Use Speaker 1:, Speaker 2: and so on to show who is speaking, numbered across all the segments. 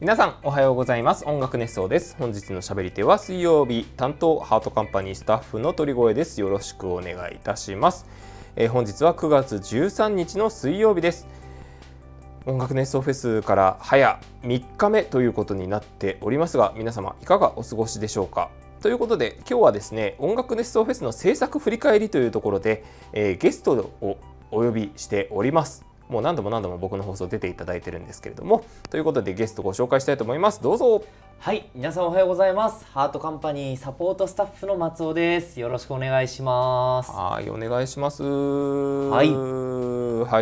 Speaker 1: 皆さんおはようございます音楽熱奏です本日の喋り手は水曜日担当ハートカンパニースタッフの鳥越ですよろしくお願いいたします、えー本日は9月13日の水曜日です音楽熱奏フェスから早3日目ということになっておりますが皆様いかがお過ごしでしょうかということで今日はですね音楽熱奏フェスの制作振り返りというところで、えーゲストをお呼びしておりますもう何度も何度も僕の放送出ていただいてるんですけれどもということでゲストご紹介したいと思いますどうぞ
Speaker 2: はい、皆さんおはようございます。ハートカンパニーサポートスタッフの松尾です。よろしくお願いします。
Speaker 1: はいお願いします
Speaker 2: い
Speaker 1: は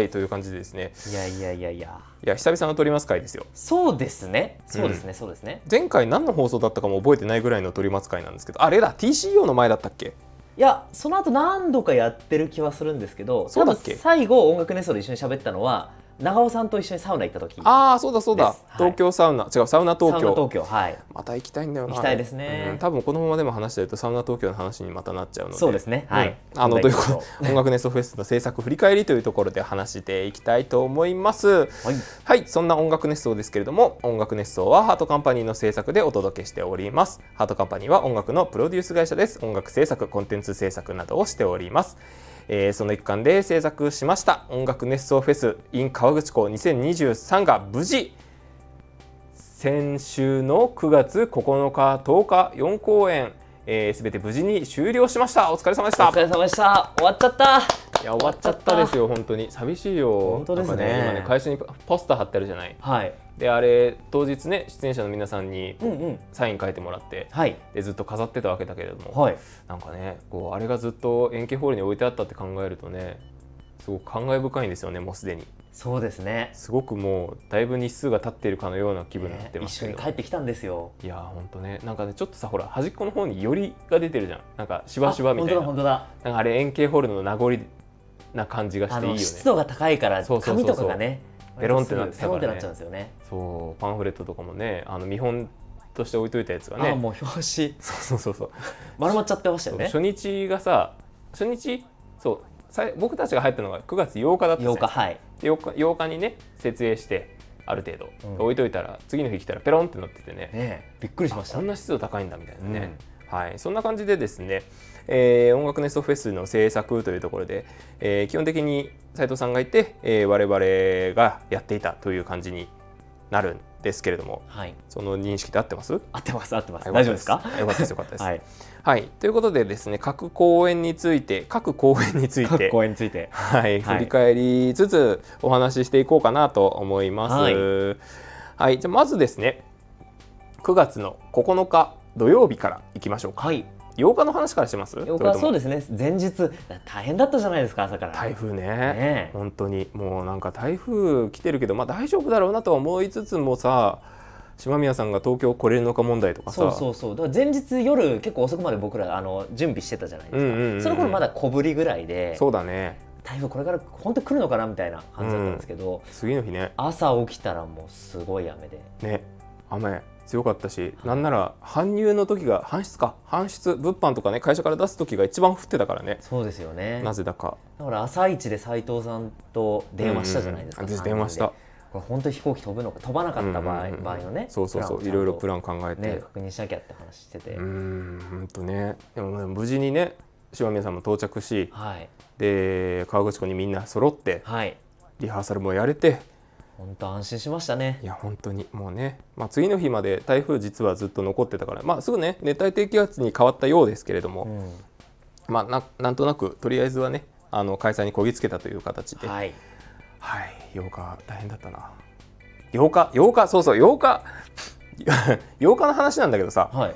Speaker 1: いという感じでですね
Speaker 2: いやいやいやいや。
Speaker 1: いや久々の撮ります会ですよ
Speaker 2: そうですね。そうですね。そうですね。
Speaker 1: 前回何の放送だったかも覚えてないぐらいの撮ります会なんですけどあれだ TCO の前だったっけ
Speaker 2: いや、その後何度かやってる気はするんですけど、
Speaker 1: そうだっけ
Speaker 2: 多分最後音楽ネストで一緒に喋ったのは長尾さんと一緒にサウナ行った時。
Speaker 1: ああそうだそうだ、
Speaker 2: ですはい
Speaker 1: 東京サウナ違うサウナ
Speaker 2: サウ
Speaker 1: 東
Speaker 2: ナ
Speaker 1: 京
Speaker 2: 東京はい。
Speaker 1: また行きたいんだよな
Speaker 2: 行きたいですね
Speaker 1: うん多分このままでも話してるとサウナ東京の話にまたなっちゃうので
Speaker 2: そうですね。は
Speaker 1: う
Speaker 2: い。
Speaker 1: んあのというこ
Speaker 2: 今度行
Speaker 1: と
Speaker 2: きましょ
Speaker 1: で音楽ネストフェスの制作振り返りというところで話していきたいと思います。
Speaker 2: うはい。
Speaker 1: はい、そんな音楽熱奏ですけれども、音楽熱奏はハートカンパニーの制作でお届けしております。ハートカンパニーは音楽のプロデュース会社です。音楽制作、コンテンツ制作などをしております。えーその一環で制作しました音楽熱奏フェス in 川口湖2023が無事先週の9月9日10日4公演えーすべ、て無事に終了しました。お疲れ様でした
Speaker 2: お疲。れ様でした。終わっちゃった。
Speaker 1: いや終わっちゃったですよ本当に寂しいよ。
Speaker 2: 本当ですね
Speaker 1: なんか今ね会社にポスター貼ってあるじゃない。
Speaker 2: はい。
Speaker 1: であれ当日ね出演者の皆さんに
Speaker 2: うんうん。
Speaker 1: サイン書いてもらって
Speaker 2: はい。
Speaker 1: でずっと飾ってたわけだけれども、
Speaker 2: はい。
Speaker 1: なんかねこうあれがずっと円形ホールに置いてあったって考えるとねすごく感慨深いんですよねもうすでに
Speaker 2: そうですね。
Speaker 1: すごくもうだいぶ日数が経っているかのような気分になって
Speaker 2: ね
Speaker 1: ま
Speaker 2: 一
Speaker 1: す
Speaker 2: 緒
Speaker 1: け
Speaker 2: に
Speaker 1: ど、
Speaker 2: 帰ってきたんですよ。
Speaker 1: いやーほんとねなんかねちょっとさほら端っこの方によりが出てるじゃんなんかしばしばみたい
Speaker 2: あ
Speaker 1: な
Speaker 2: 本当だ本当
Speaker 1: な
Speaker 2: だ。
Speaker 1: んかあれ円形ホールの名残な感じがして
Speaker 2: あ
Speaker 1: いいよ
Speaker 2: の
Speaker 1: ね
Speaker 2: 湿度が高いから
Speaker 1: そうそうそうそ
Speaker 2: 髪
Speaker 1: う
Speaker 2: とかがね
Speaker 1: ペロンってなってたからね
Speaker 2: ペロンってなっちゃうんですよね
Speaker 1: そうパンフレットとかもねあの見本として置いといたやつが
Speaker 2: ああ
Speaker 1: ね
Speaker 2: もう表紙
Speaker 1: そうそうそうそう
Speaker 2: 丸まっちゃってましたよね
Speaker 1: そう初日がさ初日そうさい僕たちが入ったのが9月8日だったんです
Speaker 2: 8
Speaker 1: ね
Speaker 2: 日はい
Speaker 1: で 8, 日8日にね設営してある程度、
Speaker 2: うん
Speaker 1: 置いといたら次の日来たらペロンってなっててね
Speaker 2: ねえびっくりしまし
Speaker 1: そ
Speaker 2: た
Speaker 1: んな湿度高いんだみたいなね、はい、そんな感じでですね、えー音楽ネストフェスの制作というところで、えー基本的に斉藤さんがいて、えー我々がやっていたという感じになるんですけれども
Speaker 2: はい
Speaker 1: その認識で合ってます
Speaker 2: 合ってます合ってます大丈夫ですか
Speaker 1: あよかったですよかったです、
Speaker 2: はい
Speaker 1: はい、ということでですね各公演について各公演につい
Speaker 2: 各
Speaker 1: て、
Speaker 2: 公演について
Speaker 1: はい、
Speaker 2: はい
Speaker 1: 振り返りつつお話ししていこうかなと思います。は
Speaker 2: はいい、
Speaker 1: じゃあまずですね9月の9日土曜日からいきましょうか
Speaker 2: はい
Speaker 1: 8日の話からします
Speaker 2: 8日はそう
Speaker 1: で
Speaker 2: ですね前日大変だったじゃないですか朝から
Speaker 1: 台風ね
Speaker 2: ねえ
Speaker 1: 本当にもうなんか台風来てるけどまあ大丈夫だろうなとは思いつつもさ島宮さんが東京来れるのか問題とかさ
Speaker 2: そうそうそうだから前日夜結構遅くまで僕らあの準備してたじゃないですか、
Speaker 1: うんうんうんうん
Speaker 2: その頃まだ小ぶりぐらいで
Speaker 1: そうだね
Speaker 2: 台風これから本当来るのかなみたいな感じだったんですけど、
Speaker 1: 次の日ね
Speaker 2: 朝起きたらもうすごい雨で
Speaker 1: ね雨強かったしなんなら搬入の時が搬出か搬出物販とかね会社から出す時が一番降ってたからね
Speaker 2: そうですよね
Speaker 1: なぜだか
Speaker 2: だから朝一で斉藤さんと電話したじゃないですか、
Speaker 1: うんうんうん
Speaker 2: 三人で
Speaker 1: 電話した
Speaker 2: これ本当に飛行機飛ぶのか飛ばなかった場合,、
Speaker 1: うんうんうん
Speaker 2: 場合のね
Speaker 1: そうそうそういろいろプラン考え
Speaker 2: ンをちゃんとね
Speaker 1: て
Speaker 2: 確認しなきゃって話してて、
Speaker 1: うんほんとねでもでも無事にね島宮さんも到着し
Speaker 2: はい
Speaker 1: で川口湖にみんな揃って
Speaker 2: はい
Speaker 1: リハーサルもやれて
Speaker 2: 本当安心しましたね
Speaker 1: いや本当にもうね、まあ、次の日まで台風実はずっと残ってたから、まあ、すぐね熱帯低気圧に変わったようですけれども、
Speaker 2: うん
Speaker 1: まあ、ななんとなくとりあえずはねあの開催にこぎつけたという形で、
Speaker 2: はい
Speaker 1: はい、8日大変だったな。8日、8日、そうそう、8日、8日の話なんだけどさ、
Speaker 2: はい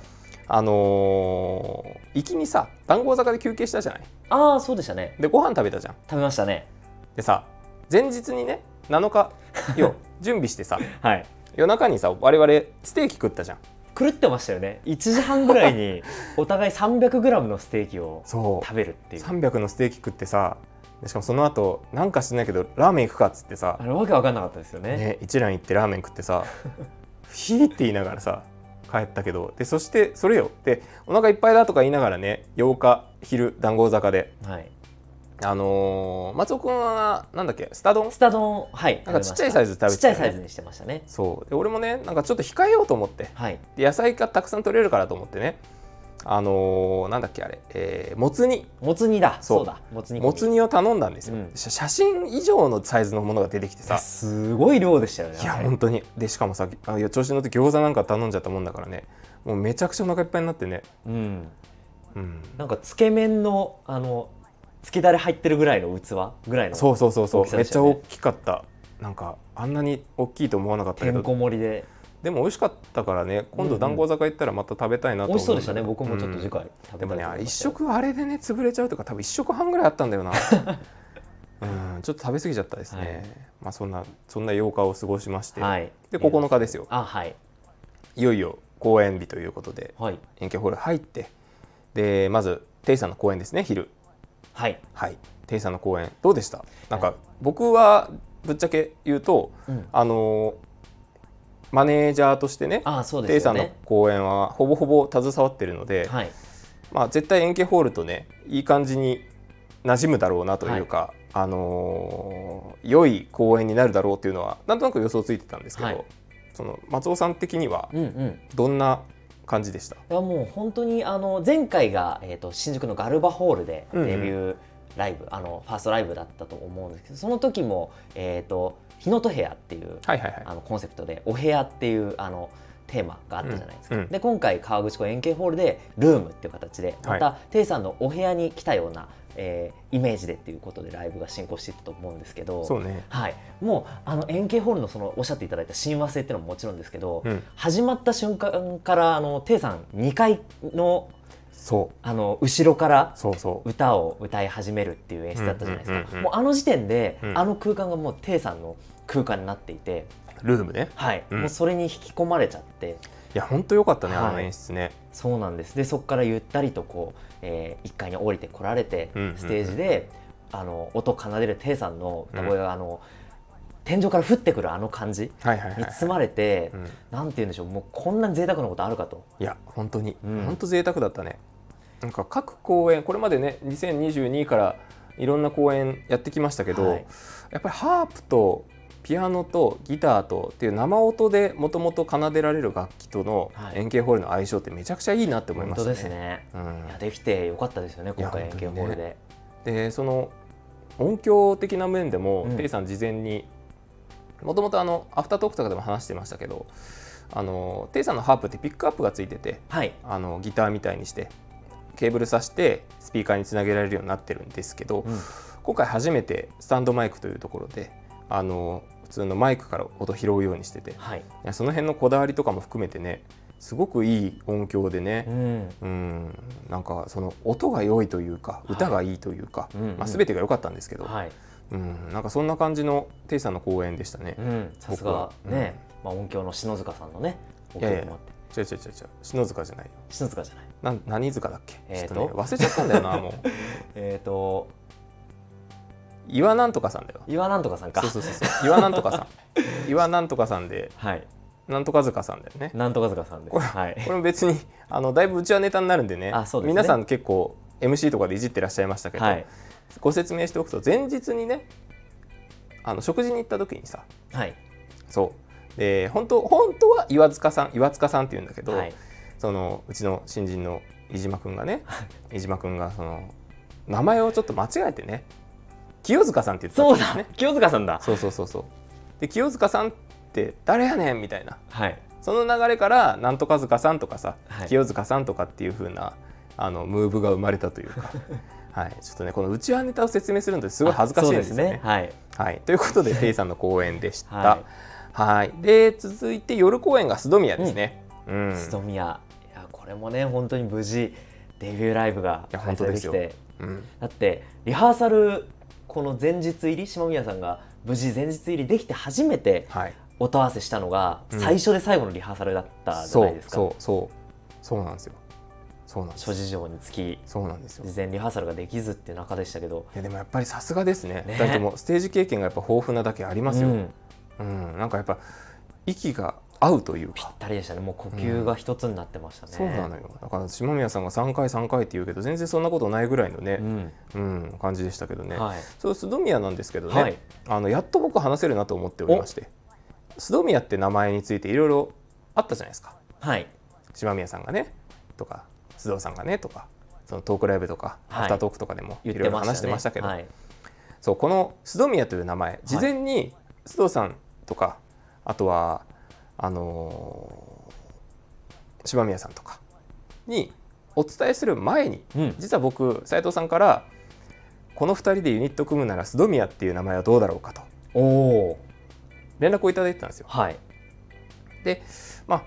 Speaker 1: あのー行きにさ、談合坂で休憩したじゃない。
Speaker 2: ああそうでしたね
Speaker 1: で、ご飯食べたじゃん。
Speaker 2: 食べましたね
Speaker 1: でさ、前日にね、7日、よ、 準備してさ、
Speaker 2: はい
Speaker 1: 夜中にさ、我々ステーキ食ったじゃん。
Speaker 2: 狂ってましたよね1時半ぐらい にお互い 300g のステーキを
Speaker 1: そ
Speaker 2: 食べるって
Speaker 1: う。
Speaker 2: いう
Speaker 1: 300のステーキ食ってさ、でしかもその後、なんか知んないけど、ラーメン行くかっつってさ
Speaker 2: あ、れわけわかんなかったですよね
Speaker 1: ね、一蘭行ってラーメン食ってさ ひーって言いながらさ帰ったけどでそしてそれよでお腹いっぱいだとか言いながらね8日昼談合坂で
Speaker 2: はい
Speaker 1: あのー松尾君はなんだっけスタ丼
Speaker 2: スタ丼はい
Speaker 1: なんかちっちゃいサイズ食べてたよね
Speaker 2: ちっちゃいサイズにしてましたね
Speaker 1: そうで俺もねなんかちょっと控えようと思って
Speaker 2: はい
Speaker 1: で野菜がたくさん取れるからと思ってねあのーなんだっけあれ、えーもつ煮
Speaker 2: もつ煮だ
Speaker 1: そう
Speaker 2: そうだもつ煮込み
Speaker 1: もつ煮を頼んだんですよ、
Speaker 2: うん
Speaker 1: し写真以上のサイズのものが出てきてさ
Speaker 2: すごい量でしたよね
Speaker 1: いや
Speaker 2: あれ
Speaker 1: 本当にでしかもさあいや調子に乗って餃子なんか頼んじゃったもんだからねもうめちゃくちゃお腹いっぱいになってね
Speaker 2: うん
Speaker 1: うん
Speaker 2: なんかつけ麺のあのつけだれ入ってるぐらいの器ぐらいの
Speaker 1: そうそうそうそ
Speaker 2: 大
Speaker 1: う
Speaker 2: きさ
Speaker 1: め
Speaker 2: で
Speaker 1: っ
Speaker 2: し
Speaker 1: ち
Speaker 2: た
Speaker 1: ゃ
Speaker 2: よね
Speaker 1: 大きかったなんかあんなに大きいと思わなかったけ
Speaker 2: てん
Speaker 1: ど
Speaker 2: こ盛りで
Speaker 1: でも美味しかったからね今
Speaker 2: うんう
Speaker 1: 度
Speaker 2: ん
Speaker 1: 談合坂行ったらまた食べたいなと
Speaker 2: 美
Speaker 1: 思
Speaker 2: 味しそうでした
Speaker 1: んだ
Speaker 2: ね
Speaker 1: けど
Speaker 2: 僕もちょっと次
Speaker 1: うん
Speaker 2: 回食べたい
Speaker 1: でもね
Speaker 2: と
Speaker 1: あ
Speaker 2: 思
Speaker 1: れ一
Speaker 2: いますよ
Speaker 1: 食あれでね潰れちゃうとか多分一食半ぐらいあったんだ よなうんちょっと食べ過ぎちゃったですね、
Speaker 2: はい
Speaker 1: まあそんなそんな8日を過ごしまして、
Speaker 2: はい
Speaker 1: で9日ですよ
Speaker 2: あはい
Speaker 1: いよいよ公演日ということで
Speaker 2: はい
Speaker 1: 円形ホール入ってでまずテイさんの公演ですね昼
Speaker 2: はい、
Speaker 1: はいテイさんの公演どうでしたなんか僕はぶっちゃけ言うと
Speaker 2: うん、
Speaker 1: あのーマネージャーとしてね
Speaker 2: あそう
Speaker 1: テ
Speaker 2: で
Speaker 1: イ
Speaker 2: す
Speaker 1: さ
Speaker 2: よ
Speaker 1: んの
Speaker 2: ね
Speaker 1: 公演はほぼほぼ携わってるので、
Speaker 2: はい
Speaker 1: まあ、絶対円形ホールとねいい感じに馴染むだろうなというか、あのー良い公演になるだろうっていうのはなんとなく予想ついてたんですけど、
Speaker 2: はい
Speaker 1: その松尾さん的には
Speaker 2: うんうん
Speaker 1: どんな感じでした、
Speaker 2: いやもう本当にあの前回が、えー、と新宿のガルバホールで
Speaker 1: うんうん
Speaker 2: デビューライブ、あのファーストライブだったと思うんですけどその時も、えー、と日のと部屋っていう
Speaker 1: はいはいはい
Speaker 2: あのコンセプトでお部屋っていうあのテーマがあったじゃないですか、
Speaker 1: うんうん
Speaker 2: で今回川口湖円形ホールでルームっていう形で
Speaker 1: は
Speaker 2: ま
Speaker 1: い
Speaker 2: た、テイさんのお部屋に来たような、えーイメージでっていうことでライブが進行していったと思うんですけど
Speaker 1: そうね
Speaker 2: はい、もうあの円形ホールのそのおっしゃっていただいた親和性っていうのももちろんですけど、
Speaker 1: うん
Speaker 2: 始まった瞬間からあのテイさん2階の
Speaker 1: そう
Speaker 2: あの後ろから
Speaker 1: そうそう
Speaker 2: 歌を歌い始めるっていう演出だったじゃない
Speaker 1: うん
Speaker 2: で
Speaker 1: うん
Speaker 2: す
Speaker 1: うんう
Speaker 2: か
Speaker 1: ん
Speaker 2: もうあの時点で、
Speaker 1: うん
Speaker 2: あの空間がもうテイさんの空間になっていて、
Speaker 1: ルームね
Speaker 2: はい
Speaker 1: うん
Speaker 2: もうそれに引き込まれちゃって
Speaker 1: いや本当良かったね、
Speaker 2: はい
Speaker 1: あの演出ね
Speaker 2: そうなんですでそこからゆったりとこう、え1階に降りてこられて、
Speaker 1: うんうんうん
Speaker 2: ステージであの音奏でるテイさんの歌声が、あの天井から降ってくるあの感じ
Speaker 1: はいはいはい
Speaker 2: に
Speaker 1: はい、
Speaker 2: 包まれて、
Speaker 1: うん、い
Speaker 2: なんて言うんでしょうもうこんなに贅沢なことあるかと
Speaker 1: や本当に、
Speaker 2: うん
Speaker 1: 本当贅沢だったねなんか各公演これまでね2022からいろんな公演やってきましたけど、
Speaker 2: はい
Speaker 1: やっぱりハープとピアノとギターとっていう生音でもともと奏でられる楽器との
Speaker 2: はい
Speaker 1: 円形ホールの相性ってめちゃくちゃいいなって思い
Speaker 2: 本
Speaker 1: ま
Speaker 2: 当
Speaker 1: したね。
Speaker 2: ですね
Speaker 1: うん
Speaker 2: いやできてよかったですよね今回
Speaker 1: いや
Speaker 2: 円形ホールで、
Speaker 1: でその音響的な面でも、
Speaker 2: うん
Speaker 1: テイさん事前にもともとあのアフタートークとかでも話してましたけどあのテイさんのハープってピックアップがついてて
Speaker 2: はい
Speaker 1: あのギターみたいにしてケーブル挿してスピーカーにつなげられるようになってるんですけど、
Speaker 2: うん
Speaker 1: 今回初めてスタンドマイクというところであの普通のマイクから音拾うようにしててい
Speaker 2: はい、
Speaker 1: やその辺のこだわりとかも含めてねすごくいい音響でね、
Speaker 2: うん
Speaker 1: うん、なんかその音が良いというか
Speaker 2: はい
Speaker 1: 歌がいいというか、
Speaker 2: うんうん
Speaker 1: まあ、全てが良かったんですけど、
Speaker 2: はい
Speaker 1: うん、なんかそんな感じのテイさんの公演でしたね。
Speaker 2: うん、さすが
Speaker 1: 僕は
Speaker 2: ね、まあ、音響の篠塚さんのね
Speaker 1: い
Speaker 2: 音
Speaker 1: やいや
Speaker 2: 響もあって
Speaker 1: 違う違う違う違う篠塚じゃないよ
Speaker 2: 篠塚じゃない
Speaker 1: なん何塚だっけ、
Speaker 2: えーと
Speaker 1: ちょっとね忘れちゃったんだよなも う
Speaker 2: えっ、と
Speaker 1: 岩なんとかさんだよ
Speaker 2: 岩なんとかさんか
Speaker 1: そうそうそうそう岩なんとかさん岩なんとかさんで
Speaker 2: はい
Speaker 1: なんとか塚さんだよね
Speaker 2: なんとか塚さんです
Speaker 1: これ
Speaker 2: はい
Speaker 1: これも別にあのだいぶうちはネタになるんでね
Speaker 2: あそうですね
Speaker 1: 皆さん結構 MC とかでいじってらっしゃいましたけど、
Speaker 2: はい
Speaker 1: ご説明しておくと前日にねあの食事に行った時にさ
Speaker 2: はい
Speaker 1: そうで本当本当は岩塚さん岩塚さんって言うんだけど、
Speaker 2: はい
Speaker 1: そのうちの新人の飯島君がね飯島君がその名前をちょっと間違えてね清塚さんって言ってた
Speaker 2: そ
Speaker 1: ん
Speaker 2: う
Speaker 1: で
Speaker 2: だ、
Speaker 1: すね
Speaker 2: 清塚さんだ
Speaker 1: そうそうそうそうで清塚さんって誰やねんみたいな
Speaker 2: はい
Speaker 1: その流れからなんとか塚さんとかさ、
Speaker 2: はい
Speaker 1: 清塚さんとかっていう風なあのムーブが生まれたという か、はい、ちょっとねこのうちわネタを説明するのですごい恥ずかしいんですよね。
Speaker 2: あそうですねはい
Speaker 1: はい、ということでペイさんの公演でした。は
Speaker 2: はい
Speaker 1: で続いて夜公演がスドミアですね。うん
Speaker 2: ストミアいやこれもね本当に無事デビューライブが
Speaker 1: いや本
Speaker 2: 開
Speaker 1: 当
Speaker 2: 催
Speaker 1: で
Speaker 2: ですき
Speaker 1: よ
Speaker 2: て
Speaker 1: うん
Speaker 2: だってリハーサルこの前日入り島宮さんが無事前日入りできて初めて
Speaker 1: はい、
Speaker 2: 音合わせしたのが
Speaker 1: うん
Speaker 2: 最初で最後のリハーサルだったじゃ
Speaker 1: そ
Speaker 2: ないで
Speaker 1: う
Speaker 2: すか、
Speaker 1: そうそうそうなんですよ。そうなんです
Speaker 2: 諸事情につき
Speaker 1: そうなんですよ。
Speaker 2: 事前リハーサルができずっていう中でしたけど
Speaker 1: いやでもやっぱりさすがですね
Speaker 2: ね
Speaker 1: だってもうステージ経験がやっぱ豊富なだけありますよ。
Speaker 2: うん
Speaker 1: うん、なんかやっぱ息が合うという
Speaker 2: ぴっ
Speaker 1: か。
Speaker 2: たりでしたねもう呼吸が一つになってましたね、
Speaker 1: そうなのよだから下宮さんが3回3回って言うけど全然そんなことないぐらいの
Speaker 2: う
Speaker 1: ね、
Speaker 2: ん
Speaker 1: うん感じでしたけどね、
Speaker 2: はい
Speaker 1: そう須戸宮なんですけどね、
Speaker 2: はい
Speaker 1: あのやっと僕話せるなと思っておりまして須戸宮って名前についていろいろあったじゃないですか
Speaker 2: はい
Speaker 1: 島宮さんがねとか須藤さんがねとかそのトークライブとか、
Speaker 2: はい
Speaker 1: アフタートークとかでもい
Speaker 2: 言っ
Speaker 1: ろい
Speaker 2: て
Speaker 1: ろ
Speaker 2: ましたね
Speaker 1: 話してましたけど
Speaker 2: はい
Speaker 1: そうこの須戸宮という名前事前に須藤さんとか、あとはあのー島宮さんとかにお伝えする前に
Speaker 2: うん
Speaker 1: 実は僕斉藤さんからこの2人でユニット組むなら須戸宮っていう名前はどうだろうかと
Speaker 2: おお
Speaker 1: 連絡をいただいてたんですよ。
Speaker 2: はい
Speaker 1: でまあ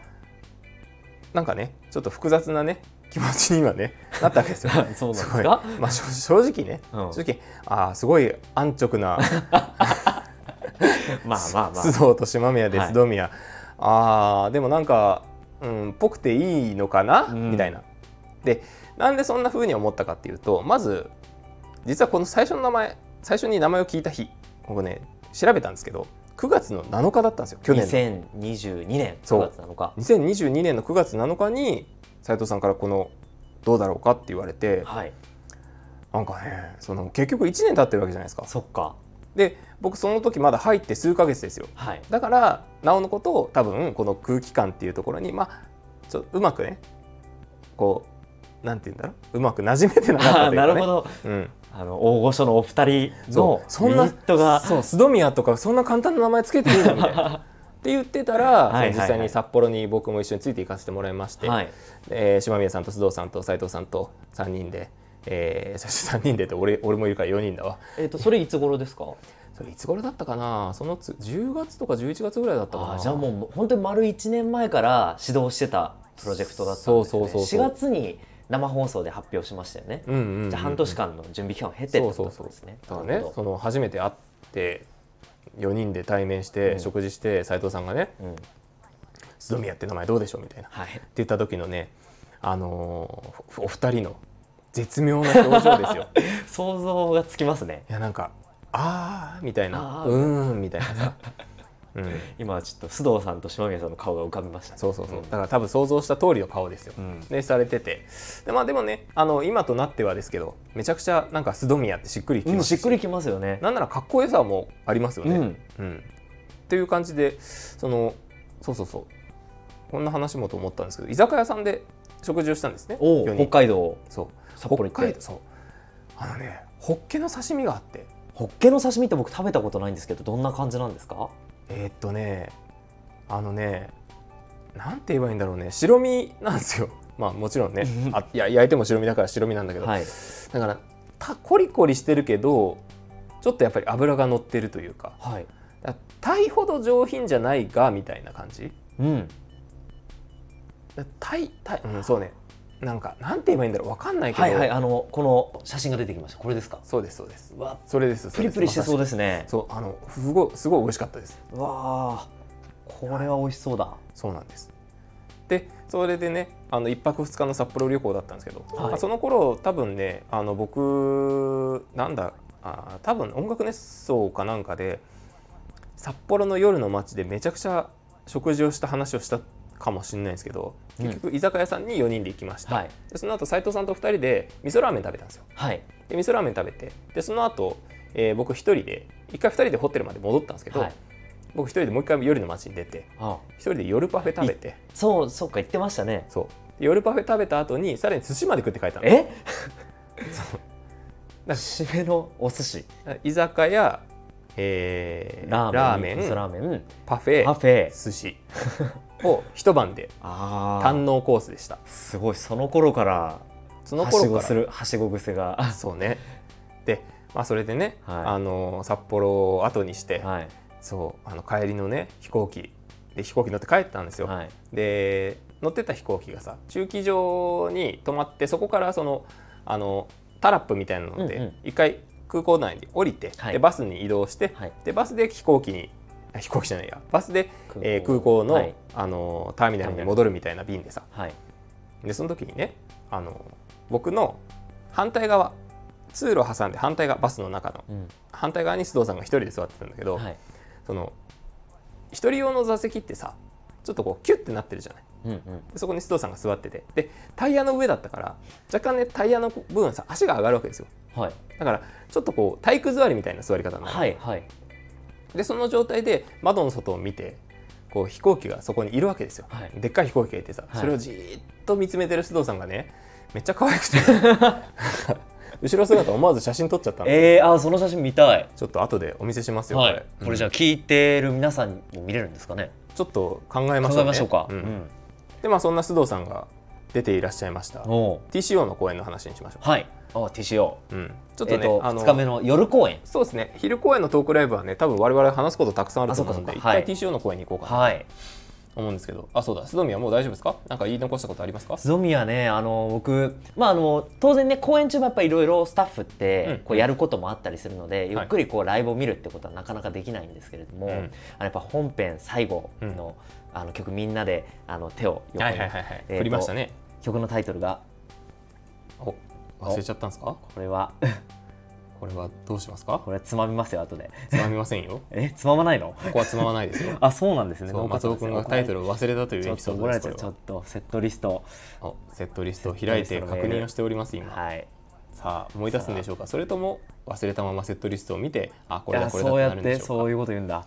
Speaker 1: なんかねちょっと複雑なね気持ちにはねなったわけですよ。
Speaker 2: そうなんですす
Speaker 1: ごい
Speaker 2: か
Speaker 1: まあ、正正直ね、
Speaker 2: うん
Speaker 1: 正直あーすごい安直な
Speaker 2: まあまあまあ
Speaker 1: 須藤と島宮で
Speaker 2: はい
Speaker 1: 須藤宮、あーでもなんか、うん、ぽくていいのかな、
Speaker 2: うん
Speaker 1: みたいな。でなんでそんな風に思ったかっていうとまず実はこの最初の名前最初に名前を聞いた日僕ね調べたんですけど9月の7日だったんですよ去年の。
Speaker 2: 2022年
Speaker 1: そう
Speaker 2: 9月なのか
Speaker 1: 2022年の9月7日に斉藤さんからこの「どうだろうか?」って言われて
Speaker 2: はい
Speaker 1: なんかねその結局1年経ってるわけじゃないですか
Speaker 2: そっか
Speaker 1: で僕その時まだ入って数ヶ月ですよ
Speaker 2: はい
Speaker 1: だからなおのことを多分この空気感っていうところにまあちょうまくねこうなんて言うんだろううまく馴染めてなかった
Speaker 2: あ
Speaker 1: とい
Speaker 2: ー
Speaker 1: う
Speaker 2: な
Speaker 1: か、ね、
Speaker 2: るほど
Speaker 1: うん、
Speaker 2: あの大御所のお二人
Speaker 1: そ
Speaker 2: の
Speaker 1: う
Speaker 2: ユ
Speaker 1: そ
Speaker 2: ニ
Speaker 1: んな
Speaker 2: ットが
Speaker 1: そう須戸宮とかそんな簡単な名前つけていいのみたい なって言ってたら、
Speaker 2: はいはいはい
Speaker 1: その実際に札幌に僕も一緒について行かせてもらいまして、
Speaker 2: はい
Speaker 1: えー、島宮さんと須藤さんと斉藤さんと3人で、えー、最初3人でって俺俺もいるから4人だわ
Speaker 2: えっ、とそれいつ頃ですか
Speaker 1: それいつ頃だったかなそのつ10月とか11月ぐらいだったか
Speaker 2: あ
Speaker 1: な
Speaker 2: ーじゃあもう本当に丸1年前から指導してたプロジェクトだったんですよ、ね、
Speaker 1: そうそうそうそう
Speaker 2: 4月に生放送で発表しましたよね、
Speaker 1: う、うんうんうん
Speaker 2: じゃあ半年間の準備期間を経てって
Speaker 1: そう
Speaker 2: こ
Speaker 1: そう
Speaker 2: とだった
Speaker 1: そ
Speaker 2: ん
Speaker 1: う
Speaker 2: ですね
Speaker 1: だから
Speaker 2: な
Speaker 1: ね
Speaker 2: るほ
Speaker 1: その初めて会って4人で対面して、
Speaker 2: うん
Speaker 1: 食事して斉藤さんがね
Speaker 2: どうん
Speaker 1: 「須藤宮って名前どうでしょう?」みたいなって
Speaker 2: はい
Speaker 1: 言った時のねあのーふお二人の絶妙な表情 ですよい
Speaker 2: 想像がつきますね
Speaker 1: やなんか「あー」みたいな「
Speaker 2: あー
Speaker 1: うーん」みたいなさ、うん、
Speaker 2: 今ちょっと須藤さんと島宮さんの顔が浮かびましたね
Speaker 1: そうそうそう、
Speaker 2: うん
Speaker 1: だから多分想像した通りの顔ですよ、
Speaker 2: うん
Speaker 1: でされててで,、まあ、でもねあの今となってはですけどめちゃくちゃなんか須戸宮ってしっくりき
Speaker 2: う
Speaker 1: ま
Speaker 2: ん、
Speaker 1: す
Speaker 2: しっくりきますよね
Speaker 1: なんならかっこよさもありますよね、
Speaker 2: うん
Speaker 1: うんっていう感じでそのそうそうそうこんな話もと思ったんですけど居酒屋さんで食事をしたんですね
Speaker 2: おお
Speaker 1: 四
Speaker 2: 北
Speaker 1: 人
Speaker 2: 海道
Speaker 1: そう
Speaker 2: 札幌行って
Speaker 1: 北海道そうあのねホッケの刺身があって
Speaker 2: ホッケの刺身って僕食べたことないんですけどどんな感じなんですか
Speaker 1: えーっとねあのねなんて言えばいいんだろうね白身なんですよ まあもちろん ねあいや焼いても白身だから白身なんだけど、
Speaker 2: はい
Speaker 1: だからたコリコリしてるけどちょっとやっぱり脂が乗ってるというか
Speaker 2: はい
Speaker 1: だからタイほど上品じゃないがみたいな感じ
Speaker 2: うん
Speaker 1: だタイタイうんそうねなんかなんて言えばいいんだろうわかんないけど、
Speaker 2: はいはいあのこの写真が出てきましたこれですか
Speaker 1: そうですそうです
Speaker 2: うわ
Speaker 1: それです
Speaker 2: プリプリしてそう
Speaker 1: で
Speaker 2: ですね
Speaker 1: すそうあのすごいすごい美味しかったです
Speaker 2: うわあこれは美味しそうだ
Speaker 1: そうなんです。でそれでねあの1泊2日の札幌旅行だったんですけど、
Speaker 2: はい
Speaker 1: まあその頃多分ねあの僕なんだあー多分音楽熱奏かなんかで札幌の夜の街でめちゃくちゃ食事をした話をしたかもしれないんですけど
Speaker 2: うん
Speaker 1: 結局居酒屋さんに4人で行きました、
Speaker 2: はい
Speaker 1: でその後斉藤さんと2人で味噌ラーメン食べたんですよ
Speaker 2: はい
Speaker 1: で味噌ラーメン食べてでその後、えー僕1人で1回2人でホテルまで戻ったんですけど、
Speaker 2: はい
Speaker 1: 僕1人でもう1回夜の街に出て
Speaker 2: あ
Speaker 1: 1人で夜パフェ食べて。
Speaker 2: そうそうか言ってましたね
Speaker 1: そうで夜パフェ食べた後にさらに寿司まで食って帰ったの
Speaker 2: え
Speaker 1: だ
Speaker 2: 締めのお寿司
Speaker 1: 居酒屋、えー
Speaker 2: ラーメン味噌ラーメン
Speaker 1: パフェ
Speaker 2: パフェ
Speaker 1: 寿司を一晩で
Speaker 2: あ
Speaker 1: 堪
Speaker 2: あ
Speaker 1: 能コースでした
Speaker 2: すごいその頃から
Speaker 1: その
Speaker 2: はし
Speaker 1: 頃
Speaker 2: ご
Speaker 1: か
Speaker 2: す
Speaker 1: ら
Speaker 2: るはしご癖 が
Speaker 1: そうねで、まあ、それでね、
Speaker 2: はい
Speaker 1: あの札幌を後にして、
Speaker 2: はい
Speaker 1: そうあの帰りのね飛行機で飛行機乗って帰ったんですよ、
Speaker 2: はい
Speaker 1: で乗ってた飛行機がさ駐機場に止まってそこからそのあのタラップみたいなの
Speaker 2: うんう
Speaker 1: で
Speaker 2: ん
Speaker 1: 一回空港内に降りて、
Speaker 2: はい
Speaker 1: でバスに移動して、
Speaker 2: はい
Speaker 1: でバスで飛行機にあ飛行機じゃないやバスで空港,、えー空港の,、
Speaker 2: はい
Speaker 1: あのターミナルに戻るみたいな便でさ
Speaker 2: はい
Speaker 1: でその時にねあの僕の反対側通路を挟んで反対側バスの中の
Speaker 2: うん
Speaker 1: 反対側に須藤さんが一人で座ってたんだけど、
Speaker 2: はい
Speaker 1: その一人用の座席ってさちょっとこうキュッてなってるじゃない
Speaker 2: うんうん
Speaker 1: でそこに須藤さんが座っててでタイヤの上だったから若干ねタイヤの部分さ足が上がるわけですよ
Speaker 2: はい
Speaker 1: だからちょっとこう体育座りみたいな座り方になる、
Speaker 2: はいはい
Speaker 1: でその状態で窓の外を見てこう飛行機がそこにいるわけですよ、
Speaker 2: はい
Speaker 1: でっかい飛行機がいてさ、
Speaker 2: はい
Speaker 1: それをじーっと見つめてる須藤さんがねめっちゃ可愛 くて後ろ姿思わず写真撮っちゃったの、
Speaker 2: えー、あーその写真見たい
Speaker 1: ちょっと後でお見せしますよ、
Speaker 2: は
Speaker 1: こ
Speaker 2: い
Speaker 1: れ
Speaker 2: これじ
Speaker 1: ゃ、
Speaker 2: ゃあ聞いてる皆さんも見れるんですかね
Speaker 1: うんちょっと考えましょう、ね、
Speaker 2: 考えましょうか、
Speaker 1: ん
Speaker 2: うん
Speaker 1: でまあそんな須藤さんが出ていらっしゃいました
Speaker 2: おう
Speaker 1: TCO の公演の話にしましょ
Speaker 2: はいあ TCO
Speaker 1: う、うん、ちょっ
Speaker 2: え
Speaker 1: とね、
Speaker 2: っと
Speaker 1: あの
Speaker 2: 2日目の夜公演
Speaker 1: そうですね昼公演のトークライブはね多分我々話すことたくさんあると思うので
Speaker 2: あそっ
Speaker 1: 一
Speaker 2: かそっか
Speaker 1: 回 TCO の公演に行こうかな
Speaker 2: はい
Speaker 1: と思うんですけど、あそうだ須藤はもう大丈夫ですかなんか言い残したことありますか
Speaker 2: ゾミはねあの僕、まあ、あの当然ね公演中もやっぱりいろいろスタッフっ
Speaker 1: うん
Speaker 2: てこうやることもあったりするので、
Speaker 1: い
Speaker 2: ゆっくりこうライブを見るってことはなかなかできないんですけれども、
Speaker 1: うん
Speaker 2: あのやっぱ本編最後の,、あの曲みんなであの手を横に、
Speaker 1: はいはいはいはい、
Speaker 2: えーと
Speaker 1: 振りましたね
Speaker 2: 曲のタイトルが
Speaker 1: お忘れちゃったんですか
Speaker 2: これは
Speaker 1: これはどうしますか
Speaker 2: これつまみますよ後で
Speaker 1: つまみません よ
Speaker 2: えつままないの
Speaker 1: ここはつままないですよ
Speaker 2: あそうなんですね
Speaker 1: そう松尾君がタイト
Speaker 2: ル
Speaker 1: ルを忘れたという
Speaker 2: ちょ
Speaker 1: エ
Speaker 2: っ
Speaker 1: ピソ
Speaker 2: と
Speaker 1: ー
Speaker 2: 怒
Speaker 1: ド
Speaker 2: ら
Speaker 1: で
Speaker 2: れ
Speaker 1: す
Speaker 2: ち
Speaker 1: これ
Speaker 2: ゃうちょ
Speaker 1: は
Speaker 2: っとセットリスト
Speaker 1: おセットリストを開いて確認をしております今、
Speaker 2: はい
Speaker 1: さあ思い出すんでしょうかそれとも忘れたままセットリストを見てあこ
Speaker 2: い
Speaker 1: れだ
Speaker 2: や
Speaker 1: これだ
Speaker 2: そ
Speaker 1: と
Speaker 2: う
Speaker 1: な
Speaker 2: や
Speaker 1: る
Speaker 2: っ
Speaker 1: んでし
Speaker 2: て
Speaker 1: ょうか
Speaker 2: そういうこと言うんだ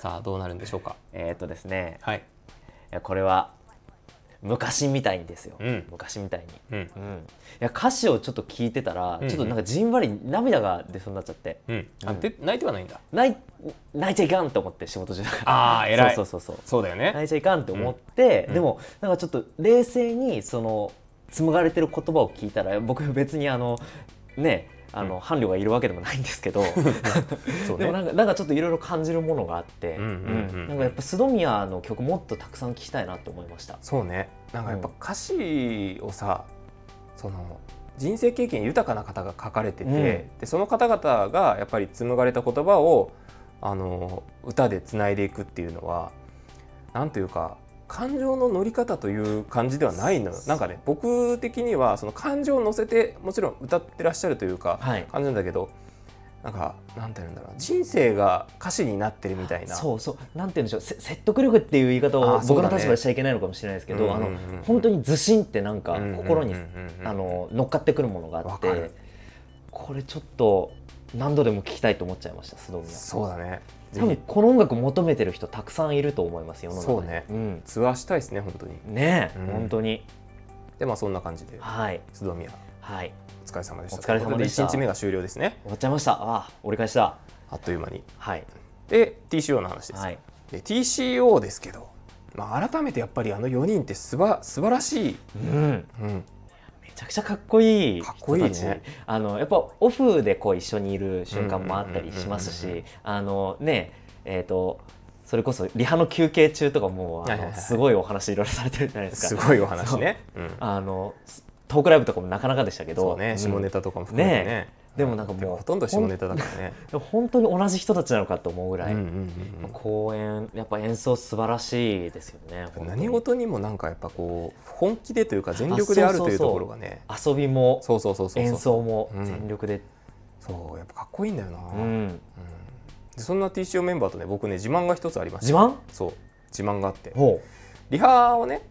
Speaker 1: さあどうなるんでしょうか
Speaker 2: えーっとですね
Speaker 1: はい
Speaker 2: いやこれは昔みたいにですよ、
Speaker 1: うん
Speaker 2: 昔みたいに、
Speaker 1: うん
Speaker 2: うん、いや歌詞をちょっと聞いてたら、
Speaker 1: うん
Speaker 2: ちょっとなんかじんわり涙が出そうになっちゃって
Speaker 1: うんあ、
Speaker 2: うん
Speaker 1: で泣いてはないんだ
Speaker 2: 泣い泣いちゃいかんと思って仕事中だから
Speaker 1: あー偉い
Speaker 2: そうそうそうそう
Speaker 1: そうだよね
Speaker 2: 泣いちゃいかんって思って、
Speaker 1: うん
Speaker 2: でもなんかちょっと冷静にその紡がれてる言葉を聞いたら僕別にあのねあの、
Speaker 1: うん
Speaker 2: 伴侶がいるわけでもないんですけど
Speaker 1: そう
Speaker 2: で
Speaker 1: ね
Speaker 2: もなんかなんかちょっといろいろ感じるものがあって、
Speaker 1: うんうんうんうん
Speaker 2: なんかやっぱスドミアの曲もっとたくさん聞きたいなって思いました。
Speaker 1: そうねなんかやっぱ歌詞をさその人生経験豊かな方が書かれてて、
Speaker 2: うん
Speaker 1: でその方々がやっぱり紡がれた言葉をあの歌でつないでいくっていうのはなんというか感情の乗り方という感じではないのよなんかね僕的にはその感情を乗せてもちろん歌ってらっしゃるというか、
Speaker 2: はい
Speaker 1: 感じなんだけどなんかなんて言うんだろうな人生が歌詞になってるみたいな。
Speaker 2: そうそうなんて言うんでしょうせ説得力っていう言い方
Speaker 1: あ
Speaker 2: を
Speaker 1: ーそう
Speaker 2: 僕
Speaker 1: だね
Speaker 2: の立場でしちゃいけないのかもしれないですけど、
Speaker 1: うんうん
Speaker 2: あ
Speaker 1: うん
Speaker 2: の
Speaker 1: うん
Speaker 2: 本当にずしんってなんか
Speaker 1: うんうんうんうん
Speaker 2: 心に、あの乗っかってくるものがあ
Speaker 1: わ
Speaker 2: っ
Speaker 1: かる
Speaker 2: てこれちょっと何度でも聞きたいと思っちゃいました須藤さん
Speaker 1: そうだね
Speaker 2: 多分この音楽求めてる人たくさんいると思います世の中に
Speaker 1: そうね
Speaker 2: ん、
Speaker 1: ツアーしたいですね本当に
Speaker 2: ねえ、
Speaker 1: うん
Speaker 2: 本当に
Speaker 1: でまあそんな感じで
Speaker 2: はい
Speaker 1: 須藤宮
Speaker 2: はい
Speaker 1: お疲れ様でした
Speaker 2: お疲れ様でした
Speaker 1: ということ1日目が終了ですね
Speaker 2: 終わっちゃいましたあー折り返しだ
Speaker 1: あっという間に
Speaker 2: はい
Speaker 1: で TCO の話です、
Speaker 2: はい
Speaker 1: で TCO ですけど、まあ、改めてやっぱりあの4人ってすば素晴らしい、
Speaker 2: うん
Speaker 1: うん、
Speaker 2: めちゃくちゃかっこいい人
Speaker 1: か
Speaker 2: た
Speaker 1: っ
Speaker 2: ち
Speaker 1: こいいね
Speaker 2: あのやっぱオフでこう一緒にいる瞬間もあったりします
Speaker 1: うんうんうんう
Speaker 2: しあのねえっ、とそれこそリハの休憩中とかもうあ
Speaker 1: はいはいは
Speaker 2: の
Speaker 1: い
Speaker 2: すごいお話いろいろされてるじゃないですか
Speaker 1: すごいお話ねうん
Speaker 2: あのすトークライブとかもなかなかでしたけど
Speaker 1: そうね
Speaker 2: ん
Speaker 1: 下ネタとかも含めてね
Speaker 2: ねでもなんかもう
Speaker 1: でほとんど下ネタだからね、
Speaker 2: でも本当に同じ人たちなのかと思うぐらい、
Speaker 1: うんうんうん
Speaker 2: 公演やっぱ演奏素晴らしいですよね本当に
Speaker 1: 何事にもなんかやっぱこう本気でというか全力であるというところがね
Speaker 2: 遊びも
Speaker 1: そうそうそうそう
Speaker 2: 演奏も
Speaker 1: うん
Speaker 2: 全力で、
Speaker 1: そうやっぱかっこいいんだよな、
Speaker 2: うん
Speaker 1: うんでそんな TCO メンバーとね僕ね自慢が一つありまし
Speaker 2: 自
Speaker 1: た
Speaker 2: 慢
Speaker 1: そう自慢があって
Speaker 2: ほ
Speaker 1: リハをね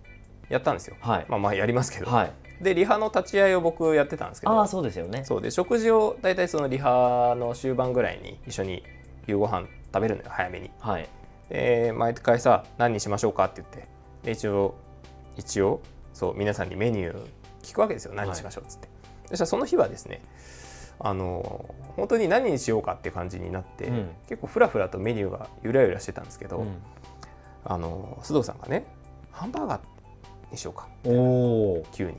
Speaker 1: やったんですよ、
Speaker 2: うはい、
Speaker 1: まあまあやりますけど、
Speaker 2: はい
Speaker 1: でリハの立ち会いを僕やってたんですけど
Speaker 2: ああそうですよね
Speaker 1: そうで食事を大体そのリハの終盤ぐらいに一緒に夕ご飯食べるのよ早めに
Speaker 2: はい
Speaker 1: で毎回さ何にしましょうかって言ってで一応一応そう皆さんにメニュー聞くわけですよ何にしましょうっつって、そしたらその日はですねあの本当に何にしようかっていう感じになって、
Speaker 2: うん
Speaker 1: 結構ふらふらとメニューがゆらゆらしてたんですけど、あの須藤さんがねハンバーガーにしようか
Speaker 2: うん、おお
Speaker 1: 急に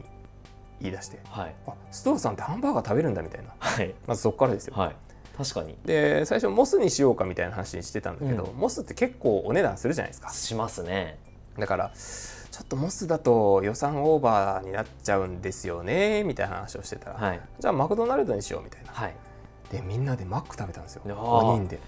Speaker 1: 言い出して
Speaker 2: はい
Speaker 1: あ須藤さんってハンバーガー食べるんだみたいな
Speaker 2: はい
Speaker 1: まずそこからですよ、
Speaker 2: はい確かに
Speaker 1: で最初モスにしようかみたいな話にしてたんだけど、
Speaker 2: う
Speaker 1: モスって結構お値段するじゃないですか
Speaker 2: しますね
Speaker 1: だからちょっとモスだと予算オーバーになっちゃうんですよねみたいな話をしてたら、
Speaker 2: はい
Speaker 1: じゃあマクドナルドにしようみたいな
Speaker 2: はい
Speaker 1: でみんなでマック食べたんですよ
Speaker 2: あ
Speaker 1: 5
Speaker 2: ー
Speaker 1: 人で、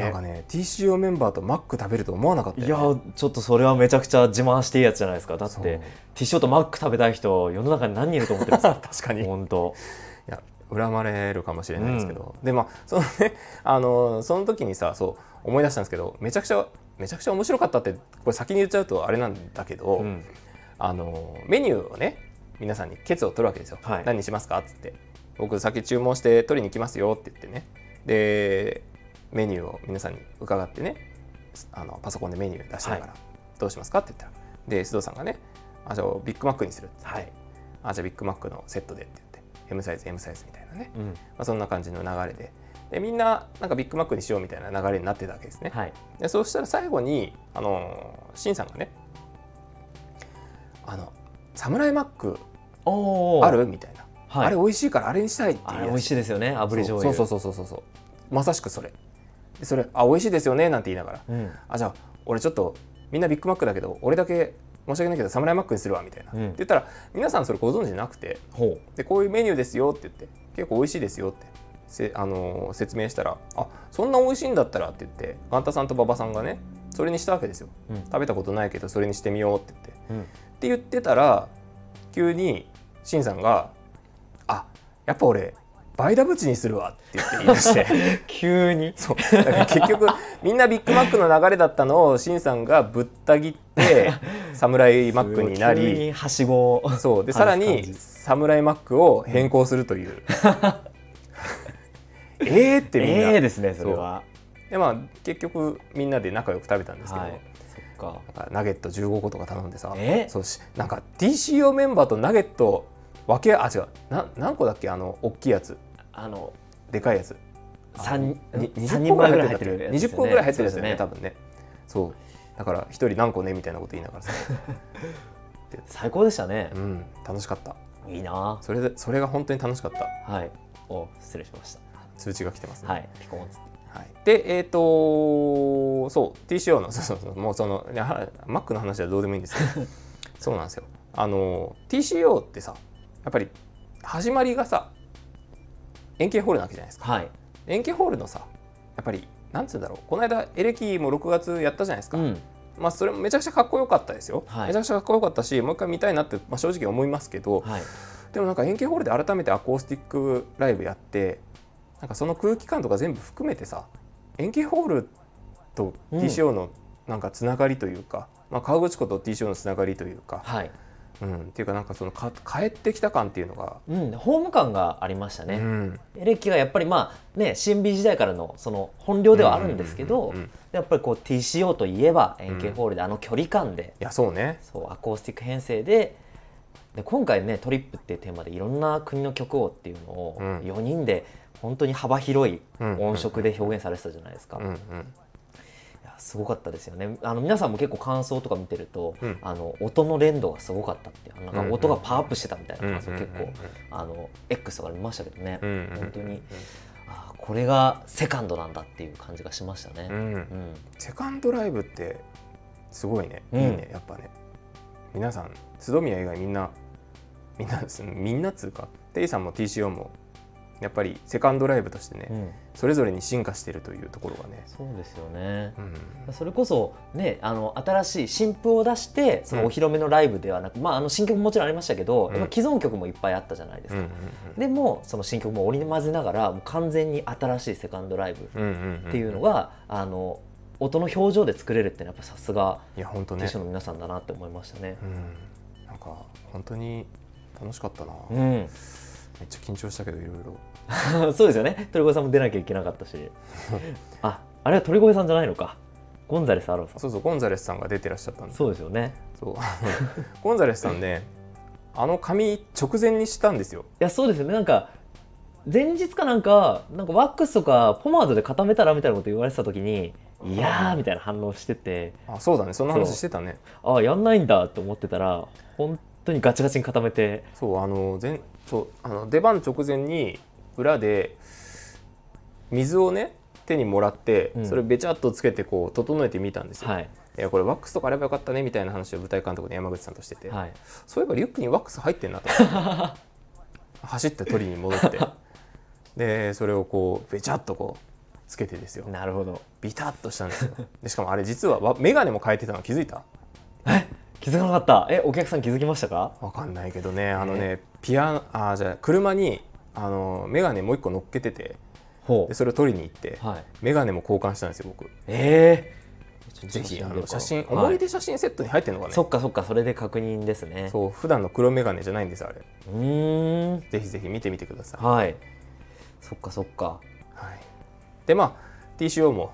Speaker 1: なんかね TCO メンバーとマック食べると思わなかった
Speaker 2: いや
Speaker 1: よ、ね、
Speaker 2: ちょっとそれはめちゃくちゃ自慢していいやつじゃないですかだって
Speaker 1: そう
Speaker 2: ティッシュとマック食べたい人世の中に何人いると思ってるんですか
Speaker 1: 確かに
Speaker 2: 本当
Speaker 1: いや恨まれるかもしれないですけど、でまあそのねあのその時にさそう思い出したんですけどめちゃくちゃめちゃくちゃ面白かったってこれ先に言っちゃうとあれなんだけど、
Speaker 2: うん
Speaker 1: あのメニューをね皆さんにケツを取るわけですよ、
Speaker 2: はい
Speaker 1: 何にしますかっつって僕先注文して取りに行きますよって言ってねでメニューを皆さんに伺ってねあのパソコンでメニュー出しながら、どうしますかって言ったらで須藤さんがねあじゃあビッグマックにするって言って
Speaker 2: はい
Speaker 1: あじゃあビッグマックのセットでって言って M サイズ M サイズみたいなね、
Speaker 2: うん
Speaker 1: まあ、そんな感じの流れででみんななんかビッグマックにしようみたいな流れになってたわけですね、
Speaker 2: はい
Speaker 1: でそうしたら最後にあのーシンさんがね「あのサムライマック
Speaker 2: おー
Speaker 1: ある?」みたいな、
Speaker 2: はい
Speaker 1: あれ美味しいからあれにしたい」って
Speaker 2: あ
Speaker 1: 言い
Speaker 2: れ美
Speaker 1: 出
Speaker 2: 味しいですよね炙り醤
Speaker 1: そ
Speaker 2: 油
Speaker 1: うそうそうそうそうそうまさしくそれでそれ「あ美味しいですよね」なんて言いながら
Speaker 2: うん
Speaker 1: 「あじゃあ俺ちょっとみんなビッグマックだけど俺だけ申し訳ないけどサムライマックにするわ」みたいな、
Speaker 2: うん
Speaker 1: って言ったら皆さんそれご存知なくて
Speaker 2: ほ
Speaker 1: でこういうメニューですよって言って結構美味しいですよってせ、あのー説明したらあそんな美味しいんだったらって言ってガンタさんと馬場さんがねそれにしたわけですよ
Speaker 2: ううん
Speaker 1: 食べたことないけどそれにしてみようって言ってっ
Speaker 2: うん
Speaker 1: て言ってたら急にシンさんが「あやっぱ俺バイダブチにするわ」って言って言い出して
Speaker 2: 急に
Speaker 1: そうだから結局みんなビッグマックの流れだったのをシンさんがぶった切って サムライマックにな
Speaker 2: 急
Speaker 1: り
Speaker 2: にはし ごを
Speaker 1: そうで
Speaker 2: 話す
Speaker 1: さら
Speaker 2: 感
Speaker 1: に
Speaker 2: じ
Speaker 1: サムライマックを変更するという えーってみんな、
Speaker 2: ええですねそれは
Speaker 1: でまあ結局みんなで仲良く食べたんですけど、
Speaker 2: はいそっか
Speaker 1: なんかナゲット15個とか頼んでさ
Speaker 2: え
Speaker 1: そうしなんか TCO メンバーとナゲット分けあ違うな何個だっけあの大きいやつ
Speaker 2: あの
Speaker 1: でかいやつ
Speaker 2: 三
Speaker 1: に
Speaker 2: 三人前ぐらい入って
Speaker 1: や
Speaker 2: る
Speaker 1: つ
Speaker 2: やつですよね
Speaker 1: 20個ぐらい入ってるやつだよね
Speaker 2: そう
Speaker 1: 多分ねそうだから一人何個ねみたいなこと言いながらさ、
Speaker 2: 最高でしたね
Speaker 1: うん、楽しかった
Speaker 2: いいな
Speaker 1: それでそれが本当に楽しかった
Speaker 2: はいお失礼しまし
Speaker 1: 通知が来てますね
Speaker 2: たはいピコンつって
Speaker 1: はい、でえっ、とそう TCO のそうそうそうもうそのいやはマックの話はどうでもいいんですけ どそうなんですよあの TCO ってさやっぱり始まりがさ円形ホールなわけじゃないですか
Speaker 2: はい
Speaker 1: 円形ホールのさやっぱりなんつうんだろうこの間エレキも6月やったじゃないですか、
Speaker 2: うん
Speaker 1: まあそれもめちゃくちゃかっこよかったですよ、
Speaker 2: はい
Speaker 1: めちゃくちゃかっこよかったしもう一回見たいなって、まあ、正直思いますけど、
Speaker 2: はい
Speaker 1: でもなんか円形ホールで改めてアコースティックライブやってなんかその空気感とか全部含めてさ円形ホールと TCO のなんかつながりというか、まあ、川口湖と TCO のつながりというか、
Speaker 2: はい
Speaker 1: うん、っていうかなんかそのか帰ってきた感っていうのが、
Speaker 2: うんホーム感がありました
Speaker 1: う
Speaker 2: ね
Speaker 1: ん、
Speaker 2: エレキがやっぱりまあね新 B 時代からのその本領ではあるんですけ
Speaker 1: う
Speaker 2: ど
Speaker 1: んうんうんうん
Speaker 2: やっぱりこう TCO といえば円形ホールであの距離感で
Speaker 1: いやそうね
Speaker 2: そうアコースティック編成でで今回ね「トリップ」っていうテーマでいろんな国の曲をっていうのを
Speaker 1: うん
Speaker 2: 4人で本当に幅広い
Speaker 1: うん
Speaker 2: 音色で表現されてたじゃないですか、
Speaker 1: うん
Speaker 2: い
Speaker 1: うん
Speaker 2: やすごかったですよねあの皆さんも結構感想とか見てると、
Speaker 1: うん
Speaker 2: あの音の連動がすごかったっていうなん
Speaker 1: うん
Speaker 2: か音がパワーアップしてたみたいな
Speaker 1: うん
Speaker 2: 感想結構、あの X とかで見ましたけどね、
Speaker 1: うんうん
Speaker 2: 本当にあーこれがセカンドなんだっていう感じがしました
Speaker 1: う
Speaker 2: ね。
Speaker 1: ん
Speaker 2: うん
Speaker 1: セカンドライブってすごいねい
Speaker 2: うん
Speaker 1: いね、やっぱね皆さん須宮以外みんなみんな すみんなっつうかテイさんも TCO もやっぱりセカンドライブとしてね、
Speaker 2: うん
Speaker 1: それぞれに進化してるというところがね、
Speaker 2: そうですよね
Speaker 1: う、ん、
Speaker 2: それこそ、ね、あの新しい新譜を出してそのお披露目のライブではなく、まあ、あの新曲ももちろんありましたけど、
Speaker 1: うん
Speaker 2: やっぱ既存曲もいっぱいあったじゃないです
Speaker 1: うんう
Speaker 2: か、
Speaker 1: ん
Speaker 2: でもその新曲も織り交ぜながらもう完全に新しいセカンドライブ
Speaker 1: うんうんうんうん
Speaker 2: っていうのが、あの音の表情で作れるっていうのはやっぱさすが
Speaker 1: いや本当ね
Speaker 2: T シ、の皆さんだなって思いましたね。
Speaker 1: うん、なんか本当に楽しかったな、
Speaker 2: う
Speaker 1: めっ
Speaker 2: ん、
Speaker 1: ちゃ緊張したけどいろいろ
Speaker 2: そうですよね鳥越さんも出なきゃいけなかったしああれは鳥越さんじゃないのかゴンザレス・アロンさん
Speaker 1: そうそうゴンザレスさんが出てらっしゃったんです
Speaker 2: そうですよね
Speaker 1: そう ゴンザレスさんねあの髪直前にしたんですよ
Speaker 2: いやそうですよねなんか前日かなんかなんかワックスとかポマードで固めたらみたいなこと言われてた時にいやーみたいな反応してて
Speaker 1: あそうだねそんな話
Speaker 2: そう
Speaker 1: してたね
Speaker 2: ああやんないんだと思ってたら本当にガチガチに固めて
Speaker 1: そうあの前そうあの出番直前に裏で水をね手にもらって、
Speaker 2: うん
Speaker 1: それべちゃっとつけてこう整えてみたんですよ、
Speaker 2: はい
Speaker 1: いやこれワックスとかあればよかったねみたいな話を舞台監督の山口さんとしてて、
Speaker 2: はい
Speaker 1: そういえばリュックにワックス入ってんなと思 って走って取りに戻ってでそれをこうべちゃっとこうつけてですよ
Speaker 2: なるほど
Speaker 1: ビタッとしたんですよでしかもあれ実はわ眼鏡も変えてたの気づいた
Speaker 2: 気づかなかったえお客さん気づきましたか
Speaker 1: わかんないけどねあのねピアあーじゃあ車にあの眼鏡もう一個乗っけてて
Speaker 2: ほ
Speaker 1: でそれを取りに行って
Speaker 2: うはい
Speaker 1: 眼鏡も交換したんですよ僕
Speaker 2: ええ
Speaker 1: ぜひあ
Speaker 2: 旅
Speaker 1: の
Speaker 2: 行
Speaker 1: 写真
Speaker 2: はい
Speaker 1: 思い出写真セットに入ってるのかね、
Speaker 2: そっかそっかそれで確認ですね
Speaker 1: そう普段の黒眼鏡じゃないんですあれ
Speaker 2: うーん
Speaker 1: ぜひぜひ見てみてください、
Speaker 2: はいそっかそっか
Speaker 1: はい、でまあ TCO も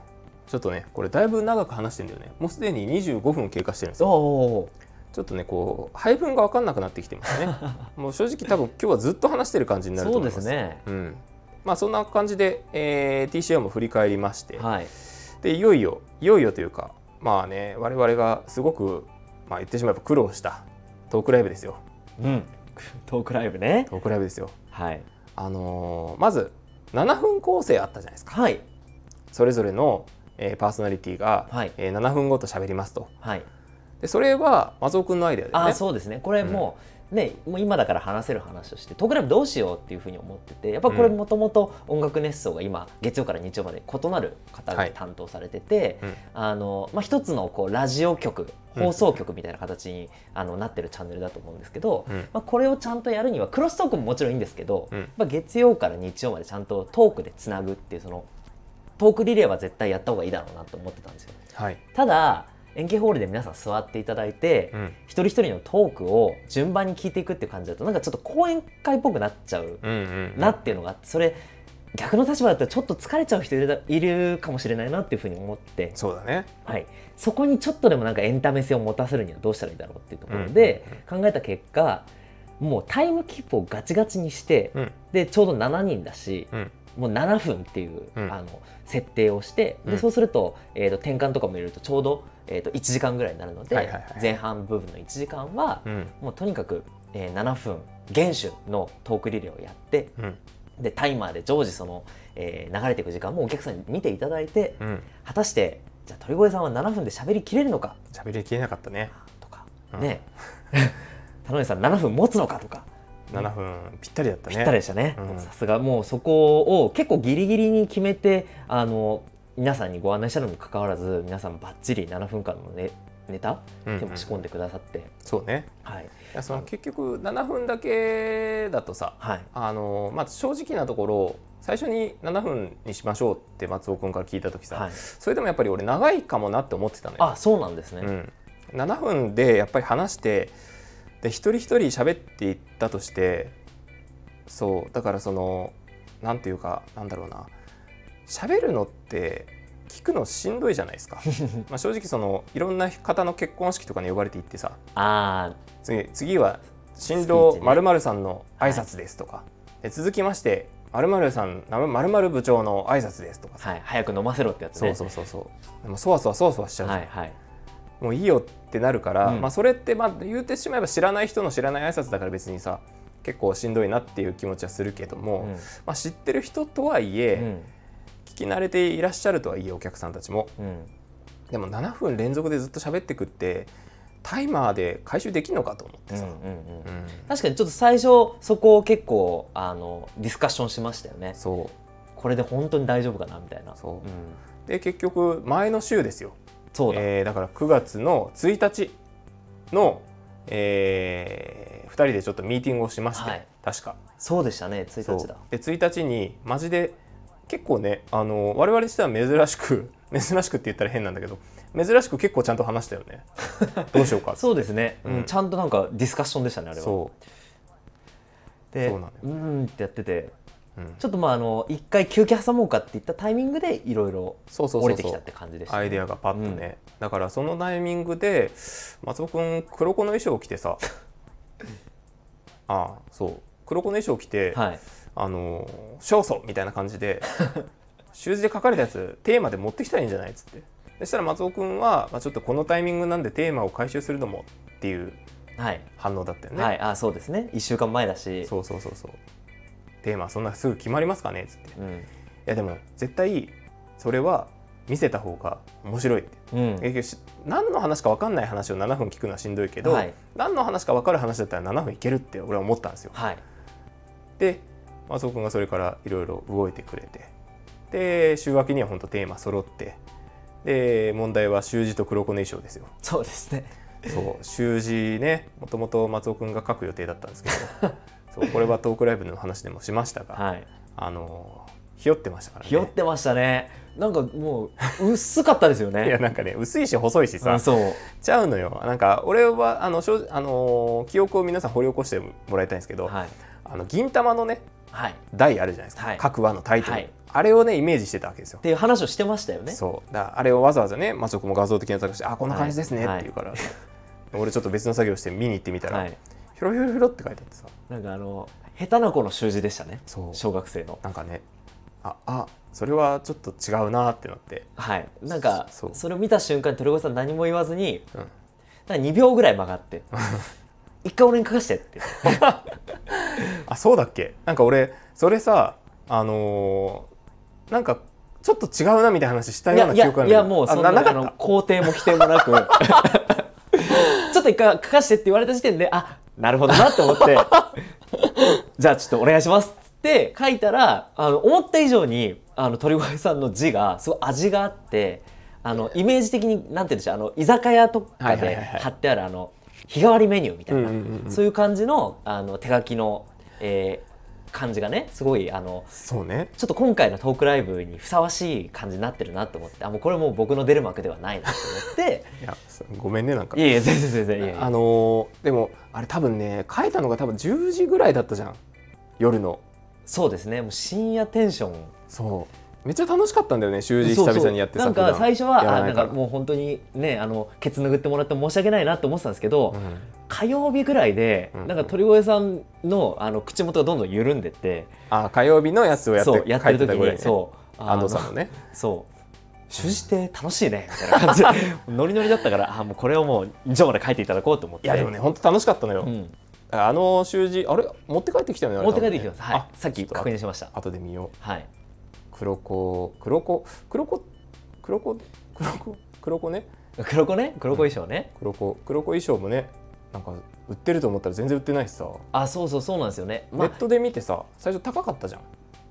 Speaker 1: ちょっとねこれだいぶ長く話してるんだよねもうすでに25分経過してるんですよ
Speaker 2: おー
Speaker 1: ちょっとねこう配分が分かんなくなってきて ますねもう正直多分今日はずっと話してる感じになると
Speaker 2: そう
Speaker 1: 思い
Speaker 2: で
Speaker 1: ますす
Speaker 2: ね
Speaker 1: うんまあそんな感じで、えー TCO も振り返りまして、
Speaker 2: はい
Speaker 1: でいよいよいよいよというかまあね我々がすごく、まあ、言ってしまえば苦労したトークライブですよ
Speaker 2: うんトークライブね
Speaker 1: トークライブですよ
Speaker 2: はい
Speaker 1: あのーまず7分構成あったじゃないですか
Speaker 2: はい
Speaker 1: それぞれの、えーパーソナリティが、
Speaker 2: はい
Speaker 1: えー7分ごと喋りますと
Speaker 2: はい
Speaker 1: でそれは松尾くんのアイデアでね
Speaker 2: あーそうですねこれもう、ねもう今だから話せる話としてトークライブどうしようっていうふうに思っててやっぱこれ
Speaker 1: うん
Speaker 2: もともと音楽熱奏が今月曜から日曜まで異なる方
Speaker 1: は
Speaker 2: が
Speaker 1: い
Speaker 2: 担当されてて、
Speaker 1: うん
Speaker 2: あのまあ、一つのこうラジオ局
Speaker 1: うん
Speaker 2: 放送局みたいな形に、あのなってるチャンネルだと思うんですけど、
Speaker 1: うん
Speaker 2: まあ、これをちゃんとやるにはクロストークももちろんいいんですけど、
Speaker 1: うん
Speaker 2: やっぱ月曜から日曜までちゃんとトークでつなぐっていうそのトークリレーは絶対やった方がいいだろうなと思ってたんですよ。
Speaker 1: はい、
Speaker 2: ただ円形ホールで皆さん座っていただいて、
Speaker 1: うん
Speaker 2: 一人一人のトークを順番に聞いていくっていう感じだとなんかちょっと講演会っぽくなっちゃう
Speaker 1: うんうん
Speaker 2: なっていうのがあってそれ逆の立場だったらちょっと疲れちゃう人いるいるかもしれないなっていうふうに思って、
Speaker 1: そうだね
Speaker 2: はい、そこにちょっとでもなんかエンタメ性を持たせるにはどうしたらいいだろうっていうところで考えた結果もうタイムキープをガチガチにして
Speaker 1: うん
Speaker 2: でちょうど7人だし
Speaker 1: うん
Speaker 2: もう7分っていう、
Speaker 1: うん
Speaker 2: あの設定をして
Speaker 1: う
Speaker 2: で
Speaker 1: ん
Speaker 2: そうすると,、えーと転換とかも入れるとちょうど,、えーと1時間ぐらいになるので、
Speaker 1: はいはいはい
Speaker 2: 前半部分の1時間は、
Speaker 1: うん
Speaker 2: もうとにかく、えー7分厳守のトークリレーをやって
Speaker 1: うん
Speaker 2: でタイマーで常時その、えー流れていく時間もお客さんに見ていただいて
Speaker 1: うん
Speaker 2: 果たしてじゃあ鳥越さんは7分で喋りきれるのか
Speaker 1: 喋りきれなかったね
Speaker 2: とか、
Speaker 1: うん
Speaker 2: ね 田上さん7分持つのかとか
Speaker 1: 7分ぴったりだったね
Speaker 2: ぴったりでしたね
Speaker 1: うん
Speaker 2: さすがもうそこを結構ギリギリに決めてあの皆さんにご案内したのにもかかわらず皆さんばっちり7分間のネネタ
Speaker 1: うんうん
Speaker 2: 手も仕込んでくださって、
Speaker 1: そうね
Speaker 2: はい
Speaker 1: いやその結局7分だけだとさ
Speaker 2: はい
Speaker 1: あの、まあ、正直なところ最初に7分にしましょうって松尾君から聞いた時さ、
Speaker 2: はい
Speaker 1: それでもやっぱり俺長いかもなって思ってたのよ。
Speaker 2: あそうなんですね、
Speaker 1: うん、7分でやっぱり話してで一人一人喋っていったとしてそうだからそのなんていうかなんだろうな喋るのって聞くのしんどいじゃないです かまあ正直そのいろんな方の結婚式とかに呼ばれていってさ
Speaker 2: あ
Speaker 1: 次次は新
Speaker 2: スピ
Speaker 1: 郎
Speaker 2: ーチね
Speaker 1: まるさんの挨拶ですとか、で続きましてまるさんまる部長の挨拶ですとか
Speaker 2: ー
Speaker 1: さ、
Speaker 2: はい早く飲ませろってやつ
Speaker 1: そう
Speaker 2: ね
Speaker 1: そうそうそうでもそわそわそわそわしちゃうじゃん、
Speaker 2: はいはい
Speaker 1: もういいよってなるから、
Speaker 2: うん
Speaker 1: まあ、それってまあ言ってしまえば知らない人の知らない挨拶だから別にさ結構しんどいなっていう気持ちはするけども、
Speaker 2: うん
Speaker 1: まあ、知ってる人とはいえ、
Speaker 2: うん
Speaker 1: 聞き慣れていらっしゃるとはいえお客さんたちも
Speaker 2: うん
Speaker 1: でも7分連続でずっと喋ってくってタイマーで回収できんのかと思って
Speaker 2: うんう
Speaker 1: さ、
Speaker 2: んうん
Speaker 1: うん
Speaker 2: 確かにちょっと最初そこを結構あのディスカッションしましたよね
Speaker 1: そう
Speaker 2: これで本当に大丈夫かなみたいな
Speaker 1: そうんで結局前の週ですよ
Speaker 2: そうだ、
Speaker 1: えーだから9月の1日の、え2人でちょっとミーティングをしまして、
Speaker 2: はい
Speaker 1: 確か
Speaker 2: そうでしたね1
Speaker 1: そ
Speaker 2: 日
Speaker 1: う
Speaker 2: だ
Speaker 1: で1日にマジで結構ねあの我々としては珍しく 珍しくって言ったら変なんだけど珍しく結構ちゃんと話したよ ねどうしようかって
Speaker 2: そうですね、
Speaker 1: うん
Speaker 2: うんちゃんとなんかディスカッションでしたねあれは
Speaker 1: そ
Speaker 2: で
Speaker 1: そうなのよ
Speaker 2: ーんってやってて
Speaker 1: う、うん
Speaker 2: ちょっとまああの一回休憩挟もうかっていったタイミングでいろいろ
Speaker 1: そうそうそうそう
Speaker 2: 折れてきたって感じでした
Speaker 1: ア
Speaker 2: ね、
Speaker 1: イデアがパッとね、だからそのタイミングで松尾君黒子の衣装を着て さああそう黒子の衣装を着て、
Speaker 2: はい
Speaker 1: あのー勝訴みたいな感じ で習字で書かれたやつテーマで持ってきたらいいんじゃないっつってそしたら松尾君は、まあ、ちょっとこのタイミングなんでテーマを回収するのもっていう
Speaker 2: はい、
Speaker 1: 反応だったよね、
Speaker 2: はい、あそうですね一週間前だし
Speaker 1: そうそうそうそうテーマそんなすぐ決まりますかねっつってい
Speaker 2: うん
Speaker 1: やでも絶対それは見せた方が面白いって
Speaker 2: うん
Speaker 1: 結局し何の話か分かんない話を7分聞くのはしんどいけど、
Speaker 2: はい
Speaker 1: 何の話か分かる話だったら7分いけるって俺は思ったんですよ
Speaker 2: はい
Speaker 1: で松尾君がそれからいろいろ動いてくれてで週明けには本当テーマ揃ってで問題は習字と黒子の衣装ですよ
Speaker 2: そうですね
Speaker 1: そう習字ねもともと松尾君が書 く予定だったんですけどそうこれはトークライブの話でもしましたが、
Speaker 2: はい
Speaker 1: あのひよってましたからね
Speaker 2: ひよってましたねなんかもう薄かったですよね
Speaker 1: いやなんかね薄いし細いしさ、
Speaker 2: うんそう
Speaker 1: ちゃうのよなんか俺はあの、正直あのー記憶を皆さん掘り起こしてもらいたいんですけど、
Speaker 2: はい
Speaker 1: あの銀玉のね
Speaker 2: はいっ
Speaker 1: 台あるじゃないですか、
Speaker 2: はい
Speaker 1: 各話のタイトル、
Speaker 2: はい
Speaker 1: あれをねイメージしてたわけですよ。
Speaker 2: ていう話をしてましたよね
Speaker 1: そうだからあれをわざわざね松尾君も画像的な探して「あこんな感じですね」っ
Speaker 2: はい
Speaker 1: て言うから、 俺ちょっと別の作業して見に行ってみたら、
Speaker 2: はい
Speaker 1: ひょろひょろひょろって書いてあってさ
Speaker 2: なんかあの下手な子の習字でしたね
Speaker 1: そう
Speaker 2: 小学生の
Speaker 1: なんかねああそれはちょっと違うなってなって、
Speaker 2: はいなんか
Speaker 1: そ
Speaker 2: そうれを見た瞬間に鳥越さん何も言わずに
Speaker 1: うん、
Speaker 2: なんか2秒ぐらい曲が って「一回俺に書かして」って
Speaker 1: あそうだっけなんか俺それさあのーなんかちょっと違うなみたいな話した
Speaker 2: い
Speaker 1: ような
Speaker 2: や
Speaker 1: い記
Speaker 2: や
Speaker 1: 憶があ
Speaker 2: い
Speaker 1: る
Speaker 2: やもうそんな
Speaker 1: あなな
Speaker 2: あ
Speaker 1: かっ
Speaker 2: の
Speaker 1: た
Speaker 2: 肯定も否定もなく ちょっと一回書かしてって言われた時点であなるほどなって思って じゃあちょっとお願いしますっつって書いたらあの思った以上にあの鳥越さんの字がすごい味があってあのイメージ的になんて言うんでしょうあの居酒屋と
Speaker 1: は
Speaker 2: か
Speaker 1: いはい
Speaker 2: で
Speaker 1: はいはい
Speaker 2: 貼ってあるあの日替わりメニューみたいな
Speaker 1: うんうんうんうん
Speaker 2: そういう感じのあの手書きの、えー感じがねすごいあの
Speaker 1: そうね
Speaker 2: ちょっと今回のトークライブにふさわしい感じになってるなと思ってあもうこれもう僕の出る幕ではないなと思って
Speaker 1: いやそごめんねなんか
Speaker 2: いやいや全然全然いやい
Speaker 1: あ
Speaker 2: や
Speaker 1: のーでもあれ多分ね書いたのが多分10時ぐらいだったじゃん夜の
Speaker 2: そうですねもう深夜テンション
Speaker 1: そうめっちゃ楽しかったんだよね習字久々にやってさ
Speaker 2: そうそうなんか最初はあなんか
Speaker 1: う
Speaker 2: もう本当にねあのケツ拭ってもらって申し訳ないなと思ってたんですけど、
Speaker 1: ん
Speaker 2: 火曜日ぐらいで、
Speaker 1: うんうん
Speaker 2: なんか鳥越さんのあの口元がどんどん緩んでって、
Speaker 1: あ火曜日のやつをやって
Speaker 2: そうやってる
Speaker 1: 書い
Speaker 2: 時
Speaker 1: たぐらいね
Speaker 2: にそう
Speaker 1: 安藤さんのね
Speaker 2: そう主事って楽しいねみたいな感じで ノリノリだったからあもうこれをもう以上まで書いていただこうと思って
Speaker 1: いやでもね本当楽しかったのよ、
Speaker 2: うん
Speaker 1: あの習字あれ持って帰ってきたよねあれ
Speaker 2: 持って帰ってきてます。
Speaker 1: 多分
Speaker 2: は
Speaker 1: ね
Speaker 2: い。さっ
Speaker 1: ち
Speaker 2: き
Speaker 1: ょっと
Speaker 2: 確認しました。
Speaker 1: あ後で見よう
Speaker 2: はい。
Speaker 1: 黒子黒子黒子黒子黒子黒子ね
Speaker 2: 黒子ね、黒子衣装ね。
Speaker 1: 黒子黒子衣装もねなんか売ってると思ったら全然売ってないしさ、
Speaker 2: あ、そうそうそうなんですよね。ま
Speaker 1: ネッ
Speaker 2: あ、
Speaker 1: トで見てさ最初高かったじゃん、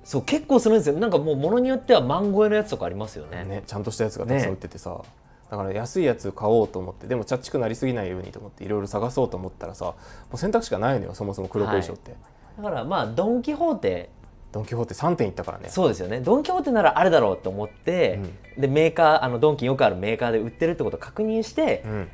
Speaker 2: そう結構するんですよ。なんかもうものによっては万超えのやつとかありますよね。
Speaker 1: ね、ちゃんとしたやつがたくさん
Speaker 2: ね
Speaker 1: 売っててさ、だから安いやつ買おうと思ってでもチャッチくなりすぎないようにと思っていろいろ探そうと思ったらさもう選択肢がないのよそもそも黒子衣装って、
Speaker 2: だからまあドンキホーテ、
Speaker 1: ドン・キホーテ3点いったからね
Speaker 2: そうですよね。ドンキホーテならあれだろうと思って、でメーカーあのドンキよくあるメーカーで売ってるってことを確認して、
Speaker 1: うん、うん、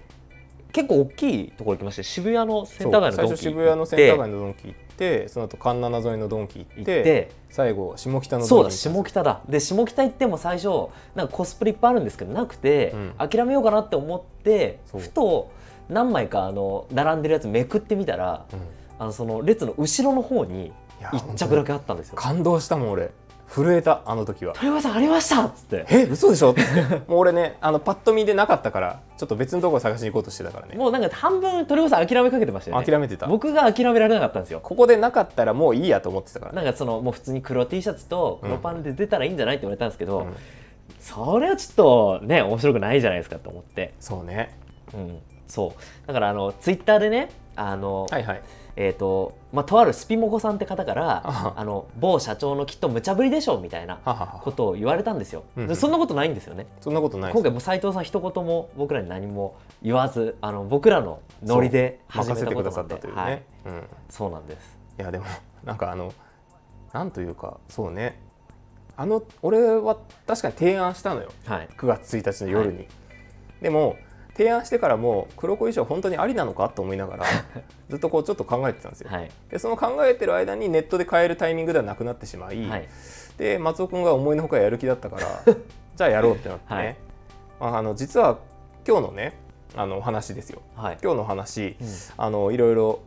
Speaker 2: 結構大きいところ行きまして渋谷のセ
Speaker 1: そう
Speaker 2: ンター街の
Speaker 1: 最
Speaker 2: ドン
Speaker 1: 初
Speaker 2: キ行って
Speaker 1: 渋谷のセンター街のドンキ行ってその後環七沿いのドンキ行って
Speaker 2: 行って
Speaker 1: 最後下北のドンキ
Speaker 2: そうだ
Speaker 1: 行
Speaker 2: 下
Speaker 1: ったんですよ
Speaker 2: 北だで下北行っても最初なんかコスプレいっぱいあるんですけどなくて、
Speaker 1: うん
Speaker 2: 諦めようかなって思って
Speaker 1: そう
Speaker 2: ふと何枚かあの並んでるやつめくってみたら
Speaker 1: うん
Speaker 2: あのその列の後ろの方に
Speaker 1: いや
Speaker 2: 1着だけあったんですよ。
Speaker 1: 感動したもん俺震えたあの時は
Speaker 2: 鳥山さんありましたっつって
Speaker 1: え嘘 でしょってもう俺ねあのパッと見でなかったからちょっと別のところ探しに行こうとしてたからね
Speaker 2: もうなんか半分鳥山さん諦めかけてましたよね。
Speaker 1: 諦めてたこ
Speaker 2: 僕が諦められなかったんですよ。
Speaker 1: こでなかったらもういいやと思ってたからね
Speaker 2: なんかそのもう普通に黒 T シャツと黒パンで出たらいいんじゃないって言われたんですけど、
Speaker 1: うん
Speaker 2: それはちょっとね面白くないじゃないですかと思って、
Speaker 1: そうね
Speaker 2: うん、そうだからあのツイッターでねあの、
Speaker 1: はいはい
Speaker 2: えーとまあ、とあるスピモコさんって方から
Speaker 1: あは
Speaker 2: あの某社長のきっと無茶ぶりでしょうみたいな
Speaker 1: ははは
Speaker 2: ことを言われたんですよ、
Speaker 1: うん
Speaker 2: でそんなことないんですよね
Speaker 1: そんなことないで
Speaker 2: 今
Speaker 1: す
Speaker 2: 回もう斉藤さん一言も僕らに何も言わずあの僕らのノリで始
Speaker 1: 任
Speaker 2: め
Speaker 1: せ
Speaker 2: た
Speaker 1: て
Speaker 2: こ
Speaker 1: く
Speaker 2: と
Speaker 1: ださ
Speaker 2: な
Speaker 1: っ
Speaker 2: んで
Speaker 1: たというね、
Speaker 2: はい、
Speaker 1: うん
Speaker 2: そうなんです
Speaker 1: いやでもなんかあのなんというかそうねあの俺は確かに提案したのよ
Speaker 2: はい
Speaker 1: 9月1日の夜に、でも提案してからも黒子衣装本当にありなのかと思いな がらずっとこうちょっと考えてたんですよ、
Speaker 2: はい
Speaker 1: でその考えてる間にネットで買えるタイミングではなくなってしまい、
Speaker 2: はい
Speaker 1: で松尾君が思いのほかやる気だったから じゃあやろうってなってね、
Speaker 2: はい
Speaker 1: まあ、あの実は今日のねあのお話ですよ
Speaker 2: はい
Speaker 1: 今日のお話、
Speaker 2: うん
Speaker 1: あのいろいろ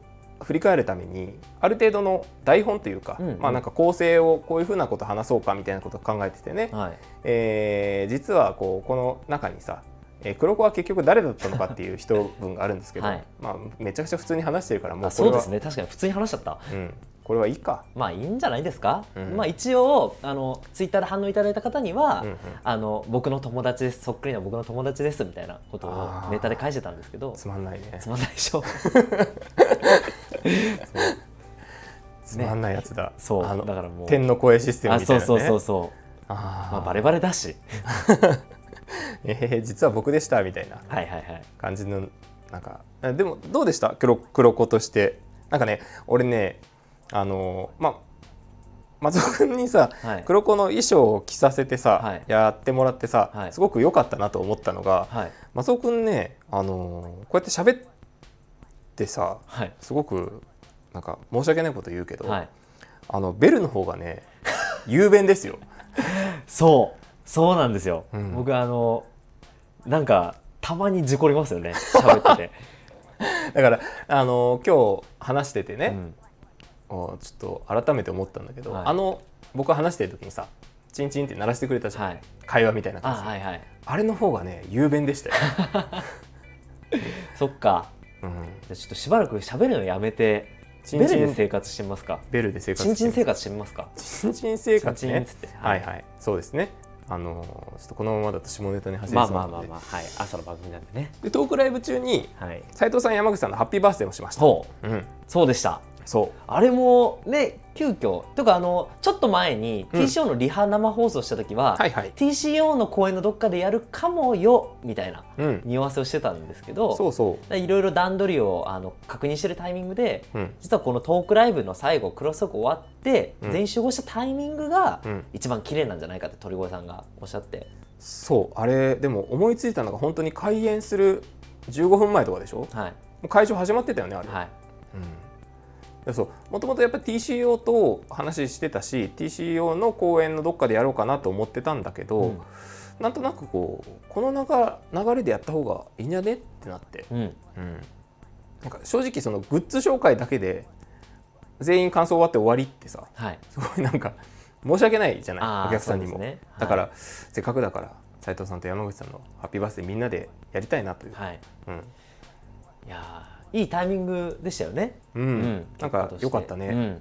Speaker 1: 振り返るためにある程度の台本というか、
Speaker 2: うんうん
Speaker 1: まあ、なんか構成をこういうふうなこと話そうかみたいなことを考えててね、
Speaker 2: はい
Speaker 1: えー実はこうこの中にさ、えー黒子は結局誰だったのかっていう人文があるんですけど、
Speaker 2: はい
Speaker 1: まあ、めちゃくちゃ普通に話してるからも
Speaker 2: あ
Speaker 1: うこれ
Speaker 2: そうで
Speaker 1: は
Speaker 2: すね確かに普通に話しちゃった
Speaker 1: うん、これはいいか。
Speaker 2: まあいいんじゃないですか、
Speaker 1: うん
Speaker 2: まあ一応あのツイッターで反応いただいた方には、
Speaker 1: うんうん
Speaker 2: あの僕の友達ですそっくりな僕の友達ですみたいなこと
Speaker 1: あ
Speaker 2: を
Speaker 1: ー
Speaker 2: ネタで返してたんですけど
Speaker 1: つまんないね
Speaker 2: つ。まんないでしょ
Speaker 1: つまんないやつだ。
Speaker 2: そう
Speaker 1: あの
Speaker 2: だからもう
Speaker 1: 天の声システム
Speaker 2: あ
Speaker 1: みた
Speaker 2: そ
Speaker 1: いうなね。
Speaker 2: そうそうそう
Speaker 1: あー
Speaker 2: まあ、バレバレだし
Speaker 1: えー実は僕でしたみたいな
Speaker 2: はいはいはい
Speaker 1: 感じのなんかあでもどうでした黒黒子としてなんかね俺ねあのまあ松尾君にさ、
Speaker 2: はい
Speaker 1: 黒子の衣装を着させてさ、
Speaker 2: はい
Speaker 1: やってもらってさ、
Speaker 2: はい
Speaker 1: すごく良かったなと思ったのが、
Speaker 2: はい
Speaker 1: 松尾君ね、あのーこうやって喋ってさ
Speaker 2: はい
Speaker 1: すごくなんか申し訳ないこと言うけど、
Speaker 2: はい
Speaker 1: あのベルの方がね雄弁ですよ。
Speaker 2: そうそうなんですよ、
Speaker 1: うん
Speaker 2: 僕あのなんかたまに事故りますよね 喋ってて、
Speaker 1: だから、あのー今日話してて
Speaker 2: う
Speaker 1: ね、
Speaker 2: ん
Speaker 1: おちょっと改めて思ったんだけど、
Speaker 2: はい
Speaker 1: あの僕が話してる時にさチンチンって鳴らしてくれたじゃん、
Speaker 2: はい
Speaker 1: 会話みたいな
Speaker 2: あ
Speaker 1: 感じで
Speaker 2: はいはい
Speaker 1: あれの方がね雄弁で したよ。
Speaker 2: そっか
Speaker 1: うん
Speaker 2: じゃあちょっとしばらく喋るのやめて
Speaker 1: チ
Speaker 2: ベ
Speaker 1: ン
Speaker 2: ル
Speaker 1: チン
Speaker 2: で生活してみますか
Speaker 1: ベルで生活
Speaker 2: チンチン
Speaker 1: して
Speaker 2: 生
Speaker 1: る
Speaker 2: 活してみますか
Speaker 1: チンチン生活
Speaker 2: チンチン
Speaker 1: ね
Speaker 2: っつって
Speaker 1: は
Speaker 2: はいい
Speaker 1: はいそうですねあのーちょっとこのままだと下ネタに走り
Speaker 3: ま
Speaker 1: そ
Speaker 3: あ
Speaker 1: うな
Speaker 3: まあ
Speaker 1: ので,、
Speaker 3: まあまあ、はい、朝の番組なんでね。
Speaker 1: でトークライブ中に
Speaker 3: はい。
Speaker 1: 斉藤さん山口さんのハッピーバースデーもしました
Speaker 2: そう
Speaker 1: う、ん、
Speaker 2: そうでした
Speaker 1: そ
Speaker 2: あれもね急遽というかあのちょっと前に
Speaker 1: うん
Speaker 2: TCO のリハ生放送した時は、
Speaker 1: うはいはい
Speaker 2: TCO の公演のどっかでやるかもよみたいな
Speaker 1: うん
Speaker 2: 匂わせをしてたんですけど
Speaker 1: そうそ
Speaker 2: いろいろ段取りをあの確認してるタイミングで
Speaker 1: ううん
Speaker 2: 実はこのトークライブの最後クロストーク終わって、
Speaker 1: うん
Speaker 2: 全員集合したタイミングが
Speaker 1: うん
Speaker 2: 一番綺麗なんじゃないかって鳥越さんがおっしゃって
Speaker 1: そうあれでも思いついたのが本当に開演する15分前とかでしょも
Speaker 2: はいう
Speaker 1: 会場始まってたよねあれ、
Speaker 2: はい
Speaker 1: うんいやそうもともとやっぱ TCO と話してたし TCO の公演のどっかでやろうかなと思ってたんだけど、
Speaker 2: うん
Speaker 1: なんとなくこうこの流流れでやった方がいいんじゃねってなって、
Speaker 2: うん
Speaker 1: うんなんか正直そのグッズ紹介だけで全員感想終わって終わりってさ
Speaker 2: はい
Speaker 1: すごいなんか申し訳ないじゃない
Speaker 2: あー
Speaker 1: お客さんにも、
Speaker 2: そうですねはい
Speaker 1: だから、せっかくだから斉藤さんと山口さんのハッピーバースデーみんなでやりたいなという、
Speaker 2: はい
Speaker 1: うん
Speaker 2: いやーいいタイミングでしたよね
Speaker 1: うん
Speaker 2: うん
Speaker 1: なんか良かった
Speaker 2: う
Speaker 1: ね、
Speaker 2: ん、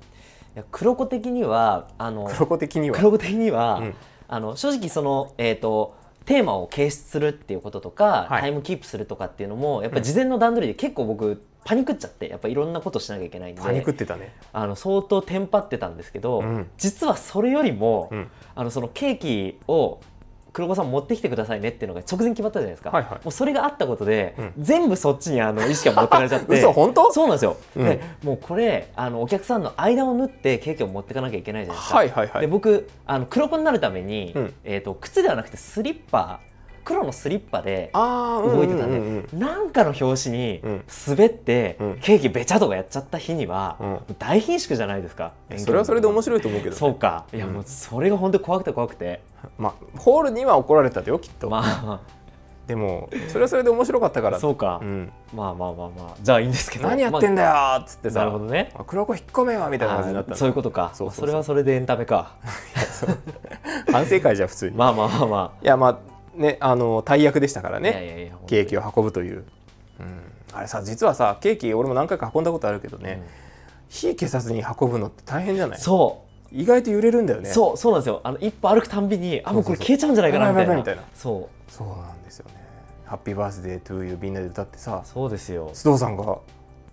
Speaker 2: いや黒子的にはあの
Speaker 1: 黒子的には
Speaker 2: 黒子的には、
Speaker 1: うん
Speaker 2: あの正直そのえっ、とテーマを掲出するっていうこととか、
Speaker 1: はい
Speaker 2: タイムキープするとかっていうのもやっぱ事前の段取りで結構僕パニクっちゃってやっぱいろんなことしなきゃいけないんで
Speaker 1: パニクってたね
Speaker 2: あの相当テンパってたんですけど、
Speaker 1: うん
Speaker 2: 実はそれよりも、
Speaker 1: うん
Speaker 2: あのそのケーキを黒子さん持ってきてくださいねっていうのが直前決まったじゃないですか、
Speaker 1: はいはい
Speaker 2: もうそれがあったことで、
Speaker 1: うん
Speaker 2: 全部そっちにあの意識が持ってかれちゃっ て
Speaker 1: 嘘本当
Speaker 2: そうなんですよ、
Speaker 1: うん
Speaker 2: でもうこれあのお客さんの間を縫ってケーキを持ってかなきゃいけないじゃないですか、
Speaker 1: はいはいは
Speaker 2: で
Speaker 1: い
Speaker 2: 僕あの黒子になるために、
Speaker 1: うん
Speaker 2: えー、と靴ではなくてスリッパ黒のスリッパで
Speaker 1: ああ
Speaker 2: 動いてた
Speaker 1: うん
Speaker 2: ね、
Speaker 1: うんうんうん
Speaker 2: なんかの拍子に
Speaker 1: うん
Speaker 2: 滑って、
Speaker 1: うん
Speaker 2: ケーキべちゃとかやっちゃった日には、
Speaker 1: うん
Speaker 2: もう大貧縮じゃないですか
Speaker 1: いやそれはそれで面白いと思うけどね、
Speaker 2: そうかいやもうそれが本当に怖くて怖くて
Speaker 1: まあ、ホールには怒られたでよきっと、
Speaker 2: まあ
Speaker 1: でもそれはそれで面白かったから
Speaker 2: そうか、
Speaker 1: うん、
Speaker 2: まあまあまあまあじゃあいいんですけど
Speaker 1: 何やってんだよーっつって
Speaker 2: ま
Speaker 1: さ
Speaker 2: あなるほどね
Speaker 1: 「黒子引っ込めよ」みたいな感じになった
Speaker 2: あー
Speaker 1: の
Speaker 2: そういうことか
Speaker 1: そうそうそう
Speaker 2: れはそれでエンタ メか
Speaker 1: 反省会じゃ普通に、
Speaker 2: まあまあまあま
Speaker 1: いやまあねあの大役でしたから
Speaker 2: あ、
Speaker 1: ね
Speaker 2: いやいやいや
Speaker 1: ケーキを運ぶという、うん、あれさ実はさケーキ俺も何回か運んだことあるけどね、火消さずに運ぶのって大変じゃない
Speaker 2: そ
Speaker 1: 意外と揺れるんだよ
Speaker 2: う、
Speaker 1: ね
Speaker 2: そうそうなんですよあの一歩歩くたんびにあもうこれ消えちゃうんじゃないかな
Speaker 1: そうそうそうやばいや
Speaker 2: みたいな
Speaker 1: ばいみたいな
Speaker 2: そう
Speaker 1: そうなんですよね「ハッピーバースデートゥーユー」みんなで歌ってさ
Speaker 2: そうですよ
Speaker 1: 須藤さんが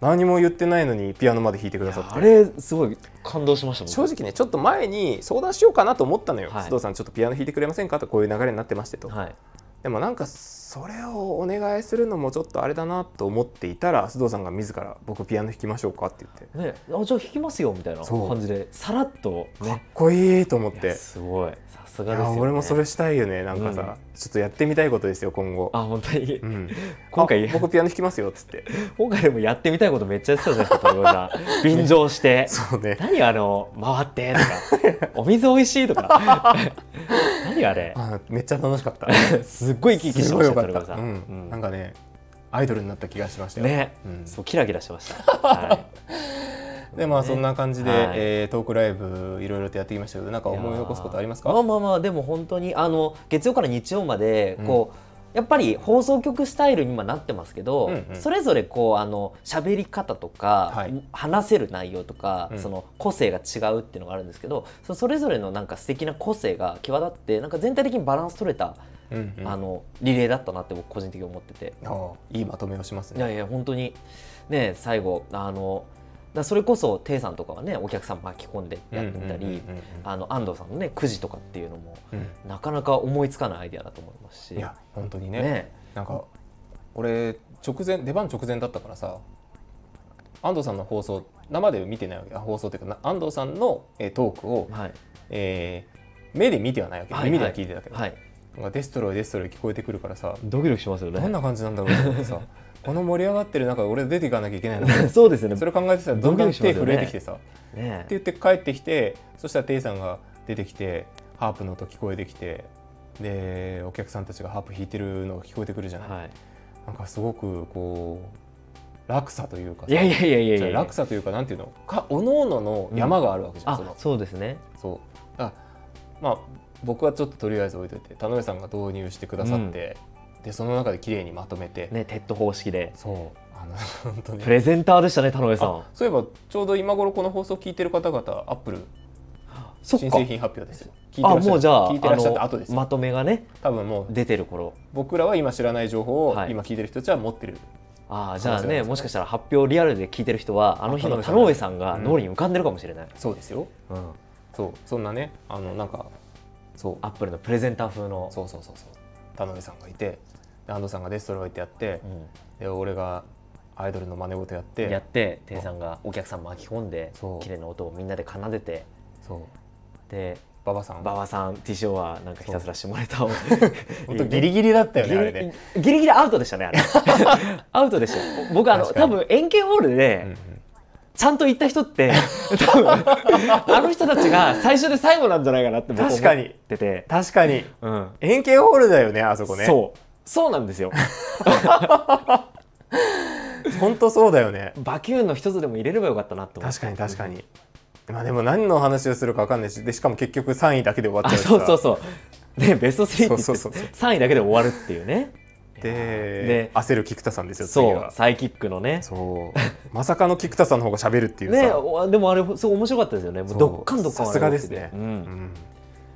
Speaker 1: 何も言ってないのにピアノまで弾いてくださって
Speaker 2: あれすごい感動しましたもん
Speaker 1: 正直ねちょっと前に相談しようかなと思ったのよ、
Speaker 2: はい
Speaker 1: 須藤さんちょっとピアノ弾いてくれませんかとこういう流れになってましてと、
Speaker 2: はい
Speaker 1: でもなんかそれをお願いするのもちょっとあれだなと思っていたら須藤さんが自ら「僕ピアノ弾きましょうか」って言って
Speaker 2: ね、あじゃあ弾きますよみたいな
Speaker 1: そう
Speaker 2: 感じでさらっと
Speaker 1: かっ
Speaker 2: ね
Speaker 1: こいいと思っ
Speaker 2: いや
Speaker 1: て。
Speaker 2: すごいさす
Speaker 1: い
Speaker 2: がです
Speaker 1: や
Speaker 2: よ、ね、
Speaker 1: 俺もそれしたいよねなんかさ、
Speaker 2: うん
Speaker 1: ちょっとやってみたいことですよ今後、
Speaker 2: あ本当に、
Speaker 1: うん、
Speaker 2: 今
Speaker 1: あ
Speaker 2: 回
Speaker 1: 僕ピアノ弾きますよっつって
Speaker 2: 今回でもやってみたいことめっちゃやってたじゃな いですか鳥越さん便乗して
Speaker 1: そう ね
Speaker 2: 何あの回って とかお水美味しいとか何あれ
Speaker 1: あめっちゃ楽しかった
Speaker 2: すっごい生き生きし
Speaker 1: す
Speaker 2: て
Speaker 1: ご
Speaker 2: ま
Speaker 1: い
Speaker 2: し
Speaker 1: よ
Speaker 2: た
Speaker 1: か
Speaker 2: 鳥
Speaker 1: っ
Speaker 2: 越さ
Speaker 1: た、
Speaker 2: ん、
Speaker 1: うん
Speaker 2: うん
Speaker 1: なんかねアイドルになった気がしましたよ、
Speaker 2: ね、
Speaker 1: うん
Speaker 2: そうキラキラしてました、 は
Speaker 1: でまあそんな感じで、
Speaker 2: はい
Speaker 1: えートークライブいろいろとやってきましたけどなんか
Speaker 2: い、
Speaker 1: 思い残すことあります
Speaker 2: いやー
Speaker 1: か
Speaker 2: まあまあまあでも本当にあの月曜から日曜まで
Speaker 1: うん
Speaker 2: こう、やっぱり放送局スタイルに今なってますけど、
Speaker 1: うんうん
Speaker 2: それぞれこうあの喋り方とか、
Speaker 1: はい
Speaker 2: 話せる内容とか、
Speaker 1: うん
Speaker 2: その個性が違うっていうのがあるんですけどそそれぞれのなんか素敵な個性が際立ってなんか全体的にバランス取れた、
Speaker 1: うんうん
Speaker 2: あのリレーだったなって僕個人的に思ってて
Speaker 1: あいいまとめをします
Speaker 2: い
Speaker 1: ね
Speaker 2: やいや本当にね最後あのだからそれこそテイさんとかはねお客さん巻き込んでやってみたり、
Speaker 1: うんうんうんうん
Speaker 2: あの安藤さんのねくじとかっていうのも
Speaker 1: うん
Speaker 2: なかなか思いつかないアイデアだと思いますし
Speaker 1: いや本当にね
Speaker 2: ね
Speaker 1: なんか俺直前出番直前だったからさ安藤さんの放送生で見てないわけあ放送というかな安藤さんの、えートークを、
Speaker 2: はい
Speaker 1: えー目で見てはないわけ、
Speaker 2: はい
Speaker 1: 耳では聞いてたけど、
Speaker 2: はい
Speaker 1: なんかデストロイデストロイ聞こえてくるからさ
Speaker 2: ドキドキしますよ
Speaker 1: どん
Speaker 2: ね
Speaker 1: な感じなんだろうと思って さこの盛り上がってる中俺出ていかなきゃいけないのか
Speaker 2: そうですよね
Speaker 1: それ考えてたらどんどん手震えてきてさ、
Speaker 2: ね
Speaker 1: って
Speaker 2: え
Speaker 1: 言って帰ってきてそしたらテイさんが出てきてハープの音聞こえてきてでお客さんたちがハープ弾いてるのが聞こえてくるじゃない、
Speaker 2: はい
Speaker 1: なんかすごくこう落差というかさ
Speaker 2: いやいやいやいやい
Speaker 1: じゃ
Speaker 2: や
Speaker 1: あ落差というかなんていうのか各々の山があるわけじゃん、そ
Speaker 2: あ
Speaker 1: の
Speaker 2: そうですね
Speaker 1: そうあまあ僕はちょっととりあえず置いといて田上さんが導入してくださって、でその中で綺麗にまとめて、
Speaker 2: ねテッド方式で
Speaker 1: そうあの本当に
Speaker 2: プレゼンターでしたね田上さん
Speaker 1: あそういえばちょうど今頃この放送聞いてる方々アップル
Speaker 2: そっ
Speaker 1: 新
Speaker 2: か
Speaker 1: 製品発表ですよ聞いてら
Speaker 2: あ
Speaker 1: っしゃ
Speaker 2: もうじゃあ
Speaker 1: 聞いてらっしゃった
Speaker 2: あ
Speaker 1: 後
Speaker 2: の
Speaker 1: ですよ
Speaker 2: まとめがね
Speaker 1: 多分もう
Speaker 2: 出てる頃
Speaker 1: 僕らは今知らない情報を
Speaker 2: はい
Speaker 1: 今聞いてる人たちは持ってる、
Speaker 2: ああじゃあ
Speaker 1: 可能性あります
Speaker 2: ね
Speaker 1: ね
Speaker 2: もしかしたら発表リアルで聞いてる人はあの日の
Speaker 1: あ
Speaker 2: 田
Speaker 1: 田上
Speaker 2: 上
Speaker 1: さ
Speaker 2: さ
Speaker 1: ん
Speaker 2: ん
Speaker 1: が
Speaker 2: が脳裏に浮かんでるかもしれない、
Speaker 1: そうですよ
Speaker 2: うん
Speaker 1: そうそんなねあのなんかそう
Speaker 2: アップルのプレゼンター風の
Speaker 1: そうそうそうそう田辺さんがいてで安藤さんがデストロイってやって、
Speaker 2: う
Speaker 1: で俺がアイドルの真似事やっ
Speaker 2: んやってて店員さんがお客さん巻き込んで
Speaker 1: そう
Speaker 2: 綺麗な音をみんなで奏でて
Speaker 1: そう
Speaker 2: で
Speaker 1: 馬場さん
Speaker 2: 馬場さん T ショーはなんかひたすら下ネ タを
Speaker 1: 本当ギリギリだったよねあれね、
Speaker 2: ギリギリギリアウトでし たねあれアウトでした僕あの
Speaker 1: 確か
Speaker 2: 多
Speaker 1: に
Speaker 2: 分円形ホールで、
Speaker 1: うんうん
Speaker 2: ちゃんと行った 人って多分あの人たちが最初で最後なんじゃないかなって僕思っ
Speaker 1: 確かに
Speaker 2: てて、
Speaker 1: 確かに
Speaker 2: うん、
Speaker 1: 円形ホールだよねあそこね
Speaker 2: そうそうなんですよ
Speaker 1: 本当そうだよね
Speaker 2: バキューンの一つでも入れればよかったなと思って
Speaker 1: 確かに確かに、まあでも何の話をするか分かんないしでしかも結局3位だけで終わっち
Speaker 2: あ
Speaker 1: ゃうしさ
Speaker 2: そうそうそうねベスト3って言って
Speaker 1: そうそうそうそう
Speaker 2: 3位だけで終わるっていうね
Speaker 1: で
Speaker 2: で
Speaker 1: 焦る菊田さんですよ次
Speaker 2: そう
Speaker 1: は
Speaker 2: サイキックのね
Speaker 1: そうまさかの菊田さんの方が喋るっていうさ
Speaker 2: ねおでもあれすごい面白かったですよねも
Speaker 1: そう
Speaker 2: うどっかんどっかん
Speaker 1: さ
Speaker 2: 笑う
Speaker 1: すがですね、
Speaker 2: う
Speaker 1: うんん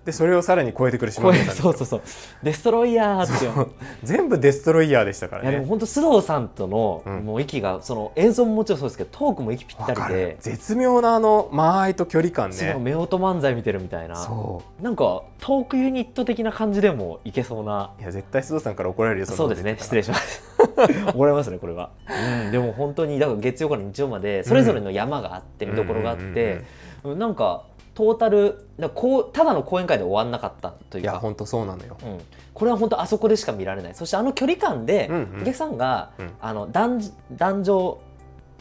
Speaker 1: でそれをさらに超えてくる島
Speaker 2: これ
Speaker 1: 村さんですよ
Speaker 2: そうそうそうデストロイヤーっていう
Speaker 1: 全部デストロイヤーでしたか
Speaker 2: いや
Speaker 1: ら
Speaker 2: でも
Speaker 1: ね
Speaker 2: 本当須藤さんとの
Speaker 1: うん
Speaker 2: もう息がその演奏ももちろんそうですけどトークも息ぴっ
Speaker 1: わ
Speaker 2: た
Speaker 1: か
Speaker 2: り
Speaker 1: る
Speaker 2: で、
Speaker 1: 絶妙なあの間合いと距離感
Speaker 2: その
Speaker 1: ね
Speaker 2: 夫婦漫才見てるみたいな
Speaker 1: そ
Speaker 2: なんかトークユニット的な感じでもいけそうな
Speaker 1: ういや絶対須藤さんから怒られるよ
Speaker 2: そうですね失礼
Speaker 1: し
Speaker 2: しま したもらいますねこれは、うん、でも本当にだから月曜から日曜までそれぞれの山があって見どころがあってうんなんかトータルなんかこうただの講演会で終わんなかったとい
Speaker 1: いうや
Speaker 2: か
Speaker 1: 本当そうなのよ
Speaker 2: うん、これは本当あそこでしか見られないそしてあの距離感で
Speaker 1: うんうん
Speaker 2: お客さんが、
Speaker 1: うん
Speaker 2: あの男男女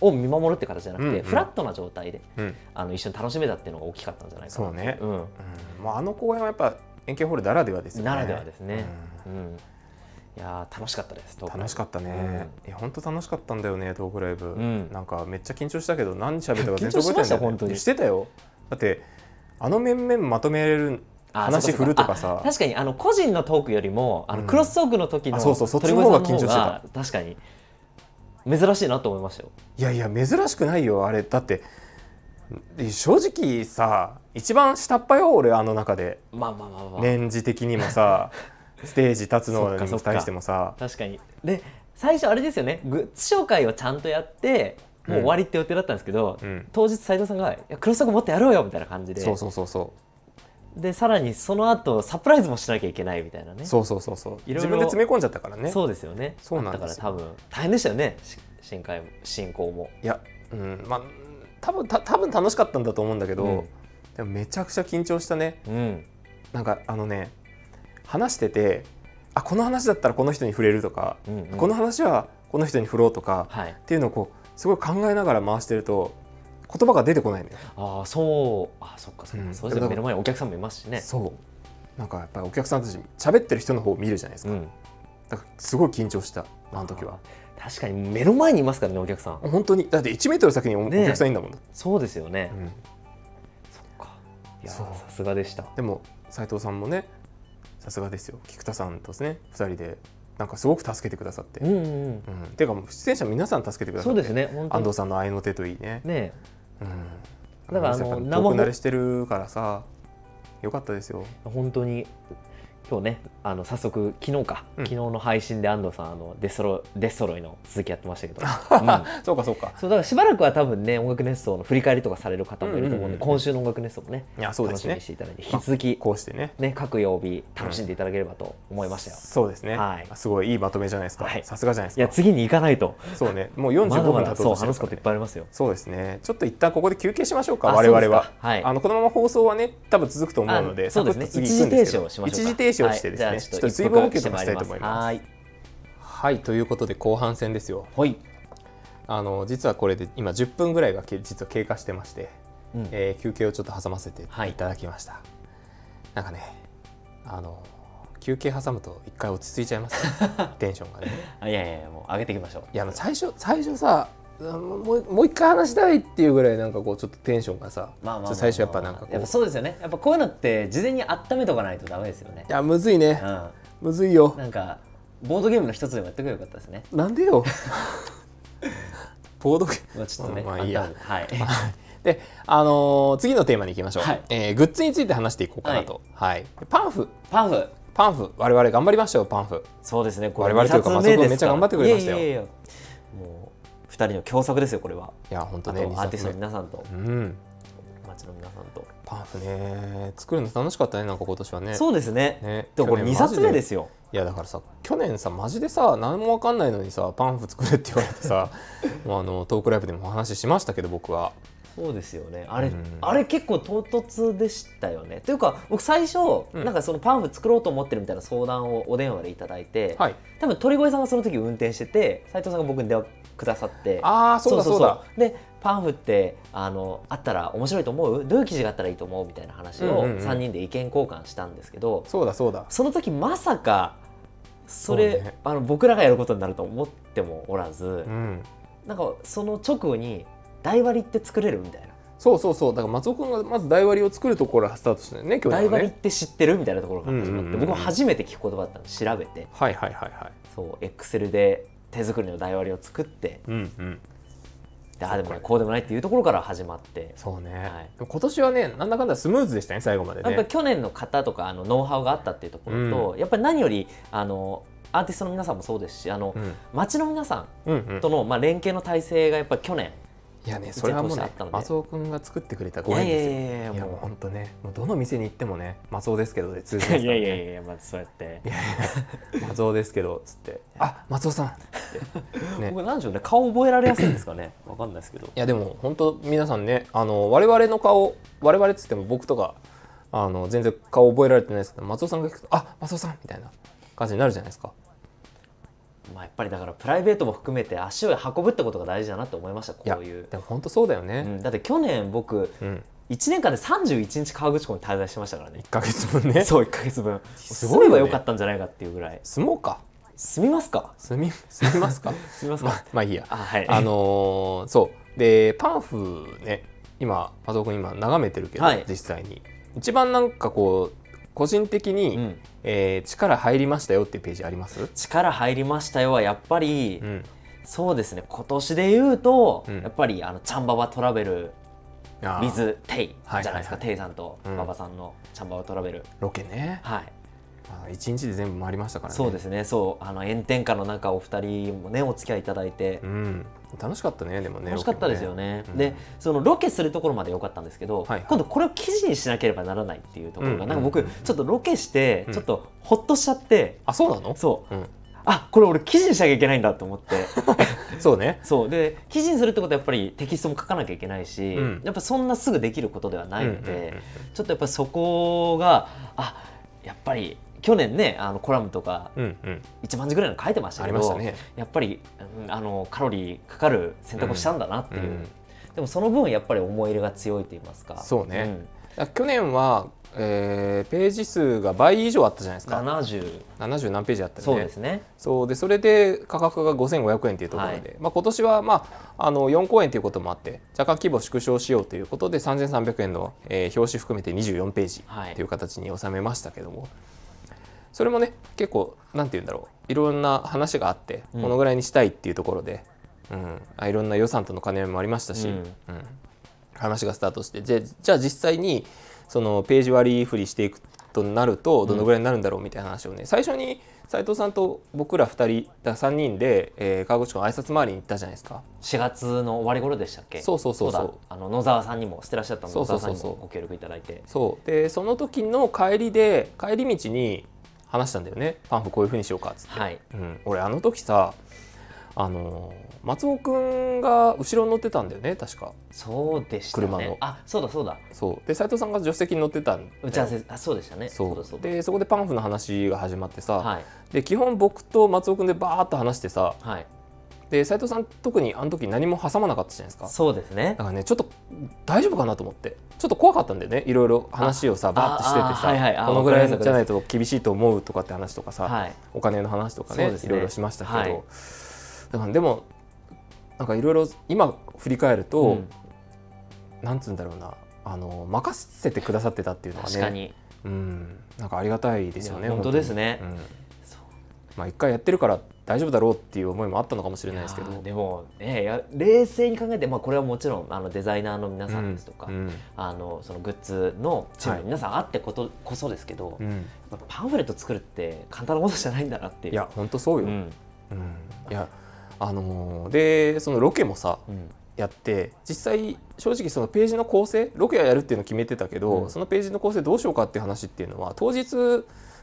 Speaker 2: を見守るって形じゃなくて、
Speaker 1: うんうん
Speaker 2: フラットな状態で
Speaker 1: うん
Speaker 2: あの一緒に楽しめたっていうのが大きかったんじゃないかな
Speaker 1: そうね
Speaker 2: うん、
Speaker 1: うんもうあの公演はやっぱ円形ホールならではですよね
Speaker 2: ならではですね、
Speaker 1: う
Speaker 2: うんいやー楽しかったです
Speaker 1: ん楽しか
Speaker 2: っ
Speaker 1: ったね、いや本当楽しかったんだよねトークライブ、
Speaker 2: うん
Speaker 1: なんかめっちゃ緊張したけど何喋ったか全然覚えて
Speaker 2: 緊張
Speaker 1: ない
Speaker 2: しました本当に
Speaker 1: してたよだってあの面々まとめられる
Speaker 2: た
Speaker 1: 話振るとかさ
Speaker 2: 確かにあの個人のトークよりもあ
Speaker 1: う
Speaker 2: の
Speaker 1: ん
Speaker 2: クロストークの時の、
Speaker 1: あそうそうそっちの方が緊張してた
Speaker 2: 鳥越さんの方が確かに珍しいなと思いましたよ
Speaker 1: いやいや珍しくないよあれだって正直さ一番下っ端よ俺あの中で
Speaker 2: まあまあまあまあ、
Speaker 1: 年次的にも さステージ立つのにも
Speaker 2: そっかそっか
Speaker 1: 対してもさ
Speaker 2: 確かにで最初あれですよねグッズ紹介をちゃんとやってもう終わりって予定だったんですけど、
Speaker 1: うん
Speaker 2: 当日斉藤さんがいや「クロストークもっとやろうよ」みたいな感じで
Speaker 1: そうそうそうそ
Speaker 2: でさらにその後サプライズもしなきゃいけないみたいなね
Speaker 1: うそうそうそうそう
Speaker 2: いろいろ
Speaker 1: 自分で詰め込んじゃったからね
Speaker 2: そうですよね
Speaker 1: そうなんですよ
Speaker 2: だから多分大変でしたよねし進会も進行も
Speaker 1: いや、うん、まあ多分た多分楽しかったんだと思うんだけど、
Speaker 2: うん
Speaker 1: でもめちゃくちゃ緊張したね
Speaker 2: うん
Speaker 1: なんかあのね話しててあこの話だったらこの人に触れるとか、
Speaker 2: うんうん
Speaker 1: この話はこの人に振ろうとか、
Speaker 2: はい
Speaker 1: っていうのをこうすごい考えながら回してると言葉が出てこないのよ。
Speaker 2: ああそうあそっかそっか、
Speaker 1: うん
Speaker 2: そうですよ目の前にお客さんもいますしね
Speaker 1: そうなんかやっぱりお客さんたち喋ってる人の方を見るじゃないですか、
Speaker 2: ん
Speaker 1: だからすごい緊張したあの時は
Speaker 2: 確かに目の前にいますからねお客さん
Speaker 1: 本当にだって1メートル先におお
Speaker 2: ねえ
Speaker 1: 客さんいるんだもん、
Speaker 2: そうですよね、
Speaker 1: うん
Speaker 2: そっかいや
Speaker 1: そう
Speaker 2: ーさすがでした
Speaker 1: でも斉藤さんもねさすがですよ菊田さんとですね2人でなんかすごく助けてくださって、
Speaker 2: う
Speaker 1: うん
Speaker 2: んうん
Speaker 1: ていうかもう出演者皆さん助けてくださ
Speaker 2: そ
Speaker 1: っ
Speaker 2: う
Speaker 1: て
Speaker 2: ですね本当
Speaker 1: 安
Speaker 2: に
Speaker 1: 藤さんの愛の手といいね、
Speaker 2: ね
Speaker 1: うん、
Speaker 2: だからあの
Speaker 1: やっぱり
Speaker 2: 生も
Speaker 1: 遠く慣れしてるからさよかったですよ
Speaker 2: 本当に今日ねあの早速昨日か、
Speaker 1: うん
Speaker 2: 昨日の配信で安藤さんあの出そろ出揃いの続きやってました けど、うん
Speaker 1: そうかそうか
Speaker 2: そうだからしばらくは多分ね音楽熱奏の振り返りとかされる方もいると思うんで、
Speaker 1: うんうんうん
Speaker 2: 今週の音楽熱奏もね
Speaker 1: いやそうで
Speaker 2: 楽
Speaker 1: す
Speaker 2: しみ
Speaker 1: ね
Speaker 2: にしていただいて引き続き
Speaker 1: こうしてね
Speaker 2: ね各曜日楽しんでいただければと思いましたよ、
Speaker 1: そうですね、
Speaker 2: はい
Speaker 1: すごいいいまとめじゃないですか
Speaker 2: はい
Speaker 1: さすがじゃない
Speaker 2: いや
Speaker 1: です
Speaker 2: 次に行かないと
Speaker 1: かそうねもう45
Speaker 2: まだま
Speaker 1: 分経
Speaker 2: だ
Speaker 1: とう
Speaker 2: そ
Speaker 1: と
Speaker 2: う
Speaker 1: してる
Speaker 2: 話す
Speaker 1: か
Speaker 2: こ
Speaker 1: ら
Speaker 2: とい
Speaker 1: ね
Speaker 2: っぱいありますよ
Speaker 1: そうですねちょっと一旦ここで休憩しましょうか
Speaker 2: あ
Speaker 1: 我々
Speaker 2: そうです
Speaker 1: は
Speaker 2: かはい
Speaker 1: あのこのまま放送はね多分続くと思うので
Speaker 2: あそうですね
Speaker 1: サクッと次
Speaker 2: 一
Speaker 1: 行くんで
Speaker 2: 時停
Speaker 1: すけど
Speaker 2: 止をしましょうか
Speaker 1: 一時停止をしてですね、
Speaker 2: はい、
Speaker 1: ち
Speaker 2: じ
Speaker 1: ょ
Speaker 2: ゃ
Speaker 1: っ
Speaker 2: あ
Speaker 1: と
Speaker 2: 一
Speaker 1: 水
Speaker 2: 服
Speaker 1: 分補給とかしたいと思います
Speaker 2: はい
Speaker 1: はいということで後半戦ですよ
Speaker 3: はい
Speaker 1: あの実はこれで今10分ぐらいがけ実は経過してまして、
Speaker 2: うん
Speaker 1: えー休憩をちょっと挟ませてい
Speaker 2: はい
Speaker 1: ただきました、なんかねあの休憩挟むと一回落ち着い ちゃいますねテンションがね
Speaker 3: あいやいやいやもう上げていきましょう
Speaker 1: いやあの最初最初さうんもうもう一回話したいっていうぐらいなんかこうちょっとテンションがさ
Speaker 3: まあまあまあまあ
Speaker 1: ちょっと最初やっぱなんかこう
Speaker 3: やっぱそうですよねやっぱこういうのって事前に温めとかないとダメですよね
Speaker 1: いやむずいね
Speaker 3: う
Speaker 1: むずいよ
Speaker 3: んなんかボードゲームの一つでもやってくればよかったですね
Speaker 1: なんで よボードゲーム
Speaker 3: まあちょっとね、
Speaker 1: まあいいや
Speaker 3: 温めてはい
Speaker 1: で、あのー次のテーマに行きましょう、
Speaker 3: はい
Speaker 1: えーグッズについて話していこうかなと、はいパンフ
Speaker 3: パンフ
Speaker 1: パンフ我々頑張りましたよパンフ
Speaker 2: そうですねこ
Speaker 1: 我々というか
Speaker 2: 二冊
Speaker 1: 松
Speaker 2: 目
Speaker 1: 尾君
Speaker 2: ですら
Speaker 1: めっちゃ頑張ってくれましたよ
Speaker 2: いやいやいやもう二人の共作ですよこれはい
Speaker 1: や本当
Speaker 2: あ
Speaker 1: ね
Speaker 2: とアーテ
Speaker 1: 二
Speaker 2: ィ
Speaker 1: 冊目
Speaker 2: ストの皆さんと
Speaker 1: うん
Speaker 2: 街の皆さんと、
Speaker 1: パンフね作るの楽しかったねなんか今年はね
Speaker 2: そうですね
Speaker 1: ね
Speaker 2: でもこれ
Speaker 1: 去年
Speaker 2: 二冊目
Speaker 1: マジ
Speaker 2: ですよ
Speaker 1: いやだからさ去年さマジでさ何もわかんないのにさパンフ作れって言われて さもうあのトークライブでもお話ししましたけど僕は
Speaker 2: そうですよねあれ、
Speaker 1: うん
Speaker 2: あれ結構唐突でしたよねというか僕最初、
Speaker 1: うん
Speaker 2: なんかそのパンフ作ろうと思ってるみたいな相談をお電話でいただいて、
Speaker 1: はい
Speaker 2: 多分鳥越さんがその時運転してて斉藤さんが僕に電話くださって
Speaker 1: ああそうだそうだ
Speaker 2: でパンフってあのあったら面白いと思うどういう記事があったらいいと思うみたいな話
Speaker 1: う
Speaker 2: を
Speaker 1: んうんうん
Speaker 2: 3人で意見交換したんですけど、
Speaker 1: そうだそうだ
Speaker 2: その時まさかそれ
Speaker 1: そうね
Speaker 2: あの僕らがやることになると思ってもおらず、
Speaker 1: うん
Speaker 2: なんかその直後に「台割りって作れる?」みたいな
Speaker 1: そうそうそうだから松尾君がまず台割りを作るところからスタートしたよね
Speaker 2: 「
Speaker 1: 去年
Speaker 2: 台
Speaker 1: は
Speaker 2: 割りっ
Speaker 1: ね
Speaker 2: て知ってる?」みたいなところから始まっ
Speaker 1: うんうんう
Speaker 2: て、
Speaker 1: んうん
Speaker 2: 僕も初めて聞く言葉だったので調べて
Speaker 1: はいはいはいはい
Speaker 2: そうエクセルで手作りの台割りを作って
Speaker 1: うんうん
Speaker 2: でああでも
Speaker 1: そ
Speaker 2: な
Speaker 1: う
Speaker 2: い
Speaker 1: か
Speaker 2: こうでもないっていうところから始まって。
Speaker 1: そうね、
Speaker 2: はい
Speaker 1: でも今年はねなんだかんだスムーズでしたね最後まで
Speaker 2: やっぱ
Speaker 1: ね
Speaker 2: り去年の型とかあのノウハウがあったっていうところと、やっぱり何よりあのアーティストの皆さんもそうですしあの、
Speaker 1: うん
Speaker 2: 街の皆さ
Speaker 1: うんうん
Speaker 2: んとの、まあ、連携の体制がやっぱり去年
Speaker 1: いやねそれはもう
Speaker 2: 一応通してあ
Speaker 1: ね
Speaker 2: ったので
Speaker 1: 松尾君が作ってくれたご縁ですよ
Speaker 2: いやいやいやいや
Speaker 1: いや
Speaker 2: もう
Speaker 1: もう本当ねもうどの店に行ってもね松尾ですけどで通じ
Speaker 2: い
Speaker 1: ま
Speaker 2: や
Speaker 1: す
Speaker 2: い
Speaker 1: か
Speaker 2: や
Speaker 1: ら
Speaker 2: いや
Speaker 1: ね
Speaker 2: いや、まあ、そうやって。
Speaker 1: 松尾ですけどつってあ松尾さんってね
Speaker 2: 僕なんでしょうね、顔覚えられやすいんですかね。わかんないですけど。
Speaker 1: いやでも本当皆さんねあの我々の顔我々っつっても僕とかあの全然顔覚えられてないですけど松尾さんが聞くとあ松尾さんみたいな感じになるじゃないですか
Speaker 2: まあ、やっぱりだから、プライベートも含めて、足を運ぶってことが大事だなと思いました。こ
Speaker 1: や
Speaker 2: ういう。
Speaker 1: でも本当そうだよ
Speaker 2: う
Speaker 1: ね
Speaker 2: んだって去年僕
Speaker 1: うん
Speaker 2: 1年間で31日河口湖に滞在してましたからね
Speaker 1: 1ヶ月分ね
Speaker 2: そう1か月分
Speaker 1: す
Speaker 2: す
Speaker 1: ご
Speaker 2: ご
Speaker 1: いよね
Speaker 2: いは良かったんじゃないかっていうぐら い
Speaker 1: 住もうか
Speaker 2: 住みますか
Speaker 1: 住み住みますか
Speaker 2: 住みますか、
Speaker 1: まあまあいいや
Speaker 2: あ はい
Speaker 1: あのーそうでパンフね今松尾君今眺めてるけど、
Speaker 2: はい
Speaker 1: 実際に一番なんかこう個人的に、
Speaker 2: うん
Speaker 1: えー力入りましたよっていうページあります、
Speaker 2: 力入りましたよはやっぱり、
Speaker 1: うん、
Speaker 2: そうですね今年で言うと、
Speaker 1: うん
Speaker 2: やっぱりあのチャンババトラベル
Speaker 1: あー
Speaker 2: with テイじ
Speaker 1: はいはいはい
Speaker 2: ゃないですか、テイさんと
Speaker 1: うん
Speaker 2: 馬場さんのチャンババトラベル、
Speaker 1: ロケね
Speaker 2: はい
Speaker 1: あー一日で全部回りましたからね
Speaker 2: そうですねそうあの炎天下の中お二人もねお付き合いいただいて、
Speaker 1: うん、楽しかったねでもね
Speaker 2: 楽しかったですよ
Speaker 1: ねロ
Speaker 2: ね
Speaker 1: ケもねう
Speaker 2: でそのロケするところまで良かったんですけど、
Speaker 1: はいはい
Speaker 2: 今度これを記事にしなければならないっていうところが、
Speaker 1: うん
Speaker 2: なんか
Speaker 1: う
Speaker 2: 僕
Speaker 1: ん
Speaker 2: ちょっとロケして、
Speaker 1: うん
Speaker 2: ちょっとほっとしちゃって、
Speaker 1: あそうなの
Speaker 2: そう
Speaker 1: うん、
Speaker 2: あこれ俺記事にしなきゃいけないんだと思って
Speaker 1: そうね
Speaker 2: そうで記事にするってことはやっぱりテキストも書かなきゃいけないし、
Speaker 1: うん
Speaker 2: やっぱそんなすぐできることではないので、
Speaker 1: うんうんうんうん
Speaker 2: ちょっとやっぱそこがあやっぱり去年ねあのコラムとか
Speaker 1: うんうん
Speaker 2: 1万字ぐらいの書いてました
Speaker 1: あり
Speaker 2: けど
Speaker 1: ましたね
Speaker 2: やっぱり、うんあのカロリーかかる選択をしたんだなっていう、
Speaker 1: うんうん
Speaker 2: でもその分やっぱり思い入れが強いと言いますか
Speaker 1: そうねだから去年は、えーページ数が倍以上あったじゃないです
Speaker 2: うん、
Speaker 1: か
Speaker 2: 70
Speaker 1: 70何ページあったよね
Speaker 2: そうですね
Speaker 1: そうでそれで価格が5500円というところで、
Speaker 2: はい
Speaker 1: まあ、今年は、まあ、あの4公演ということもあって若干規模を縮小しようということで3300円の、えー表紙含めて24ページ
Speaker 2: はい
Speaker 1: という形に収めましたけども、それもね結構なんて言うんだろういろんな話があって、
Speaker 2: うん
Speaker 1: このぐらいにしたいっていうところで、うん、あいろんな予算との兼ね合いもありましたし、
Speaker 2: うん
Speaker 1: うん話がスタートしてじゃじゃあ実際にそのページ割り振りしていくとなるとどのぐらいになるんだろうみたいな話をね、最初に斉藤さんと僕ら2人だ3人で、えー、川口湖の挨拶回りに行ったじゃないですか。
Speaker 2: 4月の終わり頃でしたっけ
Speaker 1: そうそうそうそう
Speaker 2: だあの野沢さんにもステラシャッターの野沢さんに
Speaker 1: そうそう
Speaker 2: も
Speaker 1: そう
Speaker 2: ご協力いただいて
Speaker 1: そうでその時の帰りで帰り道に話したんだよねパンフこういうふうにしようかっつって、
Speaker 2: はい
Speaker 1: うん、俺あの時さあのー松尾くんが後ろに乗ってたんだよね確か
Speaker 2: そうでしたね
Speaker 1: 車の
Speaker 2: あそうだそうだ
Speaker 1: そうで斉藤さんが助手席に乗ってたんだよ
Speaker 2: 打ち合わせあそうでしたね
Speaker 1: そう
Speaker 2: だそうだ
Speaker 1: でそこでパンフの話が始まってさ、
Speaker 2: はい
Speaker 1: で基本僕と松尾くんでバーッと話してさ
Speaker 2: はい
Speaker 1: で斉藤さん特にあの時何も挟まなかったじゃないですか
Speaker 2: そうですね
Speaker 1: だからねちょっと大丈夫かなと思ってちょっと怖かったんだよねいろいろ話をさバーッとしててさ、
Speaker 2: あはいはいあ
Speaker 1: このぐらい
Speaker 2: わかります
Speaker 1: じゃないと厳しいと思うとかって話とかさ、
Speaker 2: はい
Speaker 1: お金の話とかね
Speaker 2: そうで
Speaker 1: い
Speaker 2: すね
Speaker 1: ろいろしましたけど、
Speaker 2: はい
Speaker 1: だからでもなんかいろいろ今振り返ると、
Speaker 2: うん
Speaker 1: なんつうんだろうなあの任せてくださってたっていうのがね
Speaker 2: 確かに
Speaker 1: うん、なんかありがたいですよ
Speaker 2: い
Speaker 1: ね
Speaker 2: や本当ですね
Speaker 1: 本当にうん
Speaker 2: そう
Speaker 1: まあ一回やってるから大丈夫だろうっていう思いもあったのかもしれないですけど
Speaker 2: いやーでもねいや冷静に考えてまあこれはもちろんあのデザイナーの皆さんですとか、
Speaker 1: うんうん
Speaker 2: あのそのグッズのチームの皆さんあってことこそですけど、
Speaker 1: うん
Speaker 2: やっぱパンフレット作るって簡単なことじゃないんだなっていう
Speaker 1: いや本当そう
Speaker 2: う
Speaker 1: よ、
Speaker 2: ん
Speaker 1: うんいやあのーでそのロケもさ
Speaker 2: うん
Speaker 1: やって実際正直そのページの構成ロケはやるっていうの決めてたけど、
Speaker 2: うん
Speaker 1: そのページの構成どうしようかっていう話っていうのは当日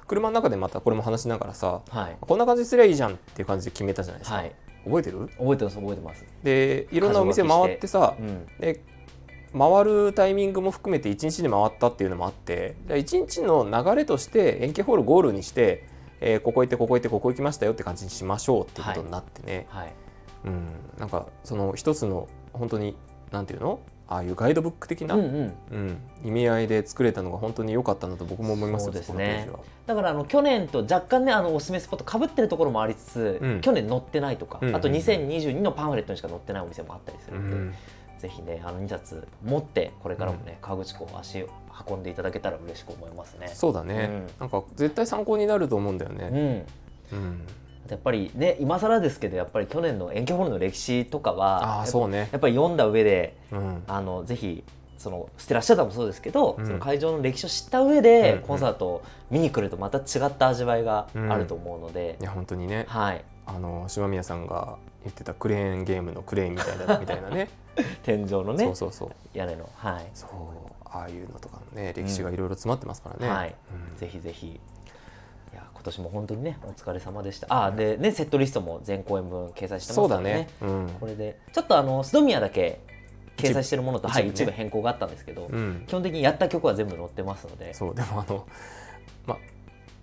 Speaker 1: 車の中でまたこれも話しながらさ
Speaker 2: はい
Speaker 1: こんな感じにすりゃいいじゃんっていう感じで決めたじゃないですか、
Speaker 2: はい
Speaker 1: 覚えてる
Speaker 2: 覚えてます覚えてます
Speaker 1: でいろんなお店回ってさ
Speaker 2: うん
Speaker 1: で回るタイミングも含めて1日で回ったっていうのもあってじゃあ1日の流れとして円形ホールゴールにして、えーここ行ってここ行ってここ行きましたよって感じにしましょうっていうことになってね、
Speaker 2: はい
Speaker 1: うん、なんかその一つの本当になんていうのああいうガイドブック的な、
Speaker 2: う
Speaker 1: うんん
Speaker 2: うん
Speaker 1: 意味合いで作れたのが本当に良かったなと僕も思いますよ
Speaker 2: そうですね
Speaker 1: このページは
Speaker 2: だからあの去年と若干ねあのおすすめスポットかぶってるところもありつつ、
Speaker 1: うん
Speaker 2: 去年載ってないとか、
Speaker 1: うんうんうん
Speaker 2: あと2022のパンフレットにしか載ってないお店もあったりするので、
Speaker 1: うん
Speaker 2: ぜひねあの2冊持ってこれからもね、川口湖足を運んでいただけたら嬉しく思いますね。
Speaker 1: そうだね、
Speaker 2: うん
Speaker 1: なんか絶対参考になると思うんだよ
Speaker 2: う
Speaker 1: ね。
Speaker 2: ん
Speaker 1: うん、
Speaker 2: やっぱりね今更ですけどやっぱり去年の遠距ホールの歴史とかは
Speaker 1: ああそうね。
Speaker 2: やっぱり読んだ上で
Speaker 1: うん、
Speaker 2: あのぜひそのステラシアターもそうですけど、
Speaker 1: うん
Speaker 2: その会場の歴史を知った上で、
Speaker 1: うんうん
Speaker 2: コンサートを見に来るとまた違った味わいがあると思うので、
Speaker 1: いや本当にね、
Speaker 2: はい
Speaker 1: あの島宮さんが言ってたクレーンゲームのクレーンみたい なみたいなね。
Speaker 2: 天井の
Speaker 1: そ
Speaker 2: ね
Speaker 1: うそうそう
Speaker 2: 屋根のはい、
Speaker 1: そうああいうのとかのね歴史がいろいろ詰まってますからね。
Speaker 2: はい
Speaker 1: うん
Speaker 2: ぜひぜひいや今年も本当にねお疲れ様でしたあーでねセットリストも全公演分掲載してま
Speaker 1: そ
Speaker 2: す
Speaker 1: う
Speaker 2: から
Speaker 1: だ
Speaker 2: ね
Speaker 1: ね。うん、
Speaker 2: これでちょっとあのスドミアだけ掲載してるものと
Speaker 1: 一部ね
Speaker 2: 一部,、はい、一部変更があったんですけ
Speaker 1: う
Speaker 2: ど、
Speaker 1: ん
Speaker 2: 基本的にやった曲は全部載ってますので
Speaker 1: そうでもあのま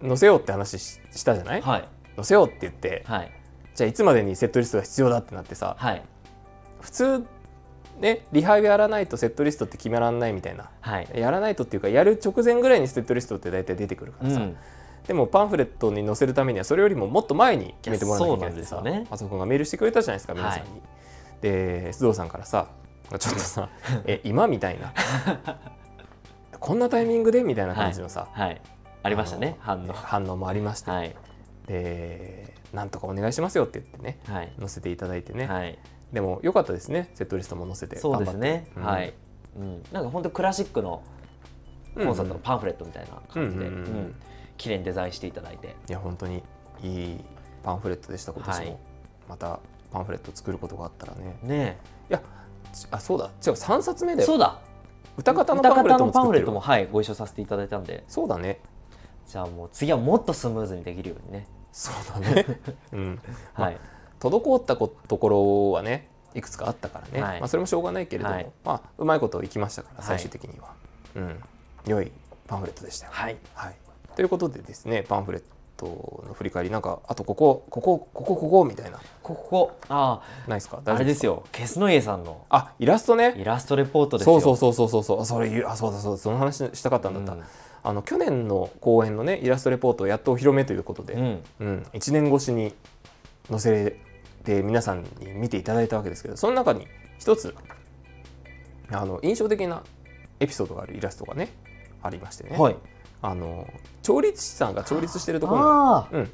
Speaker 1: 載せようって話ししたじゃない、
Speaker 2: はい
Speaker 1: 載せようって言って、
Speaker 2: はい
Speaker 1: じゃあいつまでにセットリストが必要だってなってさ
Speaker 2: はい
Speaker 1: 普通ねリハやらないとセットリストって決めらんないみたいな
Speaker 2: はい、
Speaker 1: やらないとっていうかやる直前ぐらいにセットリストって大体出てくるか
Speaker 2: う
Speaker 1: らさ、
Speaker 2: ん
Speaker 1: でもパンフレットに載せるためにはそれよりももっと前に決めてもらわなきゃいけないって
Speaker 2: い
Speaker 1: さ
Speaker 2: やそうなんですよね
Speaker 1: あそこがメールしてくれたじゃないですか皆さんに。で須藤さんからさちょっと さ「え今?」みたいな「こんなタイミングで?」みたいな感じのさ、
Speaker 2: はい、ありましたね
Speaker 1: あ
Speaker 2: 反
Speaker 1: の
Speaker 2: 応
Speaker 1: 反応もありまして、
Speaker 2: はい
Speaker 1: で「なんとかお願いしますよ」って言ってね
Speaker 2: はい
Speaker 1: 載せていただいてね、
Speaker 2: はい
Speaker 1: でも良かったですねセットリストも載せて
Speaker 2: そうですね
Speaker 1: 頑張っ
Speaker 2: は
Speaker 1: て
Speaker 2: い、うん、なんか本当クラシックの
Speaker 1: うん
Speaker 2: コンサートのパンフレットみたいな感じで、
Speaker 1: う
Speaker 2: うんん
Speaker 1: うんうん
Speaker 2: 綺麗にデザインしていただいて
Speaker 1: いや本当にいいパンフレットでした今年も、
Speaker 2: はい
Speaker 1: またパンフレット作ることがあったらね
Speaker 2: ね
Speaker 1: いやちあそうだ違う3冊目
Speaker 2: え
Speaker 1: だ
Speaker 2: そ
Speaker 1: よ
Speaker 2: うだ
Speaker 1: 歌方のパンフレットも
Speaker 2: 歌方のパン
Speaker 1: 作っ
Speaker 2: フ
Speaker 1: て
Speaker 2: レ
Speaker 1: る
Speaker 2: ットもはいご一緒させていただいたんで
Speaker 1: そうだね
Speaker 2: じゃあもう次はもっとスムーズにできるようにね
Speaker 1: そうだ ね、うん、
Speaker 2: はい、
Speaker 1: 滞ったこところはねいくつかあったからね、
Speaker 2: はい
Speaker 1: まあ、それもしょうがないけれども、
Speaker 2: はい
Speaker 1: まあ、うまいこといきましたから
Speaker 2: は
Speaker 1: 最
Speaker 2: い
Speaker 1: 終的には、うん、良いパンフレットでしたよ
Speaker 2: はい
Speaker 1: はい、ということでですねパンフレットの振り返りなんかあとここここここここみたいな
Speaker 2: ここあ
Speaker 1: ないですか
Speaker 2: あ
Speaker 1: 大
Speaker 2: あ
Speaker 1: 丈
Speaker 2: れ
Speaker 1: 夫
Speaker 2: ですよケスノイエさんの
Speaker 1: あイラストね
Speaker 2: イラストレポートです
Speaker 1: そ
Speaker 2: よ
Speaker 1: うそうそうそうそうそうあそれ言うあそうだそうだその話したかったんだった、
Speaker 2: うん
Speaker 1: あの去年の公演のねイラストレポートをやっとお披露目ということで、
Speaker 2: うん
Speaker 1: うん、1年越しに載せて皆さんに見ていただいたわけですけどその中に一つあの印象的なエピソードがあるイラストがねありましてね、
Speaker 2: はい
Speaker 1: あの調律師さんが調律してるところの
Speaker 2: ああ
Speaker 1: うん、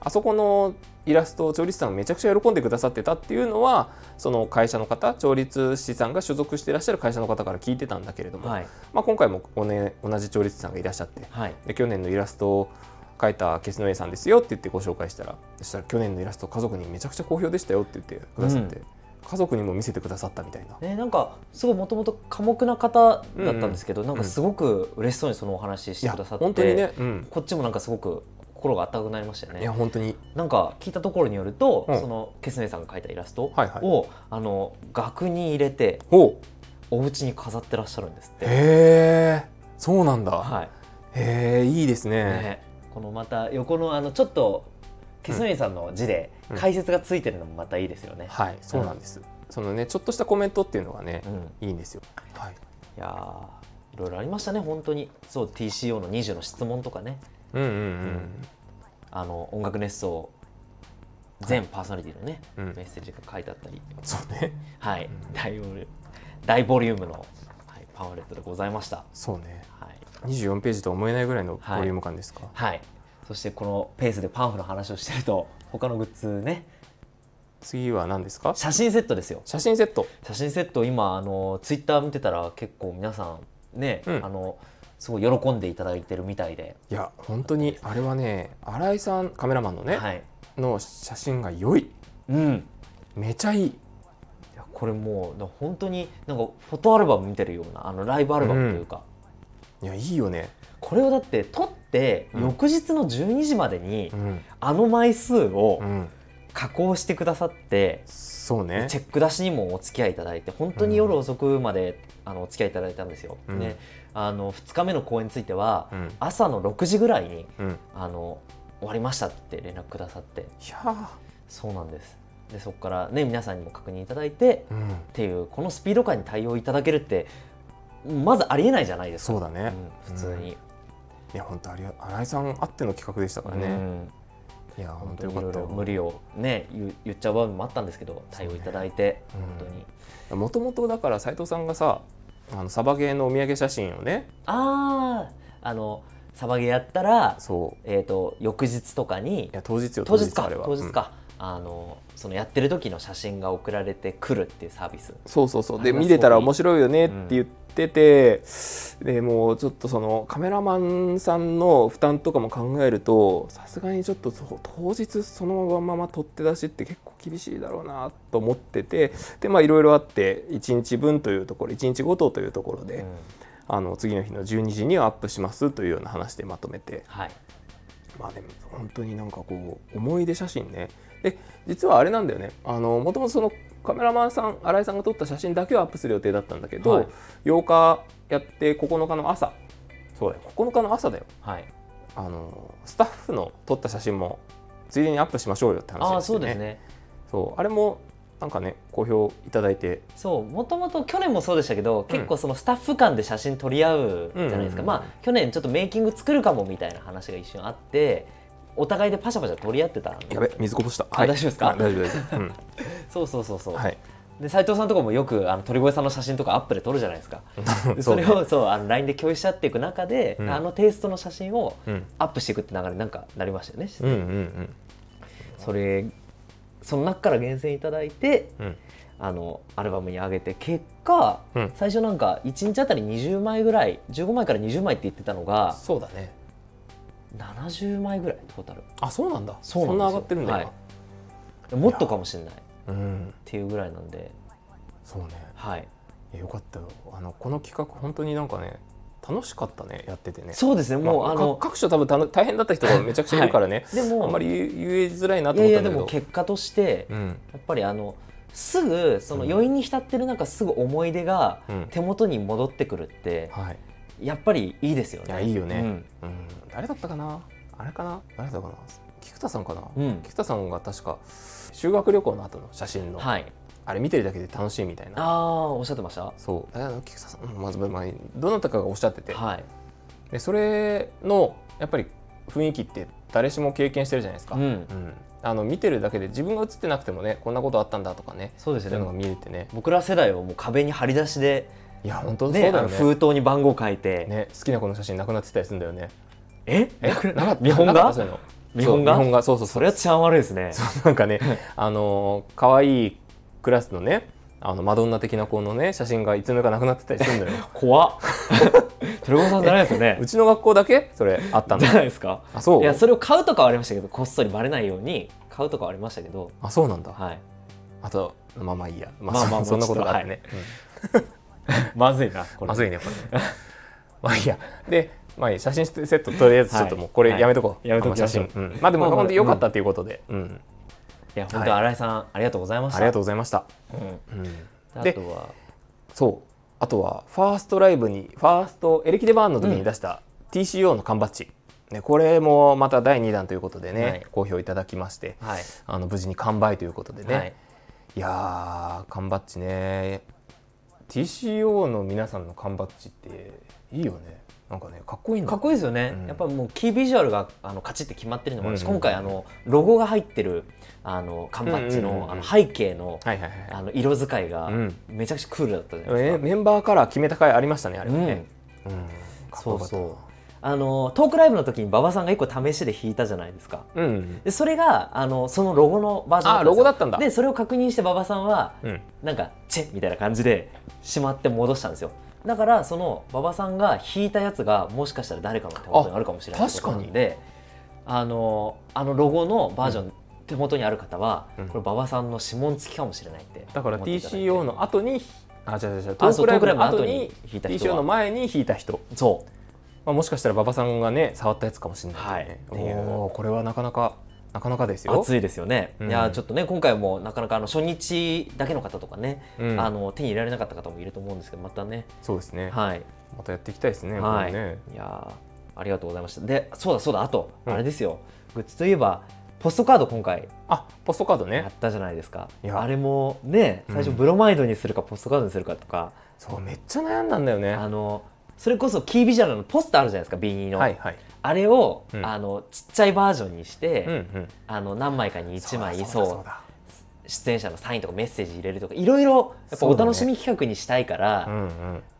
Speaker 1: あそこのイイラストを調律師さんがめちゃくちゃ喜んでくださってたっていうのはその会社の方調律師さんが所属していらっしゃる会社の方から聞いてたんだけれども、
Speaker 2: はい
Speaker 1: まあ、今回もお、ね、同じ調律師さんがいらっしゃって
Speaker 2: はい
Speaker 1: で去年のイラストを描いたケスノエさんですよって言ってご紹介したらそしたら去年のイラスト家族にめちゃくちゃ好評でしたよって言ってくださって、
Speaker 2: う
Speaker 1: 家族にも見せてくださったみたいな。
Speaker 2: ね、なんかすごいもともと寡黙な方だったんですけど、なんかすごく嬉しそうにそのお話しし
Speaker 1: い
Speaker 2: て
Speaker 1: や
Speaker 2: くださって
Speaker 1: 本当にね、うん、
Speaker 2: こっちもなんかすごく心が温かくなりましたよ
Speaker 1: いや
Speaker 2: ね
Speaker 1: 本当に
Speaker 2: なんか聞いたところによると、
Speaker 1: うん
Speaker 2: そのケスネさんが描いたイラストを、
Speaker 1: はいはい
Speaker 2: あの額に入れて
Speaker 1: ほう
Speaker 2: お家に飾ってらっしゃるんですって、
Speaker 1: へえそうなんだ、
Speaker 2: は
Speaker 1: へえいいです
Speaker 2: い
Speaker 1: ね
Speaker 2: ね、
Speaker 3: このまた横のあのちょっとケスノイさんの字で
Speaker 1: うん
Speaker 3: 解説がついてるのもまたいいですよね、
Speaker 1: はいそうなんです、そのねちょっとしたコメントっていうのがね
Speaker 2: う、ん、い
Speaker 1: いいんですよはい
Speaker 2: やーいろいろありましたね本当にそう TCO の20の質問とかね
Speaker 1: うんうん
Speaker 2: あの音楽熱奏全パーソナリティのね、
Speaker 1: うんうん
Speaker 2: メッセージが書いてあったり、
Speaker 1: うんそうね
Speaker 2: はい
Speaker 1: うん
Speaker 2: 大ボリュ大ボリュームの、はい、パンフレットでございました。
Speaker 1: そうね
Speaker 2: はい
Speaker 1: 24ページとは思えないぐらいのボリューム感ですか、
Speaker 3: はい、そしてこのペースでパンフの話をしてると他のグッズね
Speaker 1: 次は何ですか
Speaker 2: 写真セットですよ
Speaker 1: 写真セット
Speaker 2: 写真セット今あのツイッター見てたら結構皆さんね、
Speaker 1: うん
Speaker 2: あのすごい喜んでいただいてるみたいで、
Speaker 1: いや本当にあれはね新井さんカメラマンのね、
Speaker 2: はい
Speaker 1: の写真が良い
Speaker 2: うん、い
Speaker 1: めちゃいい
Speaker 2: やこれもうな本当になんかフォトアルバム見てるようなあのライブアルバムというか、
Speaker 1: いやいいよね
Speaker 2: これをだって撮って
Speaker 1: うん
Speaker 2: 翌日の12時までに
Speaker 1: うん
Speaker 2: あの枚数を
Speaker 1: うん
Speaker 2: 加工してくださって、
Speaker 1: そうね
Speaker 2: チェック出しにもお付き合いいただいて本当に夜遅くまで、あのお付き合いいただいたんですよ。
Speaker 1: うん
Speaker 2: であの2日目の公演については、
Speaker 1: うん
Speaker 2: 朝の6時ぐらいに
Speaker 1: うん
Speaker 2: あの終わりましたって連絡くださって
Speaker 1: いやー
Speaker 2: そうなんですでそこからね皆さんにも確認いただいて
Speaker 1: うん
Speaker 2: っていうこのスピード感に対応いただけるってまずありえないじゃないですか
Speaker 1: そうだね
Speaker 2: うん普通に、
Speaker 1: いや本当ありが新井さんあっての企画でしたからね、
Speaker 2: うん
Speaker 1: いや
Speaker 2: 本
Speaker 1: 本
Speaker 2: 当
Speaker 1: 当よ
Speaker 2: にい
Speaker 1: か
Speaker 2: ろ
Speaker 1: っ
Speaker 2: い
Speaker 1: た
Speaker 2: ろ
Speaker 1: よ
Speaker 2: 無理をね言言っちゃう場面もあったんですけど対応いただいて、
Speaker 1: そうね
Speaker 2: 本当に、
Speaker 1: うもともとだから斉藤さんがさあのサバゲーのお土産写真をね
Speaker 2: あああのサバゲーやったら
Speaker 1: そう
Speaker 2: えっ、と翌日とかに
Speaker 1: いや当日よ
Speaker 2: 当日か
Speaker 1: あれは
Speaker 2: 当日か、あのそのやってる時の写真が送られてくるっていうサービス
Speaker 1: うんそうそうそうで
Speaker 2: あれは
Speaker 1: 見れたら
Speaker 2: すごい
Speaker 1: 面白いよねって言ってて、でもうちょっとそのカメラマンさんの負担とかも考えるとさすがにちょっとそう当日そのまま取って出しって結構厳しいだろうなと思っててでまあいろいろあって1日分というところ1日ごとというところで、
Speaker 2: うん
Speaker 1: あの次の日の12時にはアップしますというような話でまとめて
Speaker 2: はい、
Speaker 1: まあでも本当になんかこう思い出写真ねで実はあれなんだよねあのもともとそのカメラマンさん新井さんが撮った写真だけをアップする予定だったんだけど、
Speaker 2: はい
Speaker 1: 8日やって9日の朝そうだよ9日の朝だよ
Speaker 2: はい、
Speaker 1: あのスタッフの撮った写真もついでにアップしましょうよって話
Speaker 2: ああ
Speaker 1: をして
Speaker 2: そうですね
Speaker 1: そうあれもなんかね好評いただいて
Speaker 2: そうもともと去年もそうでしたけど、
Speaker 1: うん
Speaker 2: 結構そのスタッフ間で写真撮り合うじゃない
Speaker 1: う
Speaker 2: ですか、
Speaker 1: んうんうん
Speaker 2: まあ去年ちょっとメイキング作るかもみたいな話が一瞬あってお互いでパシャパシャ撮り合ってたんで
Speaker 1: やべ水こぼした、
Speaker 2: あ大丈夫ですか
Speaker 1: あ大丈夫大丈夫、う ん
Speaker 2: そうそうそうそう、
Speaker 1: はい
Speaker 2: で斉藤さんとかもよくあの鳥越さんの写真とかアップで撮るじゃないですか で
Speaker 1: そ
Speaker 2: そう
Speaker 1: ね
Speaker 2: れをそうあの LINE で共有し合っていく中で、
Speaker 1: うん
Speaker 2: あのテイストの写真を
Speaker 1: うん
Speaker 2: アップしていくって流れになんかなりましたよね、
Speaker 1: うんうん
Speaker 2: それその中から厳選いただいて
Speaker 1: うんうん
Speaker 2: あのアルバムに上げて結果、
Speaker 1: うん
Speaker 2: 最初なんか1日あたり20枚ぐらい15枚から20枚って言ってたのが
Speaker 1: そうだね
Speaker 2: 70枚ぐらいトータル
Speaker 1: あそうなんだ
Speaker 2: そう
Speaker 1: そ
Speaker 2: なんですよ
Speaker 1: んな上がってるんだ、
Speaker 2: はいもっとかもしれないっ
Speaker 1: 今うん
Speaker 2: ていうぐらいなんで
Speaker 1: そうね
Speaker 2: はい
Speaker 1: いやよかったよあのこの企画本当になんかね楽しかったねやっててね
Speaker 2: そうですねもう、
Speaker 1: まあ
Speaker 2: あ、
Speaker 1: か
Speaker 2: の
Speaker 1: 各所多分たの大変だった人がめちゃくちゃいるからね、
Speaker 2: でも
Speaker 1: あんまり言う言えづらいなと
Speaker 2: い
Speaker 1: 思っ
Speaker 2: やい
Speaker 1: た
Speaker 2: や
Speaker 1: ん
Speaker 2: で
Speaker 1: だけど
Speaker 2: も結果として、
Speaker 1: うん
Speaker 2: やっぱりあのすぐその余韻に浸ってる中すぐ思い出が
Speaker 1: うん
Speaker 2: 手元に戻ってくるって
Speaker 1: はい
Speaker 2: やっぱりいいですよね。
Speaker 1: いやいいよね
Speaker 2: うん
Speaker 1: うん誰だったかなあれかな誰だったかな菊田さんかな、
Speaker 2: うん
Speaker 1: 菊田さんが確か修学旅行の後の写真の、
Speaker 2: はい、
Speaker 1: あれ見てるだけで楽しいみたい
Speaker 2: あ
Speaker 1: な
Speaker 2: あおっしゃってました
Speaker 1: そうあの菊田さんうんまずまあどなたかがおっしゃってて、
Speaker 2: はい、
Speaker 1: でそれのやっぱり雰囲気って誰しも経験してるじゃないですか、
Speaker 2: う
Speaker 1: うん
Speaker 2: ん、
Speaker 1: あの見てるだけで自分が映ってなくてもねこんなことあったんだとかね
Speaker 2: そうです
Speaker 1: そう
Speaker 2: よ
Speaker 1: い
Speaker 2: ね
Speaker 1: うのが見れてね
Speaker 2: 僕ら世代はもう壁に張り出しで、
Speaker 1: いや本当そうだ
Speaker 2: ねあ
Speaker 1: よ
Speaker 2: の
Speaker 1: ね
Speaker 2: 封筒に番号書いて、
Speaker 1: ね好きな子の写真なくなってたりするんだよね
Speaker 2: え
Speaker 1: えなかった
Speaker 2: 日本
Speaker 1: なかっ
Speaker 2: が
Speaker 1: たそういうの
Speaker 2: 見本が
Speaker 1: そう見本がそうそうそ
Speaker 2: それは治安悪いですね
Speaker 1: うなんかねあのー可愛いクラスのねあのマドンナ的な子のね写真がいつの間にかなくなってたりするんだよ
Speaker 2: 怖っトレゴさんじゃないですよね
Speaker 1: うちの学校だけそれあった ん
Speaker 2: じ
Speaker 1: だ
Speaker 2: ゃないですか
Speaker 1: あそ
Speaker 2: いうやそれを買うとかはありましたけどこっそりバレないように買うとかはありましたけど
Speaker 1: あそうなんだ
Speaker 2: はい
Speaker 1: あとまあまあいいやまあ
Speaker 2: まあ
Speaker 1: ま
Speaker 2: ま
Speaker 1: あ
Speaker 2: あ
Speaker 1: そんなことがあってね、うん
Speaker 2: まずいなこ
Speaker 1: まず
Speaker 2: い
Speaker 1: いねこれ ねまあいいやで、まあ、いい写真セットとりあえずちょっともうこれ
Speaker 2: はい
Speaker 1: やめとこう、
Speaker 2: やめと
Speaker 1: この
Speaker 2: き
Speaker 1: 写
Speaker 2: ましょう
Speaker 1: 真、うんまあでも
Speaker 2: もう
Speaker 1: 本当に良かったということで、うん
Speaker 2: いや本
Speaker 1: は
Speaker 2: 当新井さん、ありがとうございました
Speaker 1: ありがとうございました、
Speaker 2: うん
Speaker 1: うん
Speaker 2: あ
Speaker 1: で
Speaker 2: とは
Speaker 1: そうあとはファーストライブにファーストエレキデバーンの時に出した TCO の缶バッジ、ね、これもまた第2弾ということでね、
Speaker 2: はい
Speaker 1: 好評いただきまして
Speaker 2: はい、
Speaker 1: あの無事に完売ということでね、
Speaker 2: はいい、、
Speaker 1: やー缶バッジね TCO の皆さんの缶バッジっていいよねなんかねかっこいいんだ
Speaker 2: か
Speaker 1: よ
Speaker 2: っこいいですよね、
Speaker 1: うん
Speaker 2: やっぱりもうキービジュアルがあのカチッて決まってるのもあるし、
Speaker 1: うんうんうん
Speaker 2: 今回あのロゴが入ってるあの缶バッジの,、
Speaker 1: うんうんうんうん
Speaker 2: あの背景の,、
Speaker 1: はいはいはい
Speaker 2: あの色使いが
Speaker 1: うん
Speaker 2: めちゃくちゃクールだったじゃない
Speaker 1: え
Speaker 2: ですか、
Speaker 1: メンバーカラー決めた回ありましたねあれ
Speaker 2: う
Speaker 1: は
Speaker 2: ん
Speaker 1: ね、うんかっこよかった
Speaker 2: そうそあのトークライブの時に馬場さんが一個試しで弾いたじゃないですか
Speaker 1: うん
Speaker 2: でそれがあのそのロゴのバージョン
Speaker 1: あロゴだったんだ
Speaker 2: でそれを確認して馬場さんは
Speaker 1: うん
Speaker 2: なんかチェッみたいな感じでしまって戻したんですよだからその馬場さんが弾いたやつがもしかしたら誰かの手元にあるかもしれない
Speaker 1: あ
Speaker 2: ってことなんであのあのロゴのバージョン、手元にある方は、
Speaker 1: うん
Speaker 2: これ馬場さんの指紋付きかもしれないって
Speaker 1: だから
Speaker 2: 思っていただいて
Speaker 1: TCO の後にあ違う違う違うト
Speaker 2: あ
Speaker 1: ー
Speaker 2: そ
Speaker 1: ク
Speaker 2: う
Speaker 1: ライブの
Speaker 2: トーク
Speaker 1: 後
Speaker 2: ライブの
Speaker 1: に
Speaker 2: 後に弾いた人
Speaker 1: TCO
Speaker 2: は
Speaker 1: の前に弾いた人、
Speaker 2: そう
Speaker 1: まあ、もしかしたら馬場さんがね触ったやつかもしれないね、
Speaker 2: はいっていう
Speaker 1: おーこれはなかなかなかなかですよ
Speaker 2: 熱いですよね、
Speaker 1: うん
Speaker 2: いやちょっとね今回もなかなかあの初日だけの方とかね、
Speaker 1: うん
Speaker 2: あの手に入れられなかった方もいると思うんですけどまたね
Speaker 1: そうですね、
Speaker 2: はい
Speaker 1: またやっていきたいですね,、
Speaker 2: はい、
Speaker 1: これね
Speaker 2: いやーありがとうございましたでそうだそうだあと、
Speaker 1: うん
Speaker 2: あれですよグッズといえばポストカード今回
Speaker 1: あポストカード
Speaker 2: や
Speaker 1: ね
Speaker 2: ったじゃないですか
Speaker 1: いや
Speaker 2: あれもね最初
Speaker 1: うん
Speaker 2: ブロマイドにするかポストカードにするかとか、
Speaker 1: そうめっちゃ悩んだんだよね
Speaker 2: あ
Speaker 1: は
Speaker 2: のそれこそキービジュアルのポスターあるじゃないですか B2 の、
Speaker 1: いはい
Speaker 2: あれを、
Speaker 1: うん
Speaker 2: あのちっちゃいバージョンにして、
Speaker 1: うんうん
Speaker 2: あの何枚かに1枚そう
Speaker 1: だそうだ
Speaker 2: 出演者のサインとかメッセージ入れるとかいろいろやっぱお楽しみ企画にしたいから
Speaker 1: う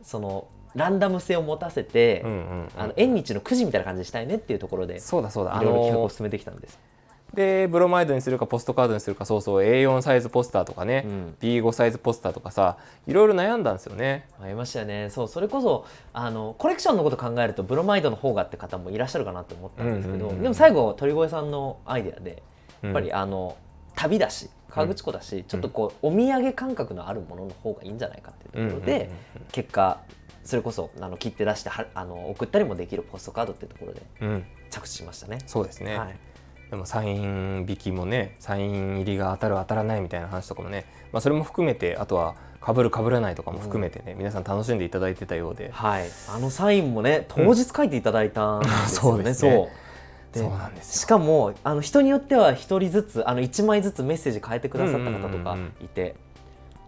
Speaker 2: そ,、
Speaker 1: んうん
Speaker 2: のランダム性を持たせて、
Speaker 1: うんうんうん
Speaker 2: あの縁日のくじみたいな感じにしたいねっていうところで
Speaker 1: そうだそうだ
Speaker 2: いろいろ企画を進めてきたんです。
Speaker 1: でブロマイドにするかポストカードにするかそうそう A4 サイズポスターとかね、
Speaker 2: うん
Speaker 1: B5 サイズポスターとかさいろいろ悩んだんですよね
Speaker 2: ありましたよねそうそれこそあのコレクションのこと考えるとブロマイドの方がって方もいらっしゃるかなって思ったんですけど、
Speaker 1: うんうんうん
Speaker 2: でも最後鳥越さんのアイデアで
Speaker 1: や
Speaker 2: やっぱり、あの旅だし河口湖だし、ちょっとこうお土産感覚のあるものの方がいいんじゃないかっていうところで、結果それこそあの切って出してはあの送ったりもできるポストカードっていうところで
Speaker 1: うんうんうんうん
Speaker 2: 着地しましたね。
Speaker 1: そうですね、
Speaker 2: はい
Speaker 1: でもサイン引きもねサイン入りが当たる当たらないみたいな話とかもね、まあ、それも含めてあとはかぶるかぶらないとかも含めてね、皆さん楽しんでいただいてたようで、
Speaker 2: はい、あのサインもね当日書いていただいたんです
Speaker 1: そう
Speaker 2: よね。
Speaker 1: ですね
Speaker 2: そうで
Speaker 1: そうなんです
Speaker 2: し
Speaker 1: よ
Speaker 2: かもあの人によっては一人ずつあの1枚ずつメッセージ変えてくださった方とかいて、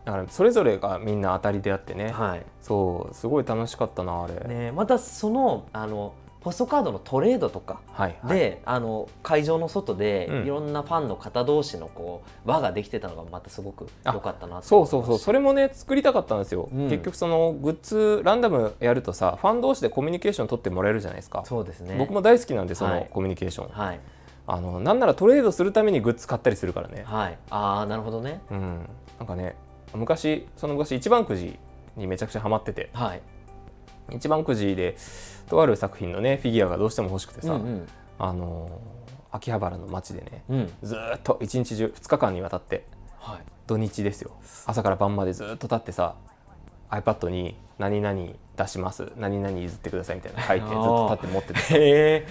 Speaker 1: だからそれぞれがみんな当たりであってね、
Speaker 2: はい
Speaker 1: そうすごい楽しかったなあれ、
Speaker 2: ね、またそのあのポストカードのトレードとか
Speaker 1: はいはい
Speaker 2: で、あの会場の外で、
Speaker 1: うん
Speaker 2: いろんなファンの方同士のこう輪ができてたのがまたすごく良かったなと
Speaker 1: そう
Speaker 2: 思いました
Speaker 1: そうそうそれもね作りたかったんですよ、
Speaker 2: うん
Speaker 1: 結局そのグッズランダムやるとさファン同士でコミュニケーション取ってもらえるじゃないですか、
Speaker 2: そうですね
Speaker 1: 僕も大好きなんでそ
Speaker 2: は
Speaker 1: の
Speaker 2: い
Speaker 1: コミュニケーション、
Speaker 2: はい
Speaker 1: あのなんならトレードするためにグッズ買ったりするからね、
Speaker 2: はいああなるほどね
Speaker 1: うんなんかね昔その昔一番くじにめちゃくちゃハマってて
Speaker 2: はい
Speaker 1: 一番くじでとある作品のねフィギュアがどうしても欲しくてさ、
Speaker 2: うん
Speaker 1: あのー秋葉原の街でね
Speaker 2: うんうん
Speaker 1: ずーっと一日中2日間にわたって
Speaker 2: はい
Speaker 1: 土日ですよ朝から晩までずっと立ってさ iPad に「何々出します何々譲ってください」みたいなの書いてずっと立って持ってて
Speaker 2: へえ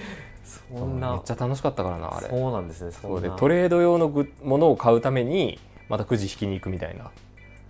Speaker 2: そん
Speaker 1: めっ
Speaker 2: な
Speaker 1: ちゃ楽しかったからなあれそう
Speaker 2: そうなんですねそん
Speaker 1: で
Speaker 2: な
Speaker 1: トレード用のグものを買うためにまたくじ引きに行くみたいな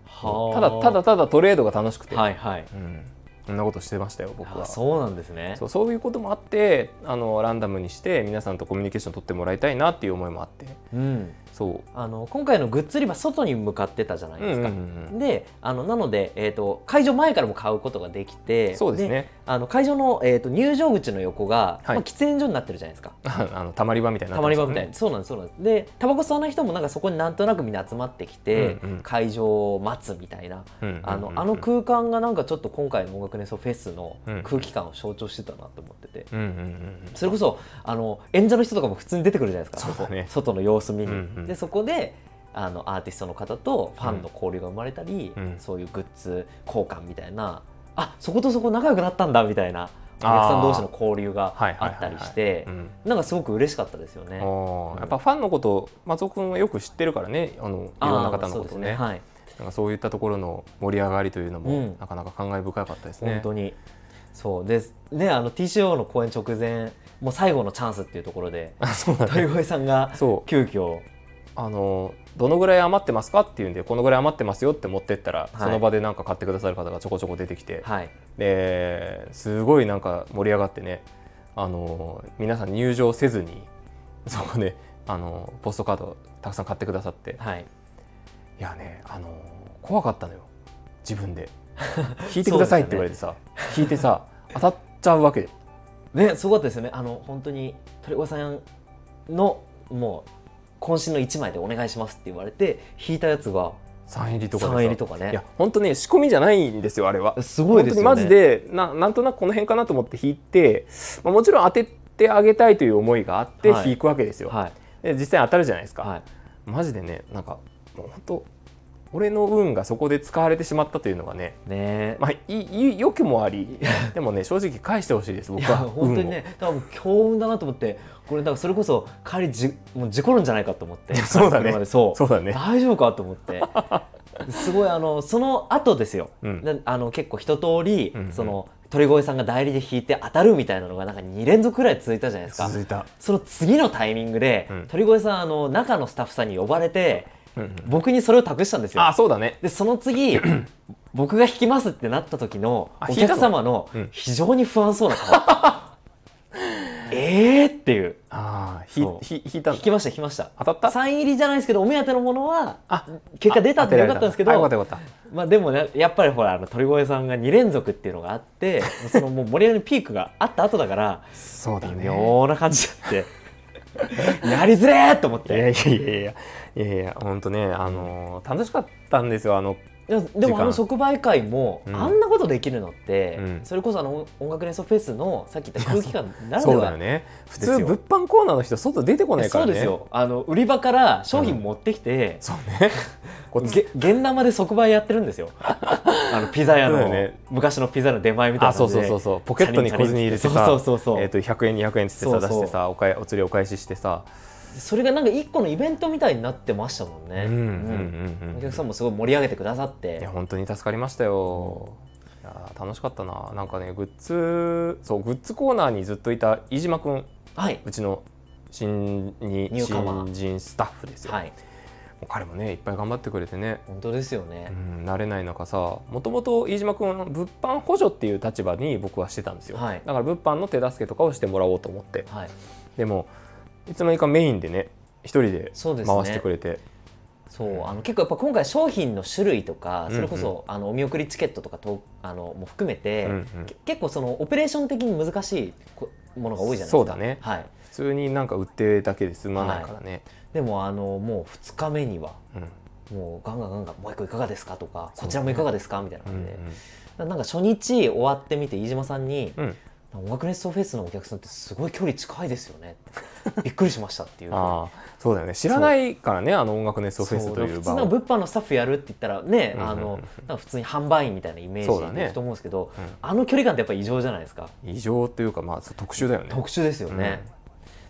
Speaker 2: はあ
Speaker 1: ただただただトレードが楽しくて、
Speaker 2: はいはい
Speaker 1: うん、そんなことしてましたよ僕
Speaker 2: あ
Speaker 1: はそう
Speaker 2: そうなんですね
Speaker 1: そういうこともあってあのランダムにして皆さんとコミュニケーション取ってもらいたいなっていう思いもあって
Speaker 2: うん
Speaker 1: そう
Speaker 2: あの今回のグッズ売り場外に向かってたじゃないですか、
Speaker 1: うんうんうん
Speaker 2: であのなので、えー、と会場前からも買うことができて
Speaker 1: そうですね
Speaker 2: あの会場の、えー、と入場口の横が、
Speaker 1: はい
Speaker 2: まあ、喫煙所になってるじゃないですか
Speaker 1: あのたまり場みたいになっ
Speaker 2: た
Speaker 1: て
Speaker 2: まり
Speaker 1: す
Speaker 2: 場
Speaker 1: よ
Speaker 2: み
Speaker 1: ね
Speaker 2: たいなそうなんですそうなんですでタバコ吸わない人もなんかそこになんとなくみんな集まってきて、
Speaker 1: うんうん
Speaker 2: 会場を待つみたいな
Speaker 1: うんうんうんうん
Speaker 2: あのあの空間がなんかちょっと今回の音楽ネソフェスの空気感を象徴してたなと思ってて、
Speaker 1: うんうんうん
Speaker 2: それこそあの演者の人とかも普通に出てくるじゃないですか
Speaker 1: そうだね
Speaker 2: こ外の様子見に、
Speaker 1: うんうん
Speaker 2: でそこであのアーティストの方とファンの交流が生まれたり、
Speaker 1: うん
Speaker 2: そういうグッズ交換みたいなあそことそこ仲良くなったんだみたいなお客さん同士の交流が
Speaker 1: はいはい
Speaker 2: あ
Speaker 1: はいはい
Speaker 2: ったりして
Speaker 1: うん
Speaker 2: なんかすごく嬉しかったですよね。
Speaker 1: あ
Speaker 2: うん
Speaker 1: ーやっぱファンのことを松尾君はよく知ってるからねあのい
Speaker 2: あー
Speaker 1: ろんな方のこと
Speaker 2: そうです
Speaker 1: をね
Speaker 2: はい
Speaker 1: なんかそういったところの盛り上がりというのも、
Speaker 2: うん
Speaker 1: なかなか感慨深かったですね。
Speaker 2: 本当にそうでねあの TCO の公演直前もう最後のチャンスっていうところで
Speaker 1: あそうだ
Speaker 2: 鳥
Speaker 1: ね。
Speaker 2: 越さんが
Speaker 1: そう
Speaker 2: 急遽
Speaker 1: あのどのぐらい余ってますかっていうんでこのぐらい余ってますよって持ってったら、
Speaker 2: い
Speaker 1: その場でなんか買ってくださる方がちょこちょこ出てきて、
Speaker 2: はい
Speaker 1: ですごいなんか盛り上がってねあの皆さん入場せずにそこであのポストカードたくさん買ってくださって、
Speaker 2: はい
Speaker 1: いやねあの怖かったのよ自分 で聞いてくださいって言われてさ、聞いてさ当たっちゃうわけ
Speaker 2: ねすごかったですよねあの本当に鳥越さんのもう渾身の1枚でお願いしますって言われて引いたやつが
Speaker 1: 3入りとかでさ
Speaker 2: 3入りとか
Speaker 1: いや
Speaker 2: ね
Speaker 1: 本当ね仕込みじゃないんですよあれは。
Speaker 2: すごいですよね
Speaker 1: 本当にマジでななんとなくこの辺かなと思って引いて、まあ、もちろん当ててあげたいという思いがあって
Speaker 2: はい
Speaker 1: 引くわけですよ。
Speaker 2: はい
Speaker 1: で実際当たるじゃないですか。
Speaker 2: はい
Speaker 1: マジでねなんかもう本当俺の運がそこで使われてしまったというのがね、
Speaker 2: ね
Speaker 1: まあ、いいい良くもあ りでもね正直返してほしいです
Speaker 2: い
Speaker 1: 僕
Speaker 2: や
Speaker 1: は運
Speaker 2: 本
Speaker 1: を
Speaker 2: 当にね多分強運だなと思ってこれだからそれこそ帰りじもう事故るんじゃないかと思って
Speaker 1: いや そうだね
Speaker 2: 車でそう
Speaker 1: そうだね。
Speaker 2: 大丈夫かと思ってすごいあのその後ですよ、
Speaker 1: うん
Speaker 2: なあの結構一通り、
Speaker 1: うんうん
Speaker 2: その鳥越さんが代理で弾いて当たるみたいなのがなんか2連続くらい続いたじゃないですか
Speaker 1: 続いた、
Speaker 2: その次のタイミングで、
Speaker 1: うん
Speaker 2: 鳥越さんあの中のスタッフさんに呼ばれて
Speaker 1: うんうん
Speaker 2: 僕にそれを託したんですよ
Speaker 1: あそうだね
Speaker 2: でそ の次僕が弾きますってなった時の
Speaker 1: あ
Speaker 2: お
Speaker 1: 弾いた
Speaker 2: 客
Speaker 1: の
Speaker 2: 様の
Speaker 1: うん
Speaker 2: 非常に不安そうな顔 えーっていう
Speaker 1: ああひ
Speaker 2: そう
Speaker 1: ひ引いた
Speaker 2: 弾
Speaker 1: んだ
Speaker 2: きました弾きました
Speaker 1: 当たった
Speaker 2: サイン入りじゃないですけどお目当てのものは
Speaker 1: あ
Speaker 2: 結果出たんで
Speaker 1: あ
Speaker 2: よかったんですけど
Speaker 1: あよかったよかった
Speaker 2: まあでもねやっぱりほらあの鳥越さんが2連続っていうのがあって そのもう盛り上がりのピークがあった後だから
Speaker 1: そうだ
Speaker 2: 微
Speaker 1: ね
Speaker 2: 妙な感じだって やりづれーと思っ
Speaker 1: いや
Speaker 2: て
Speaker 1: いやいやいやいやいや本当ねあのー楽しかったんですよあの
Speaker 2: でもで
Speaker 1: 時
Speaker 2: も
Speaker 1: 間
Speaker 2: あの即売会も
Speaker 1: うん
Speaker 2: あんなことできるのって、
Speaker 1: うん
Speaker 2: それこそあの音楽連想フェスのさっき言った空気感ならで
Speaker 1: そうだ
Speaker 2: は
Speaker 1: よね普
Speaker 2: で
Speaker 1: 通
Speaker 2: すよ
Speaker 1: 物販コーナーの人外出てこないか
Speaker 2: そ
Speaker 1: ら
Speaker 2: う
Speaker 1: ね
Speaker 2: ですよあの売り場から商品持ってきて、
Speaker 1: そうねこっち
Speaker 2: げ現生で即売やってるんですよ あのピザ屋
Speaker 1: そ
Speaker 2: の、
Speaker 1: うだよね
Speaker 2: 昔のピザの出前みたい
Speaker 1: あ
Speaker 2: な
Speaker 1: そ
Speaker 2: 感
Speaker 1: う
Speaker 2: じ
Speaker 1: そう
Speaker 2: で
Speaker 1: そうそうポケットに小銭入れてさ
Speaker 2: そうそうそうそう
Speaker 1: えー、と100円200円つって
Speaker 2: そ
Speaker 1: さ
Speaker 2: うそ
Speaker 1: 出
Speaker 2: う
Speaker 1: してさおかえお釣りお返ししてさ
Speaker 2: それがなんか一個のイベントみたいになってましたもんね、
Speaker 1: うんうんうんうん
Speaker 2: お客さんもすごい盛り上げてくださっ
Speaker 1: いや
Speaker 2: て
Speaker 1: 本当に助かりましたよ、いやー楽しかったななんかねグッズそうグッズコーナーにずっといた飯島君
Speaker 2: はいう
Speaker 1: ちの新に
Speaker 2: ニューカマー
Speaker 1: 新人スタッフですよ、
Speaker 2: はい
Speaker 1: もう彼もねいっぱい頑張ってくれてね
Speaker 2: 本当ですよね
Speaker 1: う、ん、慣れない中さもともと飯島君は物販補助っていう立場に僕はしてたんですよ、
Speaker 2: はい
Speaker 1: だから物販の手助けとかをしてもらおうと思って
Speaker 2: はい
Speaker 1: でもいつの間にかメインでね一人で
Speaker 2: そうで
Speaker 1: 回
Speaker 2: すね
Speaker 1: してくれて、
Speaker 2: そうあの結構やっぱ今回商品の種類とか
Speaker 1: うんうん
Speaker 2: それこそあのお見送りチケットとかとあのも含めて、
Speaker 1: うんうん
Speaker 2: け結構そのオペレーション的に難しいこものが多いじゃないですか
Speaker 1: そうだね
Speaker 2: はい、
Speaker 1: 普通になんか売ってだけで済まないからね、
Speaker 2: でもあのもう2日目には
Speaker 1: うん
Speaker 2: もうガンガンガンガンもう一個いかがですかとか
Speaker 1: そう
Speaker 2: こちらもいかがですかみたいな
Speaker 1: う
Speaker 2: 感
Speaker 1: ん
Speaker 2: じで、なんか初日終わってみて飯島さんに
Speaker 1: うんうん
Speaker 2: 「音楽熱奏フェスのお客さんってすごい距離近いですよ ね」びっくりしましたっていう
Speaker 1: ああそうだよね知らないからねあの音楽熱奏フェスとい
Speaker 2: そうう普通
Speaker 1: 場
Speaker 2: の
Speaker 1: を
Speaker 2: 物販のスタッフやるって言ったらね、
Speaker 1: うんうんうん
Speaker 2: あのなんか普通に販売員みたいなイメー
Speaker 1: そうだ
Speaker 2: ジ
Speaker 1: ね
Speaker 2: でいくと思うんですけど、
Speaker 1: うん
Speaker 2: あの距離感ってやっぱ異常じゃないですか
Speaker 1: 異常というかまあそう特殊だよね
Speaker 2: 特殊ですよね、
Speaker 1: うん
Speaker 2: だか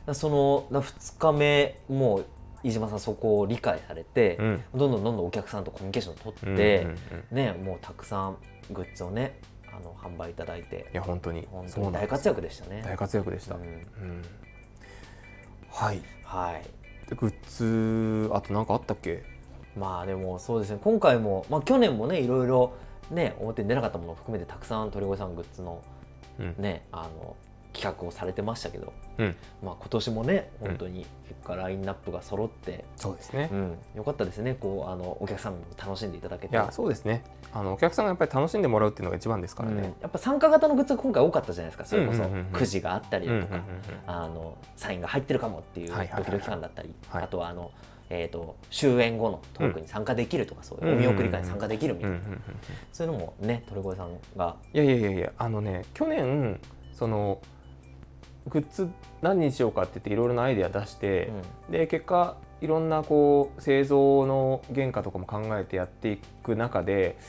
Speaker 2: らそのだから2日目もう飯島さんそこを理解されて、
Speaker 1: うん
Speaker 2: どんどんどんどんお客さんとコミュニケーションを取
Speaker 1: うんう
Speaker 2: っ
Speaker 1: ん
Speaker 2: て、
Speaker 1: うんい
Speaker 2: ねもうたくさんグッズをねあの販売いただいて
Speaker 1: や本当に
Speaker 2: 本当
Speaker 1: そう
Speaker 2: に
Speaker 1: なん
Speaker 2: 大
Speaker 1: です
Speaker 2: 活躍でしたね
Speaker 1: 大活躍でした、
Speaker 2: うん
Speaker 1: うんはい
Speaker 2: はい
Speaker 1: でグッズあと何かあったっけ
Speaker 2: まあでもそうですね今回も、まあ、去年もねいろいろね表に出なかったものを含めてたくさん鳥越さんグッズの
Speaker 1: うん
Speaker 2: ねあの企画をされてましたけど、
Speaker 1: うん
Speaker 2: まあ、今年もね本当に結果ラインナップが揃って、
Speaker 1: そうですね
Speaker 2: う、んよかったですねこうあのお客さんも楽しんでいただけて
Speaker 1: いやそうですねあのお客さんがやっぱり楽しんでもらうっていうのが一番ですから
Speaker 2: うん
Speaker 1: ね、
Speaker 2: やっぱ参加型のグッズが今回多かったじゃないですかそれこそ
Speaker 1: うんうんうんうん
Speaker 2: くじがあったり
Speaker 1: うんうんう
Speaker 2: と
Speaker 1: ん
Speaker 2: かあのサインが入ってるかもっていう
Speaker 1: はいはいはいはい
Speaker 2: ドキドキ感だったり、
Speaker 1: はい
Speaker 2: あとはあのえー、と終演後のトークに参加できるとか、そういうお見送り会に参加できるみた
Speaker 1: う
Speaker 2: い
Speaker 1: んう
Speaker 2: な、
Speaker 1: んうん
Speaker 2: そういうのもね鳥越さんが
Speaker 1: いやいやいやいやあのね去年そのグッズ何にしようかって言っていろいろなアイデア出して、で結果いろんなこう製造の原価とかも考えてやっていく中で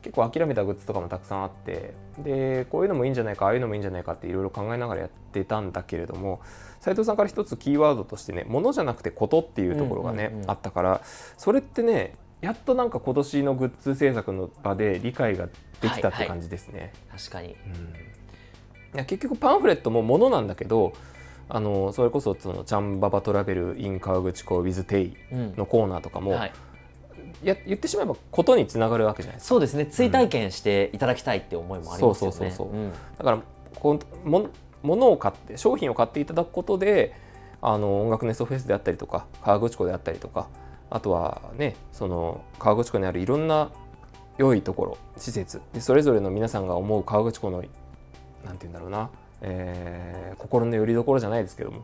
Speaker 1: 結構諦めたグッズとかもたくさんあってでこういうのもいいんじゃないかああいうのもいいんじゃないかっていろいろ考えながらやってたんだけれども斉藤さんから一つキーワードとしてね「ものじゃなくてこと」っていうところがね、
Speaker 2: うんうんうん
Speaker 1: あったからそれってねやっとなんか今年のグッズ制作の場で理解ができたっ
Speaker 2: はいは
Speaker 1: て
Speaker 2: い
Speaker 1: 感じですね。
Speaker 2: 確かに
Speaker 1: いや結局パンフレットもものなんだけどあのそれこそその「ちゃんばばトラベル in 川口湖 with テイ」のコーナーとかも、
Speaker 2: はい、
Speaker 1: や言ってしまえばことにつながるわけじゃないです
Speaker 2: そうですね追体験していただきたいって思いもありますよ
Speaker 1: そ
Speaker 2: ね。
Speaker 1: うそうそうそうんかだからこうも物を買って商品を買っていただくことであの音楽ネストフェスであったりとか川口湖であったりとかあとはねその川口湖にあるいろんな良いところ施設でそれぞれの皆さんが思う川口湖のなんて言うんだろうな、えー心の拠り所じゃないですけども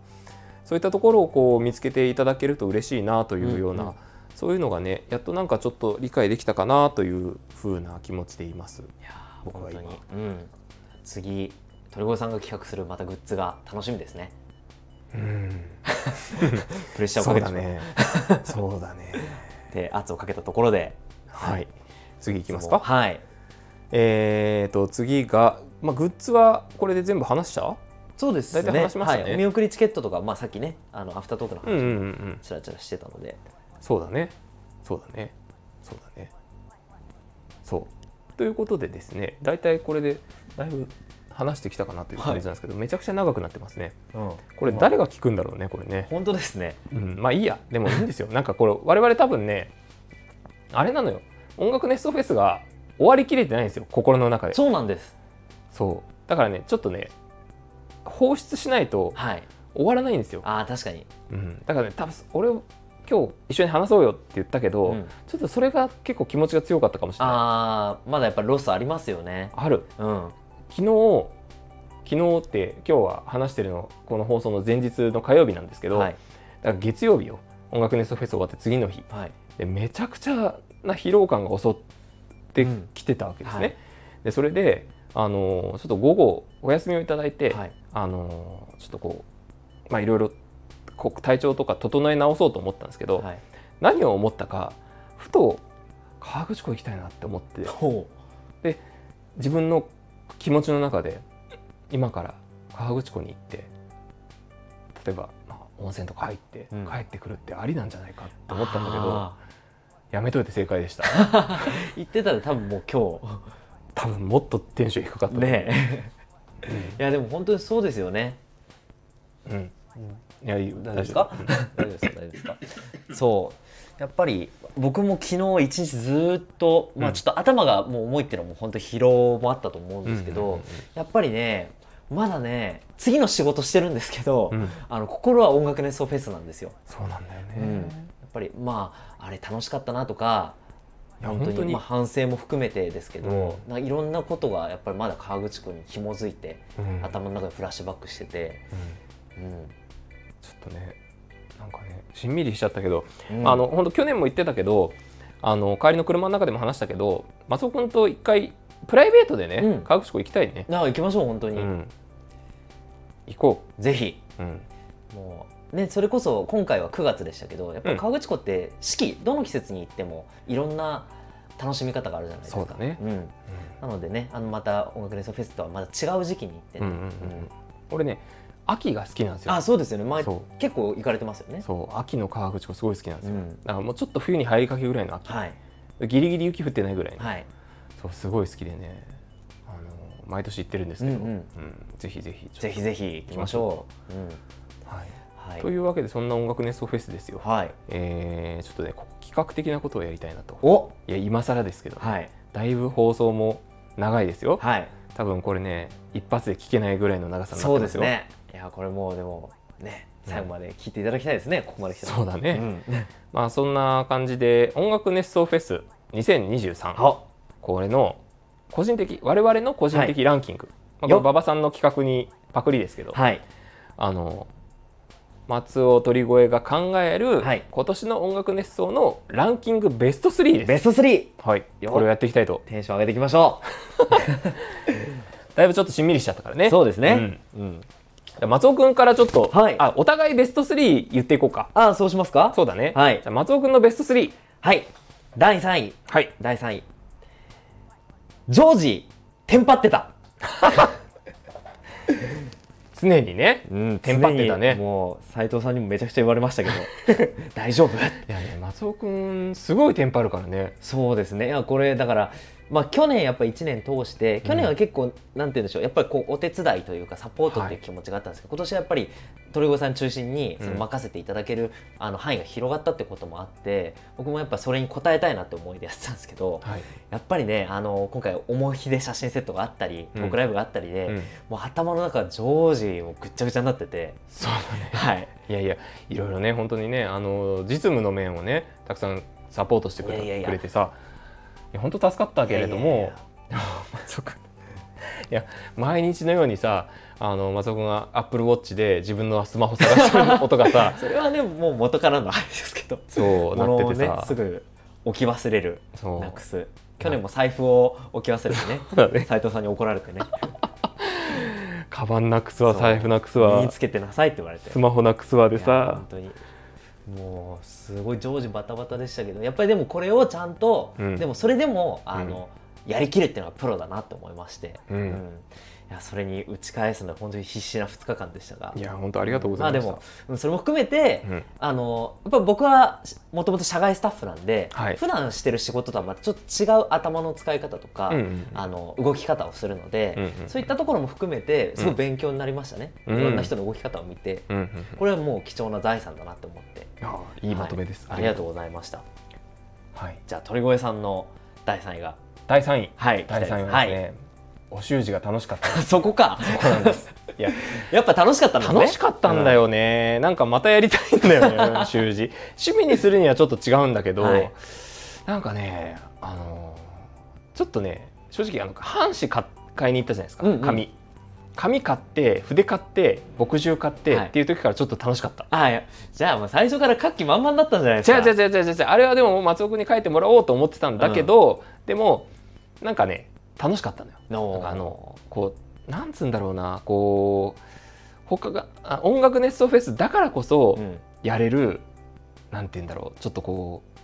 Speaker 1: そういったところをこう見つけていただけると嬉しいなというような、
Speaker 2: うんうん
Speaker 1: そういうのがねやっとなんかちょっと理解できたかなというふうな気持ちでいます。
Speaker 2: いやー
Speaker 1: 僕
Speaker 2: 本
Speaker 1: は
Speaker 2: 当
Speaker 1: 今
Speaker 2: に、うん、次鳥越さんが企画するまたグッズが楽しみですね。
Speaker 1: うん
Speaker 2: プレッシャーを
Speaker 1: そ
Speaker 2: か
Speaker 1: う
Speaker 2: けて
Speaker 1: だ
Speaker 2: しまっ
Speaker 1: ね。 そうだね。
Speaker 2: て圧をかけたところで
Speaker 1: はい。次いきます
Speaker 2: もう
Speaker 1: か。
Speaker 2: はい
Speaker 1: えー、と次が、まあ、グッズはこれで全部話した
Speaker 2: そうです
Speaker 1: 大体話しましたね
Speaker 2: はい、お見送りチケットとか、まあ、さっきねあのアフタートークの
Speaker 1: うんうん
Speaker 2: 話
Speaker 1: うんう
Speaker 2: も
Speaker 1: ん。
Speaker 2: ちらちらしてたので、
Speaker 1: そうだね。そうだね。そうだね。そう。ということでですね、大体これでだいぶ話してきたかなという感じなんですけど、めちゃくちゃ長くなってますね。これ誰が聞くんだろうね、これね。
Speaker 2: 本当ですね
Speaker 1: うん、まあいいや。でもいいん ですよ。なんかこれ、我々多分ね、あれなのよ。音楽ネストフェスが終わりきれてないんですよ、心の中で。
Speaker 2: そうなんです
Speaker 1: そうだからねちょっとね放出しないと
Speaker 2: はい
Speaker 1: 終わらないんですよ、
Speaker 2: ああ確かに、
Speaker 1: うん、だからね多分俺今日一緒に話そうよって言ったけど、
Speaker 2: うん
Speaker 1: ちょっとそれが結構気持ちが強かったかもしれない
Speaker 2: ああまだやっぱりロスありますよね
Speaker 1: ある
Speaker 2: うん
Speaker 1: 昨日昨日って今日は話してるのこの放送の前日の火曜日なんですけど、
Speaker 2: はい
Speaker 1: だから月曜日よ音楽ネストフェス終わって次の日
Speaker 2: はい
Speaker 1: でめちゃくちゃな疲労感が襲ってきてたわけですね、
Speaker 2: うんはい
Speaker 1: でそれであのーちょっと午後お休みをいただいて、
Speaker 2: はい
Speaker 1: あのーちょっとこうまあいろいろこう体調とか整え直そうと思ったんですけど、
Speaker 2: はい
Speaker 1: 何を思ったかふと河口湖行きたいなって思って
Speaker 2: ほ
Speaker 1: 自分の気持ちの中で今から河口湖に行って例えば、まあ、温泉とか入って
Speaker 2: うん
Speaker 1: 帰ってくるってありなんじゃないかっ
Speaker 2: う
Speaker 1: て思ったんだけど、
Speaker 2: あ
Speaker 1: やめといて正解 でした
Speaker 2: ー言ってたら多分もう今
Speaker 1: 多分もっとテンション低か った
Speaker 2: 日ねいやでも本当にそうですよね
Speaker 1: うん、いやいいよ大
Speaker 2: 大
Speaker 1: 丈
Speaker 2: 丈夫
Speaker 1: 夫
Speaker 2: ですか大丈夫ですか大丈夫ですかそうやっぱり僕も昨日一日ずーっと、ま
Speaker 1: う
Speaker 2: あ、
Speaker 1: ん
Speaker 2: ちょっと頭がもう重いっていうのも本当疲労もあったと思うんですけど、
Speaker 1: うんうんうんうん
Speaker 2: やっぱりねまだね次の仕事してるんですけど、
Speaker 1: うん
Speaker 2: あの心は音楽熱奏フェスなんですよ。
Speaker 1: そうなんだよね、
Speaker 2: うんやっぱりまああれ楽しかったなとか
Speaker 1: いや
Speaker 2: 本当にまあ、反省も含めてですけど、
Speaker 1: う
Speaker 2: なんかいろんなことがやっぱりまだ河口湖に紐づいて、
Speaker 1: うん
Speaker 2: 頭の中でフラッシュバックしてて、
Speaker 1: うん
Speaker 2: うん
Speaker 1: ちょっとねなんかねしんみりしちゃったけど、
Speaker 2: うん
Speaker 1: あの本当去年も言ってたけどあの帰りの車の中でも話したけど松尾君と一回プライベートでね、
Speaker 2: うん
Speaker 1: 河口湖行きたいね、
Speaker 2: なあ行きましょう本当に、
Speaker 1: うん行こ
Speaker 2: ぜひ
Speaker 1: う、うん
Speaker 2: もうね、それこそ今回は9月でしたけどやっぱり河口湖って四季、どの季節に行ってもいろんな楽しみ方があるじゃないですか
Speaker 1: そうだね
Speaker 2: んなのでねあのまた音楽レースフェスとはまた違う時期に行って
Speaker 1: うんう
Speaker 2: ね、
Speaker 1: んうんうん俺ね秋が好きなんですよ
Speaker 2: あそうですよね前
Speaker 1: そ
Speaker 2: 結構行かれてますよね
Speaker 1: そう秋の河口湖すごい好きなんですよ、
Speaker 2: うん
Speaker 1: だからもうちょっと冬に入りかけぐらいの秋、
Speaker 2: はい
Speaker 1: ギリギリ雪降ってないぐらいの、
Speaker 2: はい
Speaker 1: そうすごい好きでねあの毎年行ってるんですけど、
Speaker 2: うんうん
Speaker 1: ぜひぜひちょっと
Speaker 2: ぜひぜひ行きましょう、うん
Speaker 1: はい
Speaker 2: はい
Speaker 1: というわけでそんな音楽ネストフェスですよ、
Speaker 2: はい
Speaker 1: えーちょっとねここ企画的なことをやりたいなと
Speaker 2: お
Speaker 1: いや今更ですけど、
Speaker 2: はい
Speaker 1: だいぶ放送も長いですよ、
Speaker 2: はい
Speaker 1: 多分これね一発で聞けないぐらいの長さになっ
Speaker 2: そ
Speaker 1: てま
Speaker 2: うですす
Speaker 1: よ
Speaker 2: ねいやこれもうでもね最後まで聞いていただきたいですね、ここまで来たら
Speaker 1: そうだね、
Speaker 2: うん
Speaker 1: まあそんな感じで音楽熱奏フェス2023
Speaker 2: あ
Speaker 1: これの個人的我々の個人的ランキング、まあ、これ
Speaker 2: よっ
Speaker 1: 馬場さんの企画にパクリですけど
Speaker 2: はい
Speaker 1: あの松尾鳥越が考える、
Speaker 2: はい
Speaker 1: 今年の音楽熱奏のランキングベスト3です。
Speaker 2: ベスト 3!
Speaker 1: はい、
Speaker 2: よ
Speaker 1: これをやっていきたいと。
Speaker 2: テンション上げていきましょ
Speaker 1: だいぶちょっとしんみりしちゃったからね。
Speaker 2: う。そうですね。うん
Speaker 1: じゃあ松尾くんからちょっと、
Speaker 2: はい
Speaker 1: あお互いベスト3言っていこうか。
Speaker 2: ああ、そうしますか
Speaker 1: そうだね。
Speaker 2: はい
Speaker 1: じゃあ松尾くんのベスト3。
Speaker 2: はい。第3位。
Speaker 1: はい。
Speaker 2: 第3位。ジョージ、テンパってた。
Speaker 1: 常にね。
Speaker 2: うん
Speaker 1: テンパってたね
Speaker 2: もう、斎藤さんにもめちゃくちゃ言われましたけど。 大丈夫
Speaker 1: いやね、松尾くん、すごいテンパるからね。
Speaker 2: そうですね。いや、これ、だから、まあ、去年やっぱ1年通して、去年は結構、なんて言うんでしょう、やっぱりこう、お手伝いというか、サポートっていう気持ちがあったんですけど、今年はやっぱり、鳥越さん中心に、
Speaker 1: うん
Speaker 2: その任せていただける、あの、範囲が広がったってこともあって、僕もやっぱそれに応えたいなって思いでやってたんですけど、
Speaker 1: はい。
Speaker 2: やっぱりね、あの、今回、思い出写真セットがあったり、
Speaker 1: う
Speaker 2: ト
Speaker 1: ん
Speaker 2: ークライブがあったりで、
Speaker 1: うん、
Speaker 2: もう頭の中、ジョージ、もうぐっちゃぐちゃになって て、
Speaker 1: そうだね。
Speaker 2: はい。
Speaker 1: いやいや、いろいろね、本当にね、あの実務の面をね、たくさんサポートしてくれ
Speaker 2: いやいやいや
Speaker 1: くれてさ、いや本当助かったけれども、
Speaker 2: いやいやいや、
Speaker 1: 松尾君いや毎日のようにさ、あの松尾君がアップルウォッチで自分のスマホ探してる音がさ
Speaker 2: それはね、もう元からのあれですけど。
Speaker 1: そうな
Speaker 2: 物
Speaker 1: っ
Speaker 2: を
Speaker 1: てて
Speaker 2: ね
Speaker 1: さ、
Speaker 2: すぐ置き忘れる
Speaker 1: そう
Speaker 2: なくす去年も財布を置き忘れてね
Speaker 1: そうだね
Speaker 2: 斉藤さんに怒られてね
Speaker 1: カバンなくすわ、
Speaker 2: そう
Speaker 1: 財布なくす
Speaker 2: 身に
Speaker 1: わ
Speaker 2: つ、けてなさいって言われて
Speaker 1: スマホなくすわで
Speaker 2: いや
Speaker 1: さ
Speaker 2: 本、当にもうすごい常時バタバタでしたけどやっぱりでもこれをちゃんと、
Speaker 1: うん
Speaker 2: でもそれでもあの、やりきるっていうのがプロだなと思いまして、
Speaker 1: うん
Speaker 2: いやそれに打ち返すのは本当に必死な2日間でしたが
Speaker 1: いや本当ありがとうございました。
Speaker 2: あ、でもうんそれも含めて、
Speaker 1: うん
Speaker 2: あのやっぱり僕はもともと社外スタッフなんで、
Speaker 1: はい
Speaker 2: 普段してる仕事とはまたちょっと違う頭の使い方とか、
Speaker 1: うんうん
Speaker 2: あの動き方をするので、
Speaker 1: うんうんうん
Speaker 2: そういったところも含めてすごい勉強になりましたね、
Speaker 1: うん
Speaker 2: いろんな人の動き方を見て、
Speaker 1: うんうんうん
Speaker 2: これはもう貴重な財産だなと思って
Speaker 1: あいいまとめです。
Speaker 2: はいありがとうございました
Speaker 1: う。はい。
Speaker 2: じゃあ鳥越さんの第3位が
Speaker 1: 第三位。
Speaker 2: はい
Speaker 1: 第三位はですね、お習字が楽しかった。
Speaker 2: はい そこか
Speaker 1: そうなんです。いや、
Speaker 2: やっぱ楽しかったんですね
Speaker 1: 楽しかったんだよね。なんかまたやりたいんだ よね、習字。趣味にするにはちょっと違うんだけど、
Speaker 2: はい
Speaker 1: なんかね、あのーちょっとね、正直あの半紙買買いに行ったじゃないですか、
Speaker 2: うんうん
Speaker 1: 紙。紙買って、筆買って、墨汁買って、
Speaker 2: はい
Speaker 1: っていう時からちょっと楽しかった。
Speaker 2: あいやじゃあもう最初から活気満々だったんじゃないです
Speaker 1: 違
Speaker 2: か
Speaker 1: う違う違う違う違うあれはでも松尾君に書いてもらおうと思ってたんだけど、でもなんかね楽しかったのよ
Speaker 2: の
Speaker 1: なんかあのこうなんつうんだろうなこう他があ音楽熱唱フェスだからこそ
Speaker 2: うん
Speaker 1: やれる、なんて言うんだろうちょっとこう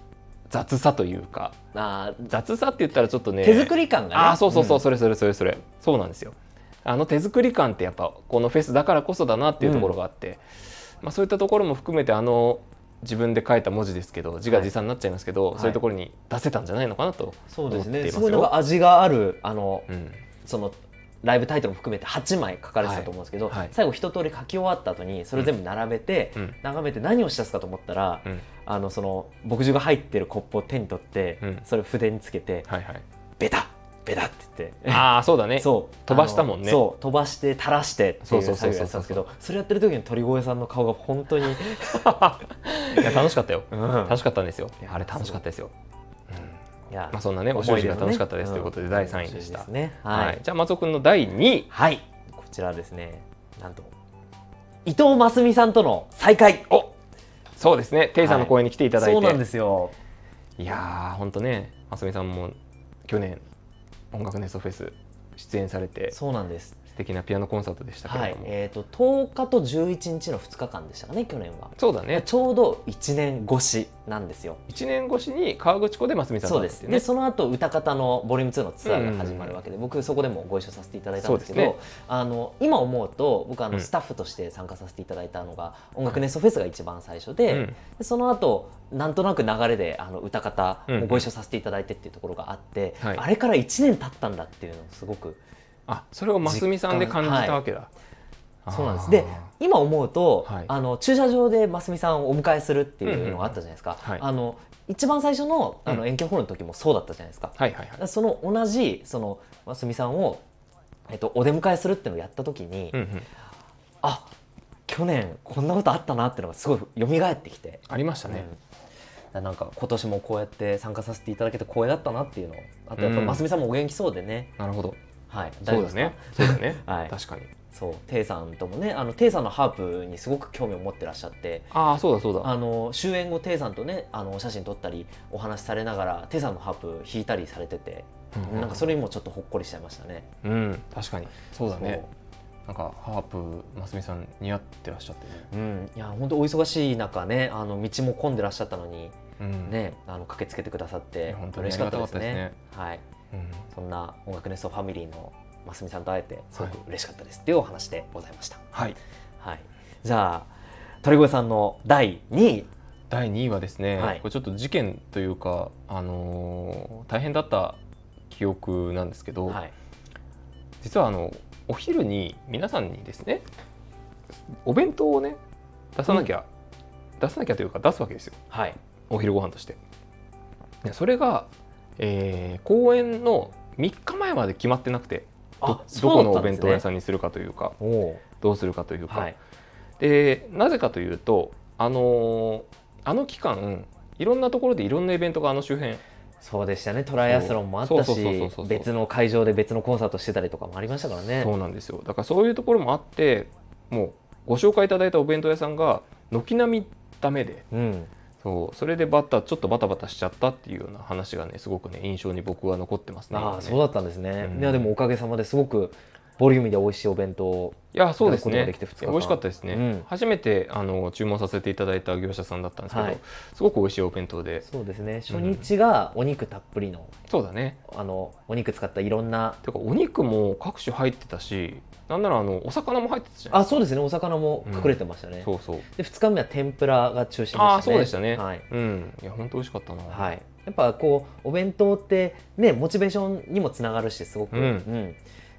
Speaker 1: 雑さというか
Speaker 2: あー
Speaker 1: 雑さって言ったらちょっとね
Speaker 2: 手作り感がね
Speaker 1: あーそうそうそう、
Speaker 2: ん
Speaker 1: それそれそれそれそうなんですよあの手作り感ってやっぱこのフェスだからこそだなっていうところがあって、まあ、そういったところも含めてあの自分で書いた文字ですけど字が自賛になっちゃいますけど、
Speaker 2: はい
Speaker 1: そういうところに出せたんじゃないのかなと、
Speaker 2: そうです
Speaker 1: 思って
Speaker 2: ね
Speaker 1: いますすよ
Speaker 2: ごいなんか味があるあの、
Speaker 1: うん
Speaker 2: そのライブタイトルも含めて8枚書かれてたと思うんですけど、
Speaker 1: はいはい
Speaker 2: 最後一通り書き終わった後にそれ全部並べて、
Speaker 1: うん
Speaker 2: 眺めて何をしだすかと思ったら、
Speaker 1: うん
Speaker 2: あのその墨汁が入ってるコップを手に取って、
Speaker 1: うん
Speaker 2: それを筆につけて
Speaker 1: はいはい、
Speaker 2: ベタッベタッって言って。
Speaker 1: ああそうだね
Speaker 2: そう
Speaker 1: 飛ばしたもんね
Speaker 2: あのそう飛ばして垂らしてって
Speaker 1: そ
Speaker 2: いう
Speaker 1: そううそうそう
Speaker 2: 作業やってたんですけどそれやってる時の鳥越さんの顔が本当に、
Speaker 1: いや楽しかったよ
Speaker 2: うん
Speaker 1: 楽しかったんですよ
Speaker 2: いや
Speaker 1: あれ楽しかったですよ、
Speaker 2: いや
Speaker 1: まあ、そんなねお習字が楽しかったですということで第3位でした、
Speaker 2: うんね
Speaker 1: はい
Speaker 2: はい
Speaker 1: じゃあ松尾君の第2位
Speaker 2: はい、こちらはですね、なんと伊藤真澄さんとの再会。
Speaker 1: おそうですねテイさんの公演に来ていただいて、
Speaker 2: そうなんですよ。
Speaker 1: いやー、本当ね、ますみさんも去年、音楽ネストフェス出演されて、素
Speaker 2: そうなんです。
Speaker 1: 敵なピアノコンサートでしたけ
Speaker 2: は
Speaker 1: れ
Speaker 2: い
Speaker 1: ど、も、
Speaker 2: えっ、と10日と11日の2日間でしたかね、去年は。
Speaker 1: そうだね、
Speaker 2: ちょうど1年越しなんですよ。
Speaker 1: 1年越しに川口湖でますみさん
Speaker 2: そう
Speaker 1: だっ
Speaker 2: で
Speaker 1: たっ
Speaker 2: す。
Speaker 1: てい
Speaker 2: で、
Speaker 1: ね。
Speaker 2: その後歌方のボリューム2のツアーが始まるわけで、僕そこでもご一緒させていただいたんですけど、
Speaker 1: そうで
Speaker 2: あの今思うと僕あ
Speaker 1: うん
Speaker 2: のスタッフとして参加させていただいたのが、音楽ネストフェスが一番最初で。
Speaker 1: うん
Speaker 2: でその後なんとなく流れであの歌方
Speaker 1: うん
Speaker 2: もご一緒させていただいてっていうところがあって、
Speaker 1: はい
Speaker 2: あれから1年経ったんだっていうのをすごく
Speaker 1: あそれをますみさんで感じたわけだ。あー
Speaker 2: そうなんですで今思うと、
Speaker 1: はい
Speaker 2: あの駐車場で真澄さんをお迎えするっていうのがあったじゃないですか、
Speaker 1: うんうんうんはい
Speaker 2: あの一番最初のあ
Speaker 1: う
Speaker 2: の
Speaker 1: ん
Speaker 2: 遠距ホールの時もそうだったじゃないですか、
Speaker 1: はいはいはい。
Speaker 2: その同じその真澄さんを、えっと、お出迎えするっていうのをやった時に、
Speaker 1: うんうん、
Speaker 2: あ去年こんなことあったなっていうのがすごい蘇ってきて。
Speaker 1: ありましたね。
Speaker 2: うん、なんか今年もこうやって参加させていただけて光栄だったなっていうのあとやっぱ
Speaker 1: うん
Speaker 2: ますみさんもお元気そうでね、
Speaker 1: なるほど。
Speaker 2: はい
Speaker 1: そう
Speaker 2: 大丈夫で
Speaker 1: だ
Speaker 2: すか
Speaker 1: ね。そうだね。
Speaker 2: はい
Speaker 1: 確かに。
Speaker 2: そうテイさんともねあのテイさんのハープにすごく興味を持ってらっしゃって
Speaker 1: ああそうだそうだ
Speaker 2: あの終演後テイさんとねあのお写真撮ったりお話しされながらテイさんのハープ弾いたりされてて、
Speaker 1: うん
Speaker 2: なんかそれにもちょっとほっこりしちゃいましたね。
Speaker 1: うん確かにそうだね
Speaker 2: そう
Speaker 1: なんかハープますみさん似合ってらっしゃってね
Speaker 2: うん、いや本当お忙しい中ねあの道も混んでらっしゃったのに、
Speaker 1: うん
Speaker 2: ねあの駆けつけてくださって
Speaker 1: や本当に
Speaker 2: 嬉しかったですね
Speaker 1: ありが
Speaker 2: はい
Speaker 1: うん
Speaker 2: そんな音楽ネストファミリーのますみさんと会えてすごく嬉しかったです、っていうお話でございました
Speaker 1: はい
Speaker 2: はいじゃあ鳥越さんの第2位
Speaker 1: 第2位はですね、
Speaker 2: はい
Speaker 1: これちょっと事件というか、あのー大変だった記憶なんですけど、
Speaker 2: はい
Speaker 1: 実はあのお昼に皆さんにですねお弁当をね出さなきゃ、出さなきゃというか出すわけですよ
Speaker 2: はい
Speaker 1: お昼ご飯としてでそれが、えー公演の3日前まで決まってなくてどどこのお弁当屋さ
Speaker 2: ん
Speaker 1: んにするかというか
Speaker 2: おお
Speaker 1: どうするかというか、
Speaker 2: はい
Speaker 1: でなぜかというとあのーあの期間いろんなところでいろんなイベントがあの周辺
Speaker 2: そうでしたねトライアスロンもあった
Speaker 1: そうそうそうそう
Speaker 2: し
Speaker 1: そう
Speaker 2: 別の会場で別のコンサートしてたりとかもありましたからね
Speaker 1: そうなんですよだからそういうところもあってもうご紹介いただいたお弁当屋さんが軒並みダメで
Speaker 2: うん
Speaker 1: そうそれでバタちょっとバタバタしちゃったっていうような話がねすごくね印象に僕は残ってますね。
Speaker 2: ああ
Speaker 1: 今ね
Speaker 2: そうだったんですね、
Speaker 1: うん
Speaker 2: いやでもおかげさまですごくボリューミーで美味しいお弁当を
Speaker 1: いやそうです
Speaker 2: いた
Speaker 1: ね
Speaker 2: だくことができて二日間
Speaker 1: 美味しかったですね、
Speaker 2: うん
Speaker 1: 初めてあの注文させていただいた業者さんだったんですけど、
Speaker 2: はい
Speaker 1: すごく美味しいお弁当で
Speaker 2: そうですね初日がお肉たっぷりの,、
Speaker 1: そうだね
Speaker 2: あのお肉使ったいろんな
Speaker 1: てかお肉も各種入ってたしなんならあのお魚も入ってたじゃん
Speaker 2: あそうですねお魚も隠れてましたね、
Speaker 1: そうそう
Speaker 2: で2日目は天ぷらが中心でしたね
Speaker 1: ああそうでしたね、
Speaker 2: はい、
Speaker 1: うんいや本当美味しかったな
Speaker 2: はいい、やっぱこうお弁当ってねモチベーションにもつながるしすごく、
Speaker 1: うん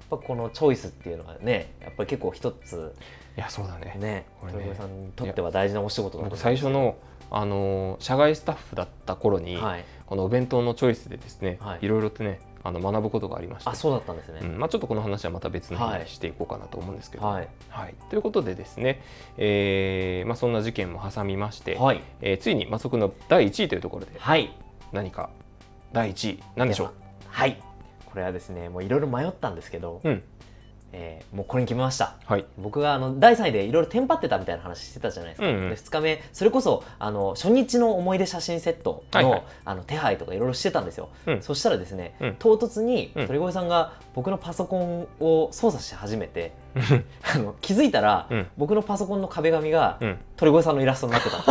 Speaker 2: やっぱこのチョイスっていうのはねやっぱり結構一つ
Speaker 1: やそうだね
Speaker 2: ね
Speaker 1: これね
Speaker 2: 鳥越さんにとっては大事なお仕事だと思
Speaker 1: 僕
Speaker 2: います
Speaker 1: 最初のあのー社外スタッフだった頃に、
Speaker 2: はい
Speaker 1: このお弁当のチョイスでですね、
Speaker 2: はい
Speaker 1: いろいろとねあの学ぶことがありました
Speaker 2: あそうだったんですね、
Speaker 1: うんまあ、ちょっとこの話はまた別の日
Speaker 2: は
Speaker 1: に
Speaker 2: い
Speaker 1: していこうかなと思うんですけど、
Speaker 2: はい
Speaker 1: はい、ということでですね、えーまあ、そんな事件も挟みまして、
Speaker 2: はい
Speaker 1: えーついに松君の第1位というところで
Speaker 2: はい
Speaker 1: 何か第1位何でしょ
Speaker 2: はいこれはですねもういろいろ迷ったんですけど、
Speaker 1: ううん
Speaker 2: えーもうこれに決めました
Speaker 1: はい
Speaker 2: 僕があの第3位でいろいろテンパってたみたいな話してたじゃないですか、
Speaker 1: うんうん
Speaker 2: で2日目それこそあの初日の思い出写真セットの,、
Speaker 1: はいはい
Speaker 2: あの手配とかいろいろしてたんですよ、
Speaker 1: うん
Speaker 2: そしたらですね、
Speaker 1: うん
Speaker 2: 唐突に
Speaker 1: うん
Speaker 2: 鳥越さんが僕のパソコンを操作し始めて、 あの気づいたら、
Speaker 1: うん
Speaker 2: 僕のパソコンの壁紙が、
Speaker 1: うん
Speaker 2: 鳥越さんのイラストになってた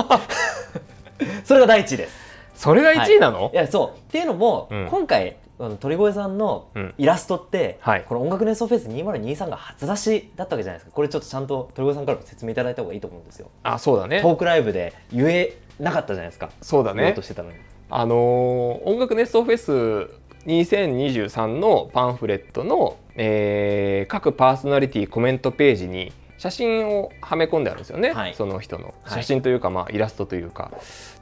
Speaker 2: それが第一 位です
Speaker 1: それが1位なの
Speaker 2: い、やそうっていうのも、
Speaker 1: うん
Speaker 2: 今回あの鳥越さんの
Speaker 1: うん
Speaker 2: イラストって、
Speaker 1: はい
Speaker 2: この音楽ネストフェス2023が初出しだったわけじゃないですかこれちょっとちゃんと鳥越さんからも説明いただいた方がいいと思うんですよ
Speaker 1: あそうだね
Speaker 2: トークライブで言えなかったじゃないですか
Speaker 1: そうだ
Speaker 2: 言おう
Speaker 1: ね
Speaker 2: としてたのに
Speaker 1: あのー音楽ネストフェス2023のパンフレットの、えー各パーソナリティコメントページに写真をはめ込んであるんですよね、
Speaker 2: はい
Speaker 1: その人の
Speaker 2: はい
Speaker 1: 写真というか、まあ、イラストというか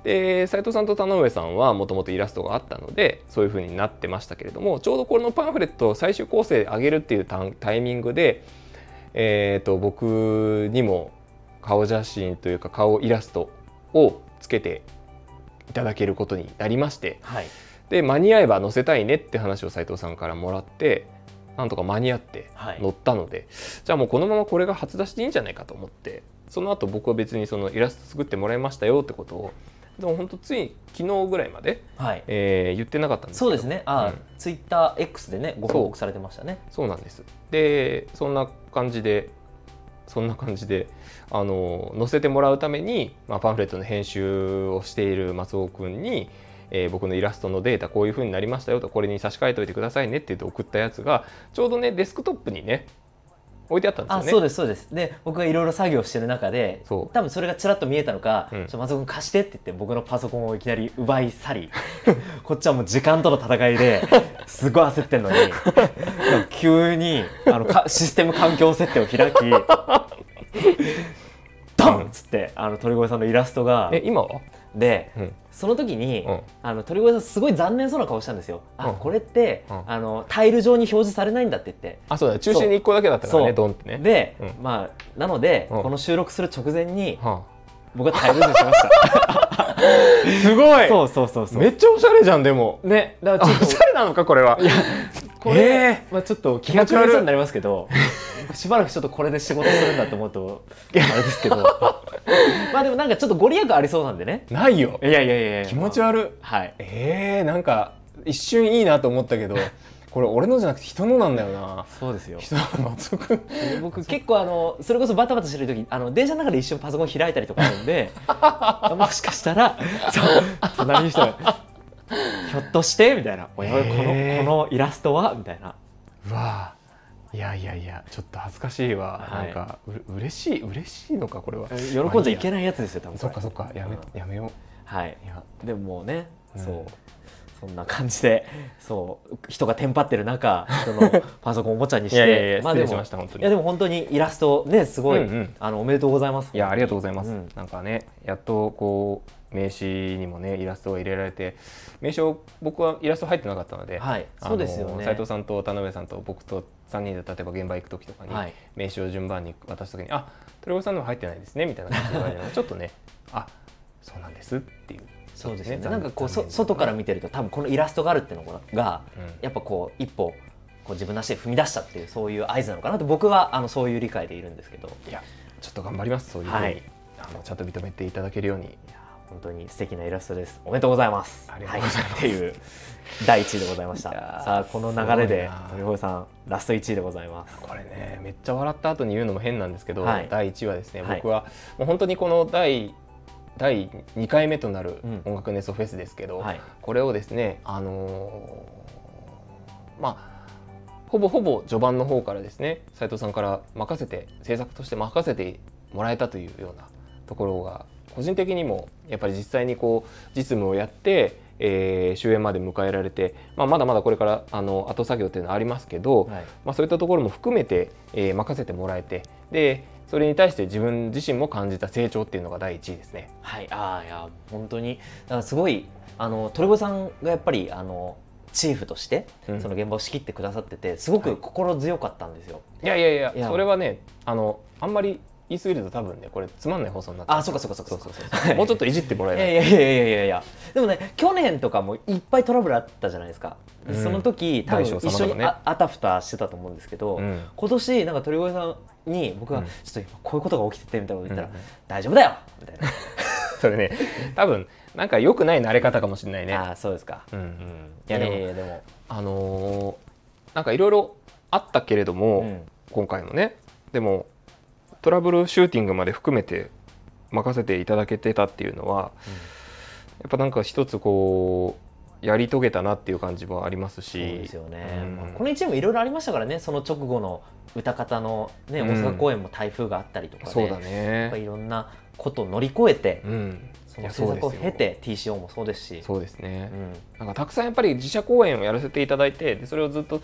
Speaker 1: で斉藤さんと田上さんはもともとイラストがあったのでそういう風になってましたけれどもちょうどこのパンフレットを最終構成で上げるっていうタンタイミングで、えー、と僕にも顔写真というか顔イラストをつけていただけることになりまして
Speaker 2: はい
Speaker 1: で間に合えば載せたいねって話を斉藤さんからもらってなんとか間に合って
Speaker 2: はい
Speaker 1: 乗ったので、じゃあもうこのままこれが初出しでいいんじゃないかと思ってその後僕は別にそのイラスト作ってもらいましたよってことをでも本当つい昨日ぐらいまで、
Speaker 2: はい
Speaker 1: えー言ってなかったんですけ
Speaker 2: そ
Speaker 1: ど
Speaker 2: うですねあ、
Speaker 1: うん
Speaker 2: ツイッター X でねご報告されてましたね
Speaker 1: そうなんですでそんな感じでそんな感じであの載せてもらうために、まあ、パンフレットの編集をしている松尾君に、えー僕のイラストのデータこういう風になりましたよとこれに差し替えておいてくださいねって言って送ったやつがちょうどねデスクトップにね置いてあったんですよ
Speaker 2: あ
Speaker 1: ね。
Speaker 2: そうですそうですで僕がいろいろ作業してる中で
Speaker 1: そう
Speaker 2: 多分それがちらっと見えたのか「
Speaker 1: うん
Speaker 2: ちょ松尾君貸して」って言って僕のパソコンをいきなり奪い去り こっちはもう時間との戦いですごい焦ってんのに急にあのかシステム環境設定を 開きドンっつってあの鳥越さんのイラストが
Speaker 1: え今は、
Speaker 2: で
Speaker 1: うん
Speaker 2: その時に、
Speaker 1: うん
Speaker 2: あの鳥越さんすごい残念そうな顔したんですよ。あ、
Speaker 1: うん
Speaker 2: これって、
Speaker 1: うん
Speaker 2: あのタイル上に表示されないんだって言って。
Speaker 1: あそうだ中心に1個だけだったから
Speaker 2: そ
Speaker 1: ね
Speaker 2: う
Speaker 1: ドンってね。
Speaker 2: で、
Speaker 1: うん
Speaker 2: まあなので、
Speaker 1: うん
Speaker 2: この収録する直前に
Speaker 1: は
Speaker 2: 僕 はタイル上にしました
Speaker 1: あ、すごい
Speaker 2: そうそうそうそう
Speaker 1: めっちゃおしゃれじゃんでも。
Speaker 2: ねだ
Speaker 1: あ
Speaker 2: から
Speaker 1: お
Speaker 2: ちょっ
Speaker 1: しゃれなのかこれは。
Speaker 2: これ、
Speaker 1: え
Speaker 2: まあ、ちょっと気
Speaker 1: 持
Speaker 2: 持
Speaker 1: ち
Speaker 2: ち
Speaker 1: 悪い
Speaker 2: 悪そうになりますけどしばらくちょっとこれで仕事するんだと思うとあれです けどまあでもなんかちょっとご利益ありそうなんでね
Speaker 1: ないよ
Speaker 2: いやいやいやいや
Speaker 1: 気持ち悪い
Speaker 2: はい
Speaker 1: えー、なんか一瞬いいなと思ったけどこれ俺のじゃなくて人のなんだよな
Speaker 2: そうですよ
Speaker 1: 人の松尾君
Speaker 2: 僕結構あのそれこそバタバタしてる時あの電車の中で一瞬パソコン開いたりとかある んでもしかしたらそう隣の人が「ひょっとして?」みたいな「おやおやこ
Speaker 1: へー
Speaker 2: のこのイラストは?」みたいな
Speaker 1: うわいやいやいやちょっと恥ずかしいわ、
Speaker 2: はい
Speaker 1: なんかう嬉しい嬉しいのかこれは
Speaker 2: 喜んじゃいけないやつですよ多分こ
Speaker 1: そ
Speaker 2: れ
Speaker 1: っかそっかやめ,、やめよ
Speaker 2: はい、
Speaker 1: ういや
Speaker 2: でももうね、
Speaker 1: うん
Speaker 2: そうそんな感じでそう人がテンパってる中人のパソコンをおもちゃにして
Speaker 1: いやいやいや
Speaker 2: まあでも
Speaker 1: 失礼しました本当に
Speaker 2: いやでも本当にイラストねすごい、
Speaker 1: うんうん
Speaker 2: あのおめでとうございます
Speaker 1: いやありがとうございます、
Speaker 2: うん
Speaker 1: なんかねやっとこう名刺にもねイラストを入れられて名刺を僕はイラスト入ってなかったので、
Speaker 2: はい
Speaker 1: あの
Speaker 2: そうですよね
Speaker 1: 斉藤さんと田辺さんと僕と3人で例えば現場行く時とかに
Speaker 2: はい
Speaker 1: 名刺を順番に渡す時に「あ鳥越さんのも入ってないですね」みたいな感じで言われる のちょっとね「あそうなんです」っていう、
Speaker 2: そうですよね
Speaker 1: ね
Speaker 2: なんかこう
Speaker 1: 残
Speaker 2: そ
Speaker 1: 念
Speaker 2: 外から見てると多分このイラストがあるっていうのが
Speaker 1: うん
Speaker 2: やっぱこう一歩こう自分の足で踏み出したっていうそういう合図なのかなと僕はあのそういう理解でいるんですけど
Speaker 1: いやちょっと頑張りますそういうふうに、
Speaker 2: はい
Speaker 1: あのちゃんと認めていただけるように
Speaker 2: いやー本当に素敵なイラストですおめでとうございます
Speaker 1: ありがとうございます
Speaker 2: はっていう第1位でございました
Speaker 1: いやー
Speaker 2: さあこの流れです
Speaker 1: ごいな
Speaker 2: 鳥越さんラスト1位でございます
Speaker 1: これねめっちゃ笑った後に言うのも変なんですけど、
Speaker 2: はい
Speaker 1: 第1話ですね、
Speaker 2: はい
Speaker 1: 僕はもう本当にこの第第2回目となる
Speaker 2: うん
Speaker 1: 音楽ネストフェスですけど、
Speaker 2: はい
Speaker 1: これをですねあのーまあほぼほぼ序盤の方からですね斉藤さんから任せて制作として任せてもらえたというようなところが個人的にもやっぱり実際にこう実務をやって、えー終演まで迎えられて、まあ、まだまだこれからあの後作業っていうのはありますけど、
Speaker 2: はい
Speaker 1: まあ、そういったところも含めて、えー任せてもらえてでそれに対して自分自身も感じた成長っていうのが第一位ですね。
Speaker 2: はい、ああいや本当にだからすごいあの鳥越さんがやっぱりあのチーフとして、
Speaker 1: うん
Speaker 2: その現場を仕切ってくださっててすご
Speaker 1: は
Speaker 2: く
Speaker 1: い
Speaker 2: 心強かったんですよ、
Speaker 1: いやいやいや
Speaker 2: いや
Speaker 1: それはねあのあんまり言い過ぎると多分ねこれつまんない放送になっちゃう
Speaker 2: あそうかそうかそうか
Speaker 1: そ
Speaker 2: そう
Speaker 1: う
Speaker 2: か
Speaker 1: そうそう、
Speaker 2: はい
Speaker 1: もうちょっといじってもらえ
Speaker 2: い
Speaker 1: ない
Speaker 2: やいやいやいやいやいやでもね去年とかもいっぱいトラブルあったじゃないですか、で
Speaker 1: うん
Speaker 2: その時多分
Speaker 1: 大小様々
Speaker 2: 一緒にあ,、
Speaker 1: ね
Speaker 2: たふたしてたと思うんですけど、
Speaker 1: うん
Speaker 2: 今年なんか鳥越さんに僕が、
Speaker 1: うん
Speaker 2: ちょっと今こういうことが起きててみたいなこと言ったら、
Speaker 1: うん
Speaker 2: 大丈夫だよみたい
Speaker 1: それね多分なんか良くない慣れ方かもしれない ね
Speaker 2: な、。ああーそうですか、
Speaker 1: うん
Speaker 2: うん
Speaker 1: いやでも
Speaker 2: いやでも、
Speaker 1: あのーなんかいろいろあったけれども、
Speaker 2: うん
Speaker 1: 今回もねでもトラブルシューティングまで含めて任せていただけてたっていうのは、やっぱなんか一つこうやり遂げたなっていう感じもあります
Speaker 2: そう
Speaker 1: し
Speaker 2: ですよね、
Speaker 1: うん
Speaker 2: まあこの1年もいろいろありましたからねその直後の歌方の、ね、
Speaker 1: う
Speaker 2: 大
Speaker 1: ん
Speaker 2: 阪公演も台風があったりとかで、
Speaker 1: そうだ
Speaker 2: やっぱ
Speaker 1: ね
Speaker 2: いろんなことを乗り越えて、
Speaker 1: うん
Speaker 2: そ
Speaker 1: い
Speaker 2: の
Speaker 1: や
Speaker 2: 制
Speaker 1: そう
Speaker 2: 作を
Speaker 1: ですよ
Speaker 2: 経て TCO もそうですし
Speaker 1: そうですね
Speaker 2: う、ん
Speaker 1: なんかたくさんやっぱり自社公演をやらせていただいてでそれをずっと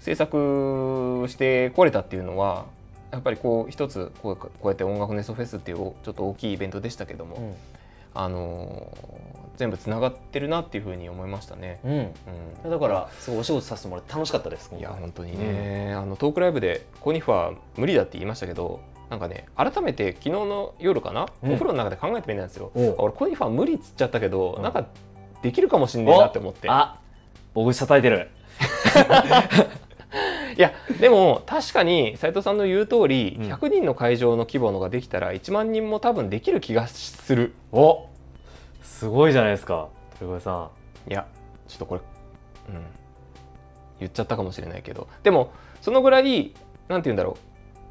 Speaker 1: 制作してこれたっていうのはやっぱりこう一つこうこうやって音楽ネストフェスっていうちょっと大きいイベントでしたけども、
Speaker 2: うん
Speaker 1: あのー全部つながってるなっていうふうに思いましたね。
Speaker 2: うん
Speaker 1: うん
Speaker 2: だからすごいお仕事させてもらって楽しかったです
Speaker 1: いや
Speaker 2: 今回
Speaker 1: 本当にね、あのトークライブでコニファー無理だって言いましたけどなんかね改めて昨日の夜かな、
Speaker 2: うん
Speaker 1: お風呂の中で考えてみたんですよ、
Speaker 2: おう
Speaker 1: あ俺コニファー無理っつっちゃったけど、
Speaker 2: うん
Speaker 1: なんかできるかもしんねえなって思って
Speaker 2: あ大口叩いてる
Speaker 1: いやでも確かに斉藤さんの言う通り、
Speaker 2: うん
Speaker 1: 100人の会場の規模のができたら1万人も多分できる気がする
Speaker 2: おすごいじゃないですか鳥越さ
Speaker 1: いやちょっとこれ、うん、言っちゃったかもしれないけどでもそのぐらいなんて言うんだろう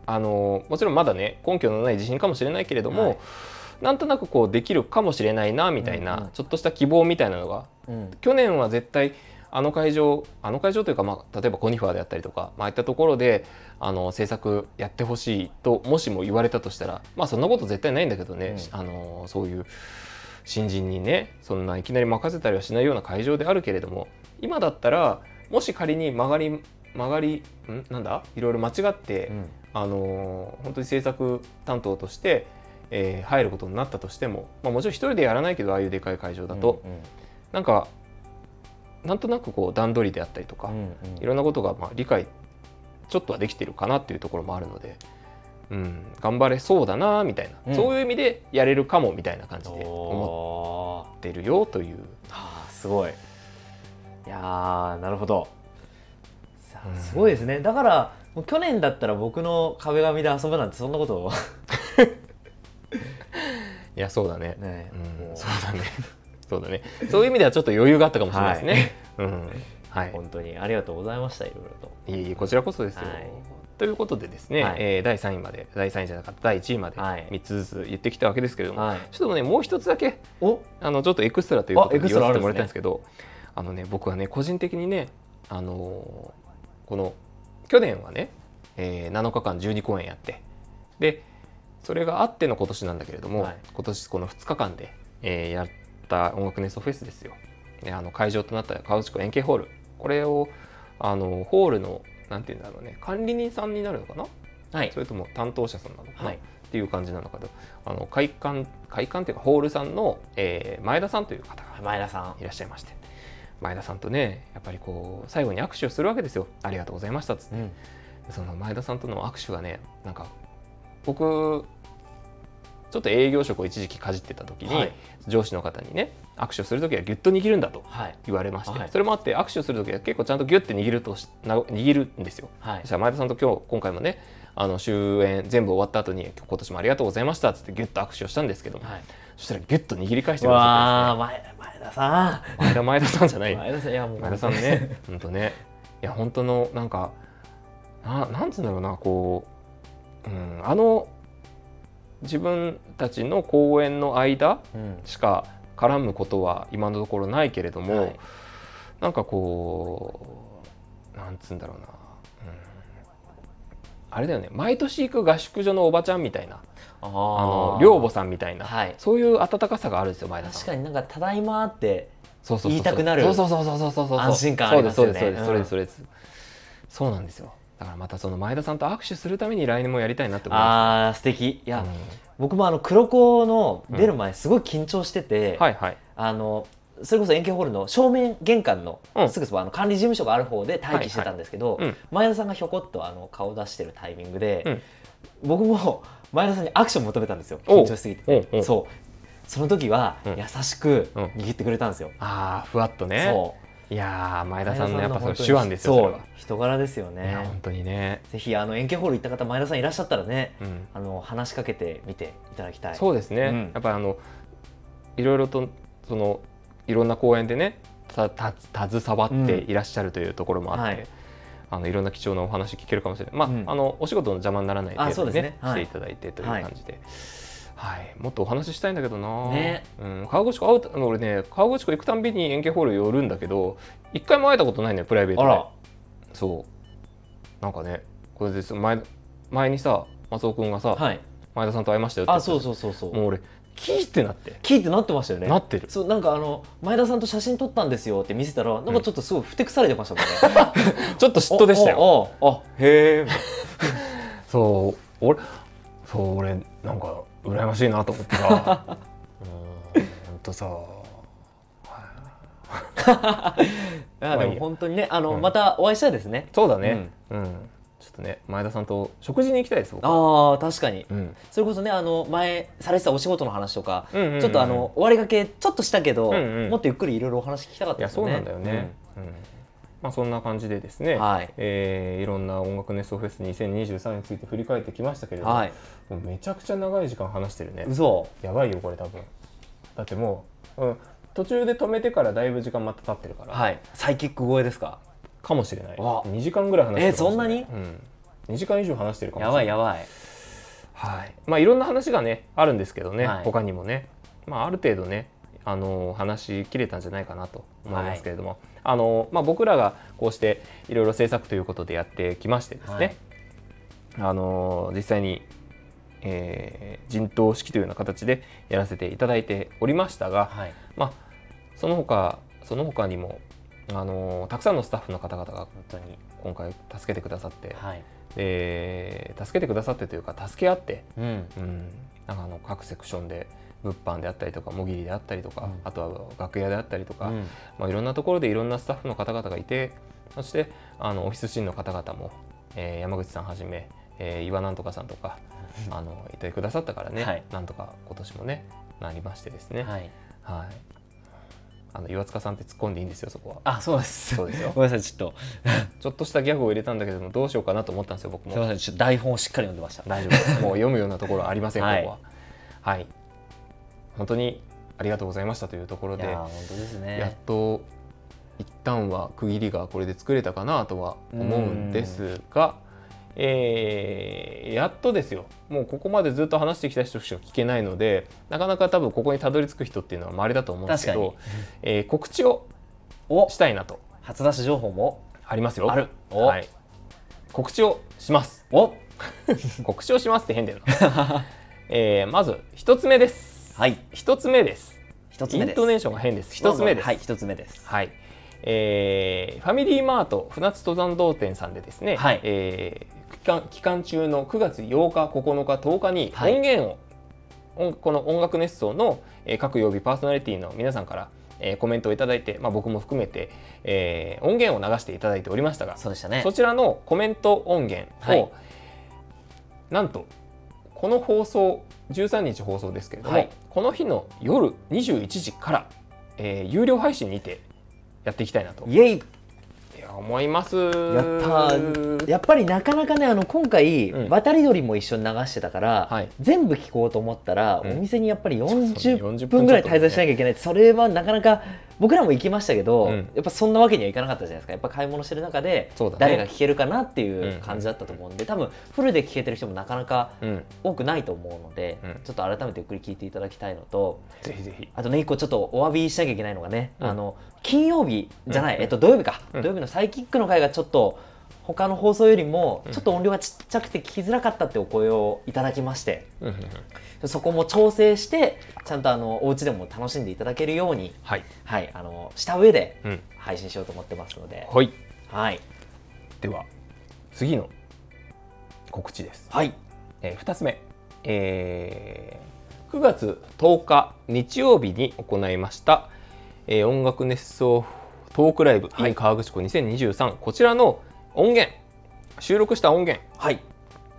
Speaker 1: あのもちろんまだね根拠のない自信かもしれないけれども、
Speaker 2: はい
Speaker 1: なんとなくこうできるかもしれないなみたいな、
Speaker 2: うんうん
Speaker 1: ちょっとした希望みたいなのが
Speaker 2: ん、うん
Speaker 1: 去年は絶対あの会場あの会場というか、まあ、例えばコニファーであったりとか、まあああいったところであの制作やってほしいともしも言われたとしたらまあそんなこと絶対ないんだけどね、
Speaker 2: う
Speaker 1: あのそういう新人にねそんないきなり任せたりはしないような会場であるけれども今だったらもし仮に曲がり曲がりんなんだいろいろ間違って、
Speaker 2: うん
Speaker 1: あの本当に制作担当として、えー入ることになったとしても、まあ、もちろん一人でやらないけどああいうでかい会場だと。
Speaker 2: うん
Speaker 1: なんかなんとなくこう段取りであったりとか、
Speaker 2: うんうん
Speaker 1: いろんなことがまあ理解ちょっとはできてるかなっていうところもあるので、うん、頑張れそうだなみたいな、
Speaker 2: うん
Speaker 1: そういう意味でやれるかもみたいな感じで思
Speaker 2: おー
Speaker 1: ってるよという
Speaker 2: はあすごいいやーなるほどさあすごいですねだからもう去年だったら僕の壁紙で遊ぶなんてそんなことを
Speaker 1: いやそうだね、
Speaker 2: ね
Speaker 1: うん
Speaker 2: もう
Speaker 1: そうだね そうだねそういう意味ではちょっと余裕があったかもしれないですね、うんはい
Speaker 2: 本当にありがとうございましたいろいろと。
Speaker 1: いえいえこちらこそですよ、
Speaker 2: はい
Speaker 1: ということでですね、
Speaker 2: はい
Speaker 1: えー第3位まで第3位じゃなかった第1位まで
Speaker 2: はい
Speaker 1: 3つずつ言ってきたわけですけれども、
Speaker 2: はい
Speaker 1: ちょっとねもう一つだけ
Speaker 2: お
Speaker 1: あのちょっとエクストラということ
Speaker 2: あ
Speaker 1: で
Speaker 2: エクス
Speaker 1: 言
Speaker 2: ト
Speaker 1: わ
Speaker 2: ラ
Speaker 1: せ
Speaker 2: ある
Speaker 1: てもらい
Speaker 2: んですね
Speaker 1: たいんですけどあのね僕はね個人的にねあのーこの去年はね、えー7日間12公演やってでそれがあっての今年なんだけれども、
Speaker 2: はい
Speaker 1: 今年この2日間で、えーやった音楽ネストフェスですよであの会場となった河内湖円形ホールこれをあのホールのなんて言うんだろうね管理人さんになるのかな
Speaker 2: はい
Speaker 1: それとも担当者さんなのかな、
Speaker 2: はい
Speaker 1: っていう感じなのかとあの会館会館っていうかホールさんの、えー前田さんという方が
Speaker 2: 前田さん
Speaker 1: いらっしゃいまして前田さんとねやっぱりこう最後に握手をするわけですよありがとうございましたっつって、
Speaker 2: うん
Speaker 1: その前田さんとの握手がねなんか僕ちょっと営業職を一時期かじってた時に、
Speaker 2: はい
Speaker 1: 上司の方にね握手をする時はギュッと握るんだと
Speaker 2: はい
Speaker 1: 言われまして、
Speaker 2: はい
Speaker 1: それもあって握手をする時は結構ちゃんとギュッて握るとしな握るんですよ
Speaker 2: はい
Speaker 1: そしたら前田さんと今日今回もねあの終演全部終わった後に今年もありがとうございましたっつってギュッと握手をしたんですけども、
Speaker 2: はい
Speaker 1: そしたらギュッと握り返してくだ
Speaker 2: わ
Speaker 1: さ
Speaker 2: あ前田前田
Speaker 1: っ
Speaker 2: さ
Speaker 1: てですね前田前田さんじゃなんい
Speaker 2: 前田さんいやもう
Speaker 1: 前田さん ね本当ねいや本当のなんかななんつうんだろうなこう、うん、あの自分たちの公演の間
Speaker 2: うん
Speaker 1: しか絡むことは今のところないけれども、
Speaker 2: はい
Speaker 1: なんかこうなんつうんだろうな、うんあれだよね毎年行く合宿所のおばちゃんみたいなあ
Speaker 2: あ
Speaker 1: の
Speaker 2: の
Speaker 1: 寮母さんみたいな、
Speaker 2: はい
Speaker 1: そういう温かさがあるんですよ前田さん
Speaker 2: 確かになんか「ただいま」って
Speaker 1: そうそうそうそう
Speaker 2: 言いたくなる
Speaker 1: そうそうそうそうそうそうそう
Speaker 2: 安心感ありますよね
Speaker 1: そうですそうですそううです、そうですそうなんですよだからまたその前田さんと握手するために来年もやりたいなって思いま
Speaker 2: あー素敵い
Speaker 1: す
Speaker 2: や、
Speaker 1: うん
Speaker 2: 僕もあの黒子の出る前すごい緊張してて、
Speaker 1: はいはい
Speaker 2: あのそれこそ円形ホールの正面玄関の
Speaker 1: うん
Speaker 2: すぐそば、あの管理事務所がある方で待機してたんですけど、
Speaker 1: はいはい
Speaker 2: 前田さんがひょこっとあの顔出してるタイミングで、
Speaker 1: うん
Speaker 2: 僕も前田さんにアクション求めたんですよ
Speaker 1: おう
Speaker 2: 緊張しすぎて
Speaker 1: おうおう
Speaker 2: そうその時は
Speaker 1: うん
Speaker 2: 優しく
Speaker 1: うん
Speaker 2: 握ってくれたんですよ、
Speaker 1: ああふわっとね
Speaker 2: そう
Speaker 1: いやー前
Speaker 2: 前
Speaker 1: 田さんのやっぱそれ
Speaker 2: 本当に
Speaker 1: 手腕ですよそれ
Speaker 2: そ
Speaker 1: は
Speaker 2: う人柄ですよ
Speaker 1: いや
Speaker 2: ね
Speaker 1: 本当にね、
Speaker 2: ぜひあの円形ホール行った方前田さんいらっしゃったらね
Speaker 1: うん、
Speaker 2: あの話しかけてみていただきたい
Speaker 1: そうですね、
Speaker 2: うん
Speaker 1: やっぱりあのいろいろとそのいろんな公演でねたた携わっていらっしゃるというところもあって、
Speaker 2: うんはい
Speaker 1: あのいろんな貴重なお話聞けるかもしれない、まあ
Speaker 2: うん
Speaker 1: あのお仕事の邪魔にならない程
Speaker 2: あそ
Speaker 1: 度
Speaker 2: うで
Speaker 1: にね
Speaker 2: すねはい
Speaker 1: していただいてという感じで。はいもっとお話ししたいんだけどな、
Speaker 2: ね
Speaker 1: うん、川口湖会うた俺ね川口湖行くたんびに円形ホール寄るんだけど一回も会えたことないのよプライベート
Speaker 2: あ
Speaker 1: で
Speaker 2: ら
Speaker 1: そうなんかねこれでその前前にさ松尾君がさ、
Speaker 2: はい
Speaker 1: 前田さんと会いましたよって言
Speaker 2: あ
Speaker 1: って
Speaker 2: そうそうそうそう
Speaker 1: もう俺キーってなって
Speaker 2: キーってなってましたよね
Speaker 1: なってる
Speaker 2: そうなんかあの前田さんと写真撮ったんですよって見せたらなんかちょっとすごいふてくされてましたもんね
Speaker 1: ちょっと 嫉妬でしたよ
Speaker 2: おおおあ へえ
Speaker 1: そう俺そう俺なんか羨ましいなと思 ってさうーんほんとさ
Speaker 2: あ
Speaker 1: まあ
Speaker 2: で
Speaker 1: いい
Speaker 2: も
Speaker 1: や
Speaker 2: 本当にねあの、
Speaker 1: うん
Speaker 2: またお会いしたいですね
Speaker 1: そうだねうん、ちょっとね前田さんと食事に行きたいです僕
Speaker 2: あー確かに
Speaker 1: うん
Speaker 2: それこそねあの前されてたお仕事の話とか、
Speaker 1: うんうんうん
Speaker 2: ちょっとあの終わりがけちょっとしたけど、
Speaker 1: うんうん
Speaker 2: もっとゆっくりいろいろお話聞きたかっ
Speaker 1: い
Speaker 2: た
Speaker 1: や
Speaker 2: です
Speaker 1: そ
Speaker 2: よ
Speaker 1: う
Speaker 2: ね
Speaker 1: なんだよね、うんまあそんな感じでですね、
Speaker 2: はい
Speaker 1: えーいろんな音楽ネストフェス2023について振り返ってきましたけれ
Speaker 2: う
Speaker 1: ど
Speaker 2: ん
Speaker 1: も、
Speaker 2: はい
Speaker 1: もうめちゃくちゃ長い時間話してるね
Speaker 2: 嘘
Speaker 1: やばいよこれ多分だってもう、うん、途中で止めてからだいぶ時間また経ってるから、
Speaker 2: はいサイキック超えですか
Speaker 1: かもしれない
Speaker 2: わ
Speaker 1: 2時間ぐらい話してるかもしれい
Speaker 2: えそ
Speaker 1: うん、2時間以上話してるかもし
Speaker 2: や
Speaker 1: れ
Speaker 2: ば
Speaker 1: ない
Speaker 2: いやばい
Speaker 1: はいまあいろんな話がねあるんですけどね、
Speaker 2: はい
Speaker 1: 他にもね、まあ、ある程度ねあの話し切れたんじゃないかなと思いますけれども、あのまあ、僕らがこうしていろいろ制作ということでやってきましてですね、あの実際に、えー陣頭指揮というような形でやらせていただいておりましたが、
Speaker 2: はい
Speaker 1: まあ、その他その他にもあのたくさんのスタッフの方々が
Speaker 2: 本当に
Speaker 1: 今回助けてくださって、
Speaker 2: はい
Speaker 1: えー助けてくださってというか助け合って、
Speaker 2: うん
Speaker 1: うん、なんかあの各セクションで物販であったりとかもぎりであったりとか、
Speaker 2: うん
Speaker 1: あとは楽屋であったりとか、
Speaker 2: うん
Speaker 1: まあ、いろんなところでいろんなスタッフの方々がいてそしてあのオフィスシーンの方々も、えー山口さんはじめ、えー岩なんとかさんとかあのいてくださったからね、
Speaker 2: はい
Speaker 1: なんとか今年もねなりましてですね。
Speaker 2: はい
Speaker 1: はい。あの岩塚さんって突っ込んでいいんですよそこは
Speaker 3: あ、そうです。
Speaker 1: そうですよ
Speaker 3: ごめんなさい、ちょっと。
Speaker 1: ちょっとしたギャグを入れたんだけどもどうしようかなと思ったんですよ僕
Speaker 3: すみ
Speaker 1: も
Speaker 3: ません、ちょっと台本をしっかり読んでました。
Speaker 1: 大丈夫ですもう読むようなところはありません、
Speaker 3: はい
Speaker 1: ここははい本当にありがとうございましたというところ
Speaker 3: い
Speaker 1: で
Speaker 3: やー、本当です
Speaker 1: やっ
Speaker 3: ね。
Speaker 1: と一旦は区切りがこれで作れたかなとは思うんですが、えーやっとですよもうここまでずっと話してきた人しか聞けないのでなかなか多分ここにたどり着く人っていうのは稀だと思うんですけど
Speaker 3: 確、
Speaker 1: えー告知を
Speaker 3: お、
Speaker 1: したいなと
Speaker 3: 初出し情報も。
Speaker 1: ありますよ
Speaker 3: あるお
Speaker 1: はい、告知をします
Speaker 3: お、
Speaker 1: 告知をしますって変だよな、 えーまず一つ目です
Speaker 3: はい。
Speaker 1: 一つ目です
Speaker 3: 一つ
Speaker 1: イ
Speaker 3: 目
Speaker 1: ン
Speaker 3: です。
Speaker 1: トネーションが変です一つ目です、
Speaker 3: はい、一つ目です。
Speaker 1: はい。えーファミリーマート船津登山道店さんでですね、
Speaker 3: はい
Speaker 1: えー期間期間中の9月8日、9日、10日に
Speaker 3: はい
Speaker 1: 音源を、音この音楽熱奏の、えー各曜日パーソナリティの皆さんから、えーコメントをいただいて、まあ、僕も含めて、えー音源を流していただいておりましたが、
Speaker 3: そうでしたね
Speaker 1: そ。ちらのコメント音源を、
Speaker 3: はい
Speaker 1: なんとこの放送13日放送ですけれども、
Speaker 3: はい
Speaker 1: この日の夜21時から、えー有料配信にてやっていきたいなと
Speaker 2: イエイ
Speaker 1: いや思います。や
Speaker 2: ーやっぱりなかなかねあの今回、
Speaker 1: うん
Speaker 2: 渡り鳥も一緒に流してたから、
Speaker 1: はい
Speaker 2: 全部聞こうと思ったら、
Speaker 1: うん
Speaker 2: お店にやっぱり
Speaker 1: そうそう40
Speaker 2: 40分ぐらい滞在しなきゃいけない、それはなかなか僕らも行きましたけど、
Speaker 1: うん
Speaker 2: やっぱそんなわけにはいかなかったじゃないですかやっぱ買い物してる中で
Speaker 1: そうだね
Speaker 2: 誰が聞けるかなって
Speaker 1: う
Speaker 2: い
Speaker 1: ん
Speaker 2: う感じだったと思うんで多分フルで聞けてる人もなかなか
Speaker 1: うん、
Speaker 2: 多くないと思うので、
Speaker 1: うん
Speaker 2: ちょっと改めてゆっくり聞いていただきたいのと
Speaker 1: ぜひぜひ。
Speaker 2: あとね一個ちょっとお詫びしなきゃいけないのがね、
Speaker 1: うん
Speaker 2: あの金曜日じゃない、
Speaker 1: うん
Speaker 2: えっと土曜日か、
Speaker 1: うん
Speaker 2: 土曜日のサイキックの回がちょっと他の放送よりも
Speaker 1: うん
Speaker 2: ちょっと音量がちっちゃくて聞きづらかったってお声をいただきまして
Speaker 1: うんうんうん
Speaker 2: そこも調整してちゃんとあのお家でも楽しんでいただけるように、
Speaker 1: はい、
Speaker 2: はい、あのした上で
Speaker 1: うん、
Speaker 2: 配信しようと思ってますので、
Speaker 1: はい。
Speaker 2: はい
Speaker 1: では次の告知です。
Speaker 2: はい、
Speaker 1: えー、2つ目、えー9月10日日曜日に行いました、えー音楽熱奏トークライブ in 河口湖2023、こちらの音源収録した音源
Speaker 2: はい、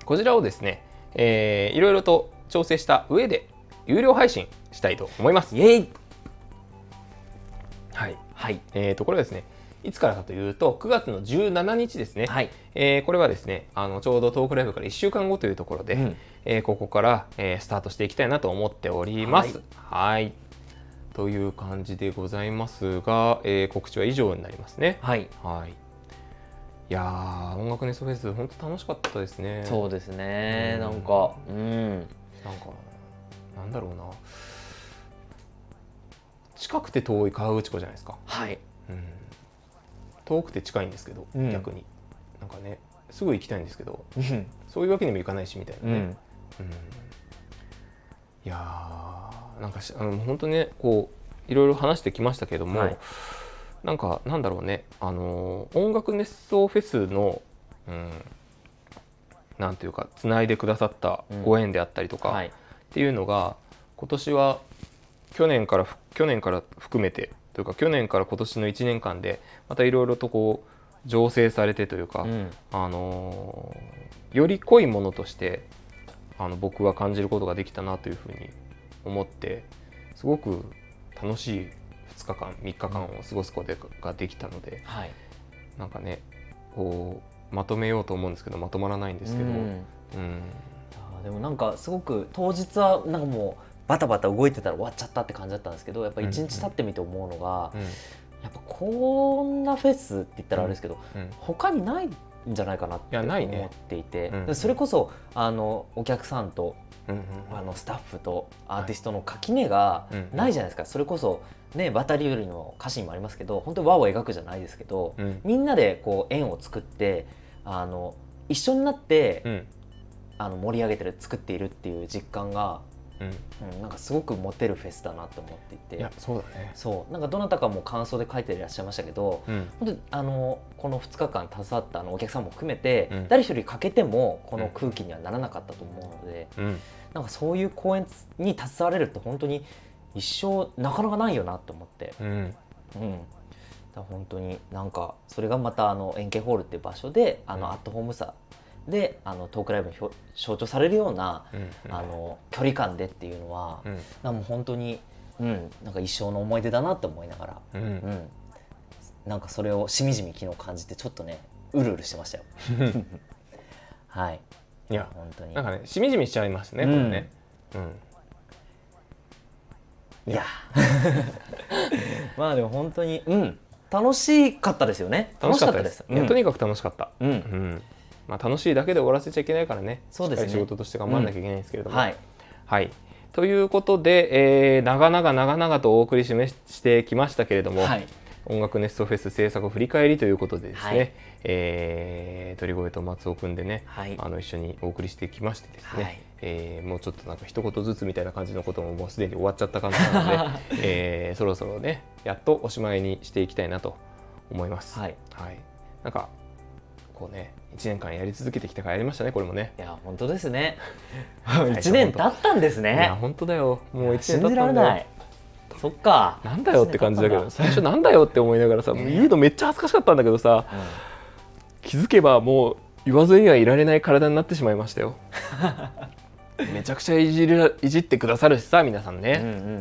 Speaker 1: こちらをですね、えーいろいろと調整した上で有料配信したいと思います
Speaker 2: イ。エイ
Speaker 1: はい
Speaker 2: はい
Speaker 1: えー、とこれはですねいつからかというと9月の17日ですね、
Speaker 2: はい、
Speaker 1: えーこれはですねあのちょうどトークライブから1週間後というところで、
Speaker 2: うん
Speaker 1: えーここから、えースタートしていきたいなと思っております。はいという感じでございますが、えー告知は以上になりますね。
Speaker 2: はい、
Speaker 1: はい、いやー音楽ネストフェス本当楽しかったですね。
Speaker 2: そうですね、
Speaker 1: うん
Speaker 2: なんかうん
Speaker 1: なんかなんだろうな近くて遠い河口湖じゃないですか。
Speaker 2: はい
Speaker 1: うん遠くて近いんですけど、
Speaker 2: うん
Speaker 1: 逆になんかねすぐ行きたいんですけど
Speaker 2: うん
Speaker 1: そういうわけにもいかないしみたいうなね。
Speaker 2: ん
Speaker 1: うんいやーなんかしあの本当ねこういろいろ話してきましたけども、
Speaker 2: はい
Speaker 1: なんかなんだろうねあのー音楽熱奏フェスの、うん、なんていうかつないでくださった
Speaker 2: うん
Speaker 1: ご縁であったりとか、
Speaker 2: はい
Speaker 1: っていうのが今年は去年から去年から含めてというか去年から今年の1年間でまたいろいろとこう醸成されてというか、
Speaker 2: うん
Speaker 1: あのーより濃いものとしてあの僕は感じることができたなというふうに思ってすごく楽しい2日間3日間を過ごすことができたので
Speaker 2: はい
Speaker 1: なんかねこうまとめようと思うんですけどまとまらないんですけど、
Speaker 2: うん
Speaker 1: うん
Speaker 2: あーでもなんかすごく当日はなんかもうバタバタ動いてたら終わっちゃったって感じだったんですけどやっぱ一日経ってみて思うのが、
Speaker 1: うん
Speaker 2: やっぱこんなフェスって言ったらあれですけど、
Speaker 1: うん
Speaker 2: 他にないんじゃないかなって
Speaker 1: いやないね
Speaker 2: 思っていて
Speaker 1: うん
Speaker 2: でそれこそあのお客さんと
Speaker 1: うん
Speaker 2: あのスタッフとアーティストの垣根が
Speaker 1: うん
Speaker 2: ないじゃないですか、それこそね渡り鳥の歌詞にもありますけど本当に輪を描くじゃないですけど、
Speaker 1: うん
Speaker 2: みんなでこう円を作ってあの一緒になって、
Speaker 1: うん
Speaker 2: あの盛り上げてる作っているっていう実感が、
Speaker 1: うん
Speaker 2: うん、なんかすごくモテるフェスだなと思ってい
Speaker 1: い
Speaker 2: て
Speaker 1: やそうだね。
Speaker 2: そうなんかどなたかも感想で書いていらっしゃいましたけど
Speaker 1: うん
Speaker 2: 本当にあのこの2日間携わったあのお客さんも含めて、
Speaker 1: うん
Speaker 2: 誰一人欠けてもこの空気にはならなかったと思うので、
Speaker 1: うん
Speaker 2: なんかそういう公演に携われるって本当に一生なかなかないよなと思って、
Speaker 1: うん
Speaker 2: うん、だから本当になんかそれがまたあの円形ホールっていう場所であ
Speaker 1: うん
Speaker 2: のアットホームさであのトークライブに表象徴されるような
Speaker 1: うん
Speaker 2: あの距離感でっていうのは、
Speaker 1: うん
Speaker 2: なんかもう本当にうん
Speaker 3: なんか一生の思い出だなって思いながら、
Speaker 1: う、
Speaker 2: うんん
Speaker 3: なんかそれをしみじみ昨日感じてちょっとねうるうるしてましたよ はい
Speaker 1: いや
Speaker 3: 本当に
Speaker 1: なんかねしみじみしちゃいますね、
Speaker 2: うん
Speaker 1: これね、うん、
Speaker 3: いや
Speaker 2: まあでも本当にうん楽しかったですよね
Speaker 1: 楽しかったです
Speaker 2: 楽しかったです
Speaker 1: いやとにかく楽しかった、
Speaker 2: うん、う
Speaker 1: うん
Speaker 2: ん
Speaker 1: まあ、楽しいだけで終わらせちゃいけないからね
Speaker 2: そうですね
Speaker 1: しっかり仕事として頑張らなきゃいけないんですけれども、
Speaker 2: はい
Speaker 1: はい。ということで、えー長々長々とお送りしめしてきましたけれども、
Speaker 2: はい
Speaker 1: 音楽ネストフェス制作振り返りということでですね、
Speaker 2: はい
Speaker 1: えー鳥越と松尾くんでね、
Speaker 2: はい
Speaker 1: あの一緒にお送りしてきましてですね、
Speaker 2: はい
Speaker 1: えーもうちょっとなんか一言ずつみたいな感じのことももうすでに終わっちゃった感じなので、えーそろそろねやっとおしまいにしていきたいなと思います。
Speaker 2: はい
Speaker 1: はいなんかこうね1年間やり続けてきたからやりましたねこれもね。
Speaker 2: いや本当ですね
Speaker 1: 当
Speaker 2: 一年経ったんです
Speaker 1: いや
Speaker 2: ね
Speaker 1: 本当だよもう1年
Speaker 2: 信
Speaker 1: 経
Speaker 2: じ
Speaker 1: った
Speaker 2: られ
Speaker 1: んだよ
Speaker 2: ないそっか
Speaker 1: なんだよって感じだけ
Speaker 2: 一
Speaker 1: ど
Speaker 2: 年経っ
Speaker 1: 最初なんだよって思いながらさ、もう言うのめっちゃ恥ずかしかったんだけどさ
Speaker 2: たんだ
Speaker 1: 気づけばもう言わずにはいられない体になってしまいました よめちゃくちゃいじるいじってくださるしさ皆さん
Speaker 2: うん
Speaker 1: ね、
Speaker 2: うんうん
Speaker 1: う
Speaker 2: う
Speaker 1: う
Speaker 2: ん
Speaker 1: ん
Speaker 2: うん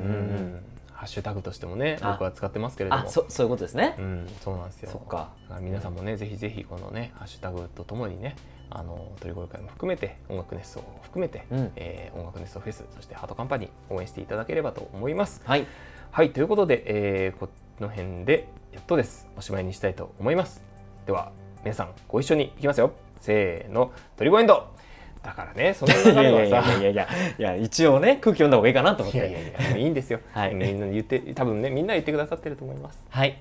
Speaker 1: んハッシュタグとしてもね
Speaker 2: あ
Speaker 1: 僕は使ってますけれども
Speaker 2: あそそういうことですね
Speaker 1: うん、そうなんですよ
Speaker 2: そっか
Speaker 1: だから皆さんもねぜひぜひこのねハッシュタグとともにねあの鳥越会も含めて音楽熱奏を含めて、
Speaker 2: うん
Speaker 1: えー音楽熱奏フェスそしてハートカンパニー応援していただければと思います
Speaker 2: はい
Speaker 1: はい、ということで、えーこの辺でやっとです。おしまいにしたいと思います。では、皆さん、ご一緒にいきますよ。せーの、トリゴエンドだからね、その
Speaker 2: い
Speaker 1: 流
Speaker 2: やいや
Speaker 1: れ
Speaker 2: い
Speaker 1: は
Speaker 2: や
Speaker 1: さ、
Speaker 2: いやいやいや一応ね 空気読んだ方がいいかなと思っ
Speaker 1: い
Speaker 2: て
Speaker 1: やいやいや、いいんですよ。
Speaker 2: はい
Speaker 1: みんな言って、多分ね、みんな言ってくださってると思います。
Speaker 3: はい